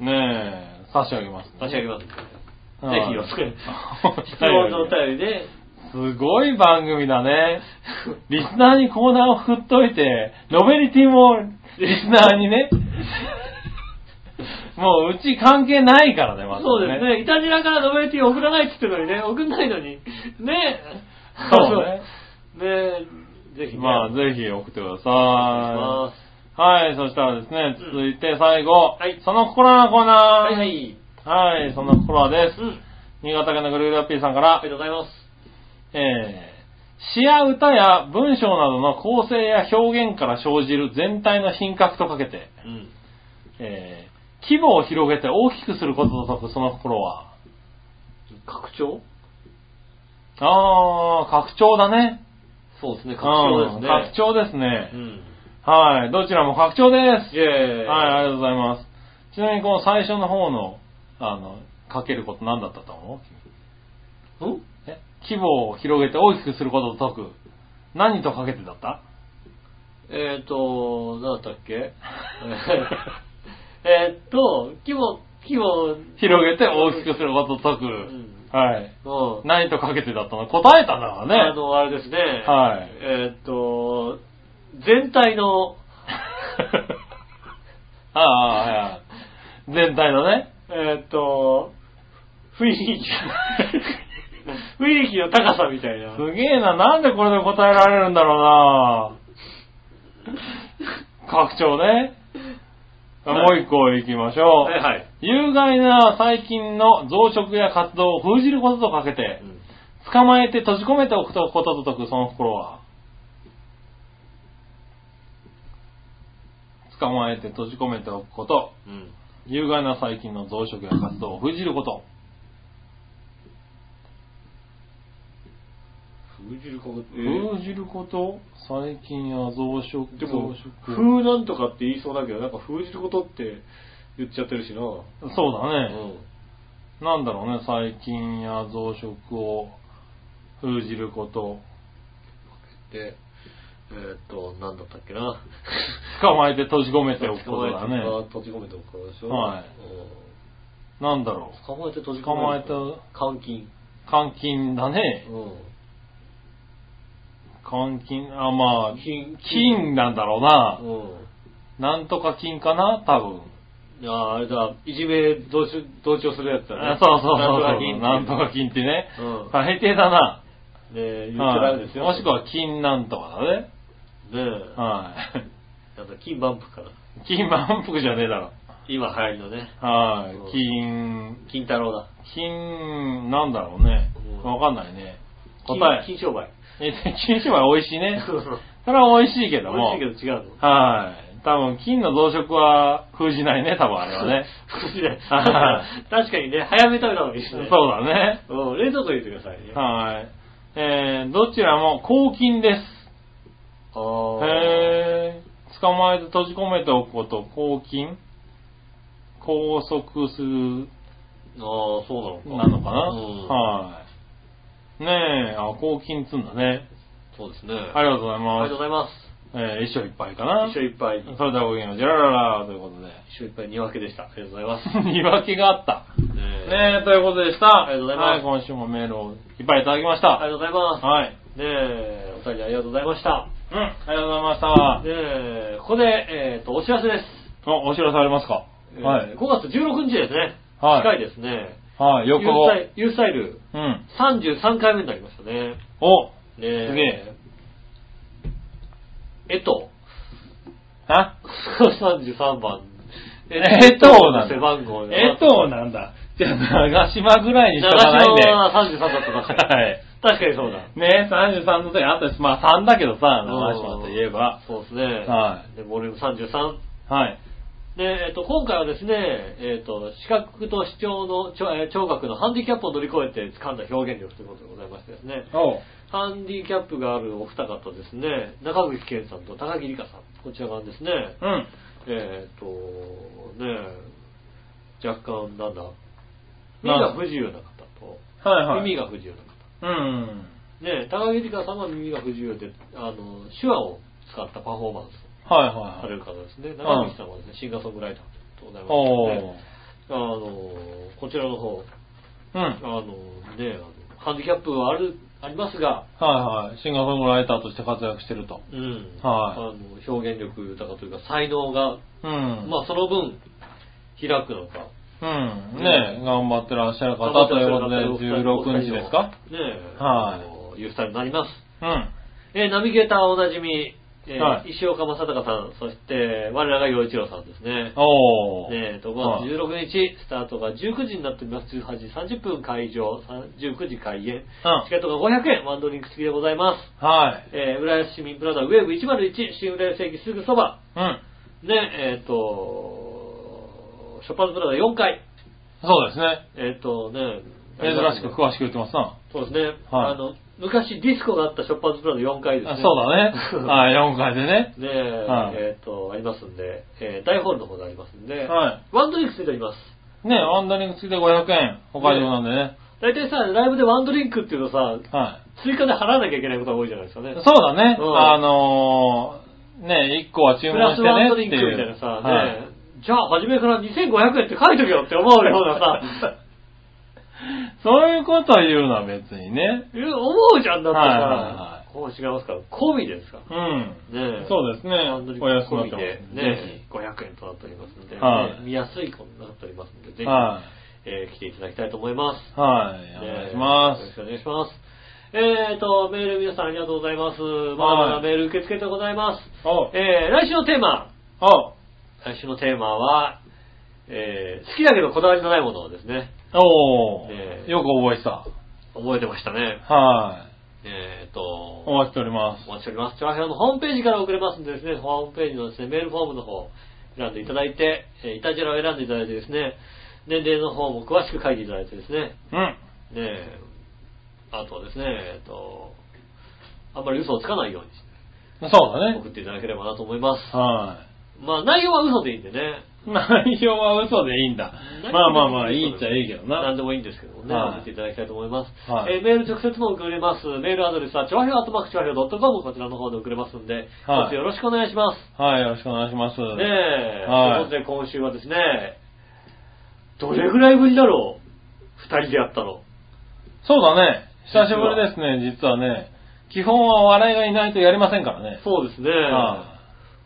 C: い。ねえ、差し上げます、
B: 差し上げますんで。
C: は
B: ぜ
C: い
B: ひよろしく。質問のお
C: お便り
B: 便りで、
C: すごい番組だね。リスナーにコーナーを振っといて、ノベリティもリスナー にね。もううち関係ないからね、まず
B: そうです。ね。イタジラからノベルティ送らないって言ってるのにね、送んないのに。ねえ。
C: そ うね。
B: ねえ、ぜひね。
C: まあ、
B: お
C: ぜひ送ってくださ
B: 願いし
C: い。
B: ます。
C: はい、そしたらですね、
B: うん
C: 続いて最後、
B: はい
C: その心のコーナ
B: は
C: ー。
B: いはい。
C: はい、その心はです
B: う。ん。
C: 新潟県のぐるぐるアッピーさんか
B: あ
C: ら
B: り、がとうございます。
C: えー、詩や歌や文章などの構成や表現から生じる全体の品格とかけて、
B: うん。
C: えー、規模を広げて大きくすることと解くその心は。
B: 拡張
C: あー、拡張だね。
B: そうですね、拡張ですね。
C: うん拡張ですね
B: う。ん。
C: はい、どちらも拡張です。
B: イェーイ。
C: はい、ありがとうございます。ちなみにこの最初の方の、あの、かけること何だったと思う
B: うん
C: え規模を広げて大きくすることと解く。何とかけてだった
B: えっ、ー、と、なんだったっけ えっと、規模、規模、
C: 広げて大きくすることと解く。
B: ん
C: はい。
B: うん。
C: 何とかけてだったの答えたんだから
B: あ
C: ね。
B: の、あれですね。
C: はい
B: えーっと、全体 の、
C: ああ、はいはい。全体のね。
B: えーっと、雰囲気、雰囲気の高さみたいな。
C: すげえな、なんでこれで答えられるんだろ 拡張ね。もう一個行きましょう。
B: はいはい。
C: 有害な細菌の増殖や活動を封じることとかけて
B: う、ん
C: 捕まえて閉じ込めておくことと解く、その心は。捕まえて閉じ込めておくこと、
B: うん。
C: 有害な細菌の増殖や活動を封じること。
B: 封じるか、えー
C: 封じること細菌や増殖、
B: でも
C: 増、殖。
B: 封なんとかって言いそうだけど、なんか封じることって言っちゃってるしな。う
C: そうだね。
B: ん。
C: なんだろうね、細菌や増殖を封じること。
B: で、えーっと、なんだったっけな。
C: 捕まえて閉じ込めておくことだね。
B: 閉じ込めておくことでしょ。
C: はい
B: うん
C: なんだろ
B: 捕まえて閉じ
C: う。
B: 込
C: 捕ま
B: め
C: えて
B: る、監禁。
C: 監禁だね。
B: う
C: 監禁、あ、まあ
B: ん。、金
C: 金なんだろうな。
B: うん。
C: なんとか金かな多分。
B: いやああれだ、いじめ同調同調するやつだね
C: あ。そうそうそう
B: なんとか
C: そう。
B: 銀
C: なんとか金ってね。
B: うん。
C: 大抵だな。
B: で、言っちゃダ
C: は
B: メです
C: い
B: よ。
C: もしくは金なんとかだね。
B: ねえ。
C: はい。
B: なんか金満腹から。
C: 金満腹じゃねえだろ。
B: 今流行りのね。
C: は
B: そう
C: い。金、
B: 金太郎だ。
C: 金、なんだろうね
B: う。ん
C: わかんないね。答
B: 金
C: え。
B: 金商売。
C: え、金芝居美味し いね。
B: そうそう
C: それは美味しい け
B: 美
C: ど
B: 味し
C: も。
B: いけど違うの。
C: はい。多分、金の増殖は封じないね、多分あれはね。
B: 少しね確かにね、早め食べた方がいいです
C: そう
B: ね。
C: だね。
B: う。ん、冷蔵庫入れてくださいね。あ
C: はい。えー、どちらも抗菌です。
B: あ。
C: へー。捕まえて閉じ込めておくこと、抗菌拘束する、
B: ああ、そうなのか。
C: なのかな、
B: うん
C: はい。ねえ、あ、抗菌っつうんだね。
B: そうですね。
C: ありがとうござい
B: あり
C: ま
B: が
C: す
B: とう。ございます。
C: えー、一生いっぱいかな。
B: 一緒いっぱい、一
C: それではごきげんよう、じゃらららということで。
B: 緒いっぱいに分けでした。ありがとうございます。
C: 言い訳があった。
B: ねえ
C: ねえ、ということでした。
B: ありがとうございます
C: はい、今週もメールをいっぱいいただきまし
B: あ
C: た。
B: りがとうございます。
C: はい。
B: ねえ、お二人ありがとうございました。
C: うん、ありがとうございました
B: ね。え、ここで、えっ、と、お知らせです。
C: お、お知らせありますか
B: えー
C: はい。
B: 5月16日ですね。
C: はい
B: 近いですね。
C: はい、4日後。
B: ユースタイル
C: うん。
B: 33回目になりましたね。
C: お、
B: ねえ。
C: すげえ
B: えっと、
C: あ
B: 33番。
C: えっとなんだ。
B: 背番号
C: えっとなんだ。じゃあ、長島ぐらいにしと
B: 長
C: かないんで。
B: 島は33だった確かに。
C: はい。
B: 確かにそうだ。
C: ね33の時あったし、まあ3だけどさ、長島といえば。
B: そうですね。
C: は
B: で、ボリューム33。
C: はい。
B: で、えっと、今回はですね、えっと、視覚と視聴の、聴えー聴覚のハンディキャップを乗り越えて掴んだ表現力ということでございましてですね、
C: お
B: ハンディキャップがあるお二方ですね、中口健さんと高木理香さん、こちらがですね、
C: うん。
B: えっと、ねえ、若干、なんだ、耳が不自由な方と、
C: はいはい。
B: 耳が不自由な方。
C: うん。
B: ねえ、高木理香さんは耳が不自由で、あの、手話を使ったパフォーマンス
C: はい
B: さ
C: はい
B: れ
C: はい。
B: る方ですね。中道さんはですね、シンガーソングライターということでございます
C: お
B: の
C: ー
B: で、。あの、こちらの方、
C: うん。はい
B: あの、ね、あのハンディキャップはある、ありますが、
C: はい。シンガーソングライターとして活躍してると。
B: うん
C: は
B: あの表現力豊かというか、才能が、
C: うん。
B: まあその分、開くのか。
C: うん。
B: ね
C: ね頑張ってらっしゃる方ということで、16日ですか
B: ね
C: はい
B: い。いうスタイルになります。
C: うん。
B: えーナビゲーターおなじみ、えー
C: はい
B: 石岡正隆さん、そして、我らが陽一郎さんですね。
C: おー。
B: ねえ、と5
C: は
B: 月
C: い
B: 16日、スタートが19時になっております。18時30分会場、さん19時開演。
C: うん
B: チケットが500円、ワンドリンク付きでございます。
C: はい。
B: えー、浦安市民プラザウェーブ101、新浦安駅すぐそば。
C: うん。
B: ねえ、えっ、と、ショッパーズプラザ4階。
C: そうですね。
B: えっ、とね、
C: 珍しく詳しく言ってますな。
B: そうですね、
C: は
B: あ
C: い
B: の、昔ディスコがあったショッパーズプラザ4階です
C: あ
B: ね。
C: そうだ ね。
B: はい。
C: はい、4回でね。
B: ねえ、
C: はい
B: えっ、と、ありますんで、えー、大ホールの方でありますんで、
C: は
B: ワンドリンクついております。
C: ねワンダリング付きで500円。お買い物なんでね。
B: 大体さ、ライブでワンドリンクっていうとさ、
C: は
B: 追加で払わなきゃいけないことが多いじゃないですかね
C: い。。そうだね。
B: うん
C: あのー、ね1個は注
B: プ
C: 文
B: ラ
C: し
B: ス
C: て
B: ワン
C: ね
B: ド
C: っ
B: リン
C: て
B: クみたい
C: い
B: な
C: う。
B: さ、
C: はい
B: ねじゃあ初めから2500円って書いとけよって思うような さ、
C: そういうことを言うのは別にね。
B: いう思うじゃんだって
C: はいは
B: さ、こう違いますから、込みですから。
C: うん。
B: ねえ
C: そうですね
B: ワンドリンク
C: お安く
B: 込
C: なっ
B: み
C: て
B: で
C: ますね、
B: ね500円となっておりますので、
C: はい
B: ね見やすいことになっておりますので、ぜひ、
C: は
B: えー来ていただきたいと思います。
C: い。はい。お願いします
B: ね。よろしくお願いします。えーと、メール皆さんありがとうございます。まだまだメール受け付けてございます。
C: お
B: えー、来週のテーマ、
C: あ、
B: 来週のテーマは、えー、好きだけどこだわりのないものですね。
C: おー、
B: ええ
C: よく覚えてた。
B: 覚えてましたね。
C: はい。
B: えーっと、
C: お待ちしております。
B: お待ちしております。チョアヘオのホームページから送れますんでですね、ホームページのですね、メールフォームの方を選んでいただいて、えー、イタジェラを選んでいただいてですね、年齢の方も詳しく書いていただいてですね、
C: うん。
B: ねえ、あとはですね、えーっと、あんまり嘘をつかないようにして
C: そうだね
B: 送。っていただければなと思います。
C: は
B: まあ内容は嘘でいいんでね、
C: い。 内容は嘘でいいんだ。まあまあまあ、いいっちゃいいけど
B: 何
C: な。
B: でもいいんですけどもね、
C: はい
B: 送っていただきたいと思います。
C: はい
B: えーメール直接も送れます。メールアドレスは、ちょわひょうアットマークちょわひょう .com こちらの方で送れますんで、
C: はい
B: 一つよろしくお願いします。
C: はい、よろしくお願いします。
B: ねえ、
C: はい
B: ということで今週はですね、どれぐらいぶりだろう二人でやったの。
C: そうだね。久しぶりですね、実はね。基本は笑いがいないとやりませんからね。
B: そうですね。
C: は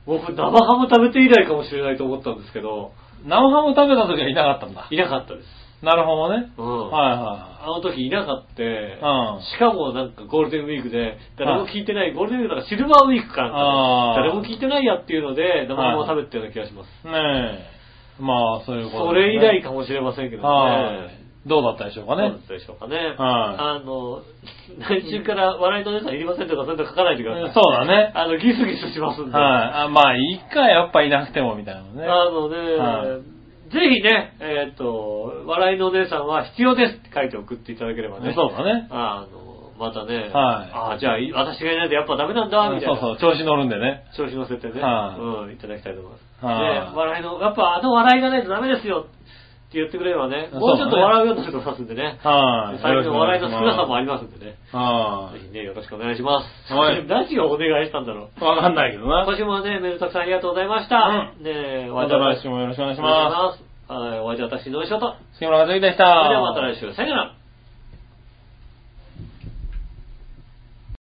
B: 僕、生ハム食べて以来かもしれないと思ったんですけど、
C: い。生ハム食べた時はいなかったんだ。
B: いなかったです。
C: なるほどね。
B: うん。
C: はいは
B: あの時いなかった。
C: ん
B: しかもなんかゴールデンウィークで、誰も聞いてない、ゴールデンウィークだからシルバーウィークかなん
C: あー
B: かで、誰も聞いてないやっていうので、生ハムを食べてたような気がします。
C: いはい。ねえ。まあ、そういうこと
B: それ以来かもしれませんけどね。
C: はい。どうだったでしょうか
B: どうだ
C: ね
B: っ。たでしょうかね。
C: は
B: あの、来週から笑いのお姉さんいりませんとか、そういうの書かないでください。
C: そうだね。
B: あの、ギスギスしますんで。
C: はい。あまあ、いいか、やっぱいなくても、みたいなね。
B: あのね、
C: はい
B: ぜひね、えっ、と、笑いのお姉さんは必要ですって書いて送っていただければね。
C: そうだね。
B: あの、またね、
C: は
B: あじゃあ、い私がいないとやっぱダメなんだ、みたい
C: そう
B: な。
C: そう、調子乗るんでね。
B: 調子乗せてね、
C: は
B: うん、いただきたいと思います。
C: はい
B: で、笑いの、やっぱあの笑いがないとダメですよって言ってくれればね、
C: そうだね
B: もうちょっと笑うようになると思いますんでね。
C: はい。
B: 最近の笑いの少なさも
C: あ
B: ありますんでね。
C: は
B: ぜひね、よろしくお願いします。
C: はい
B: 何をお願いしたんだろう。
C: い。わかんないけどな。
B: 今週もね、メールたくさんありがとうございました。
C: うん
B: ねえ、お
C: ま
B: 会い
C: た
B: いた
C: 来
B: し
C: 週もよろしくお願いし
B: お願い
C: ま
B: します。はい、お会いいたし、私、どうしようと。
C: す。杉村和之でし
B: そ
C: た。
B: れではまた来週、さよなら。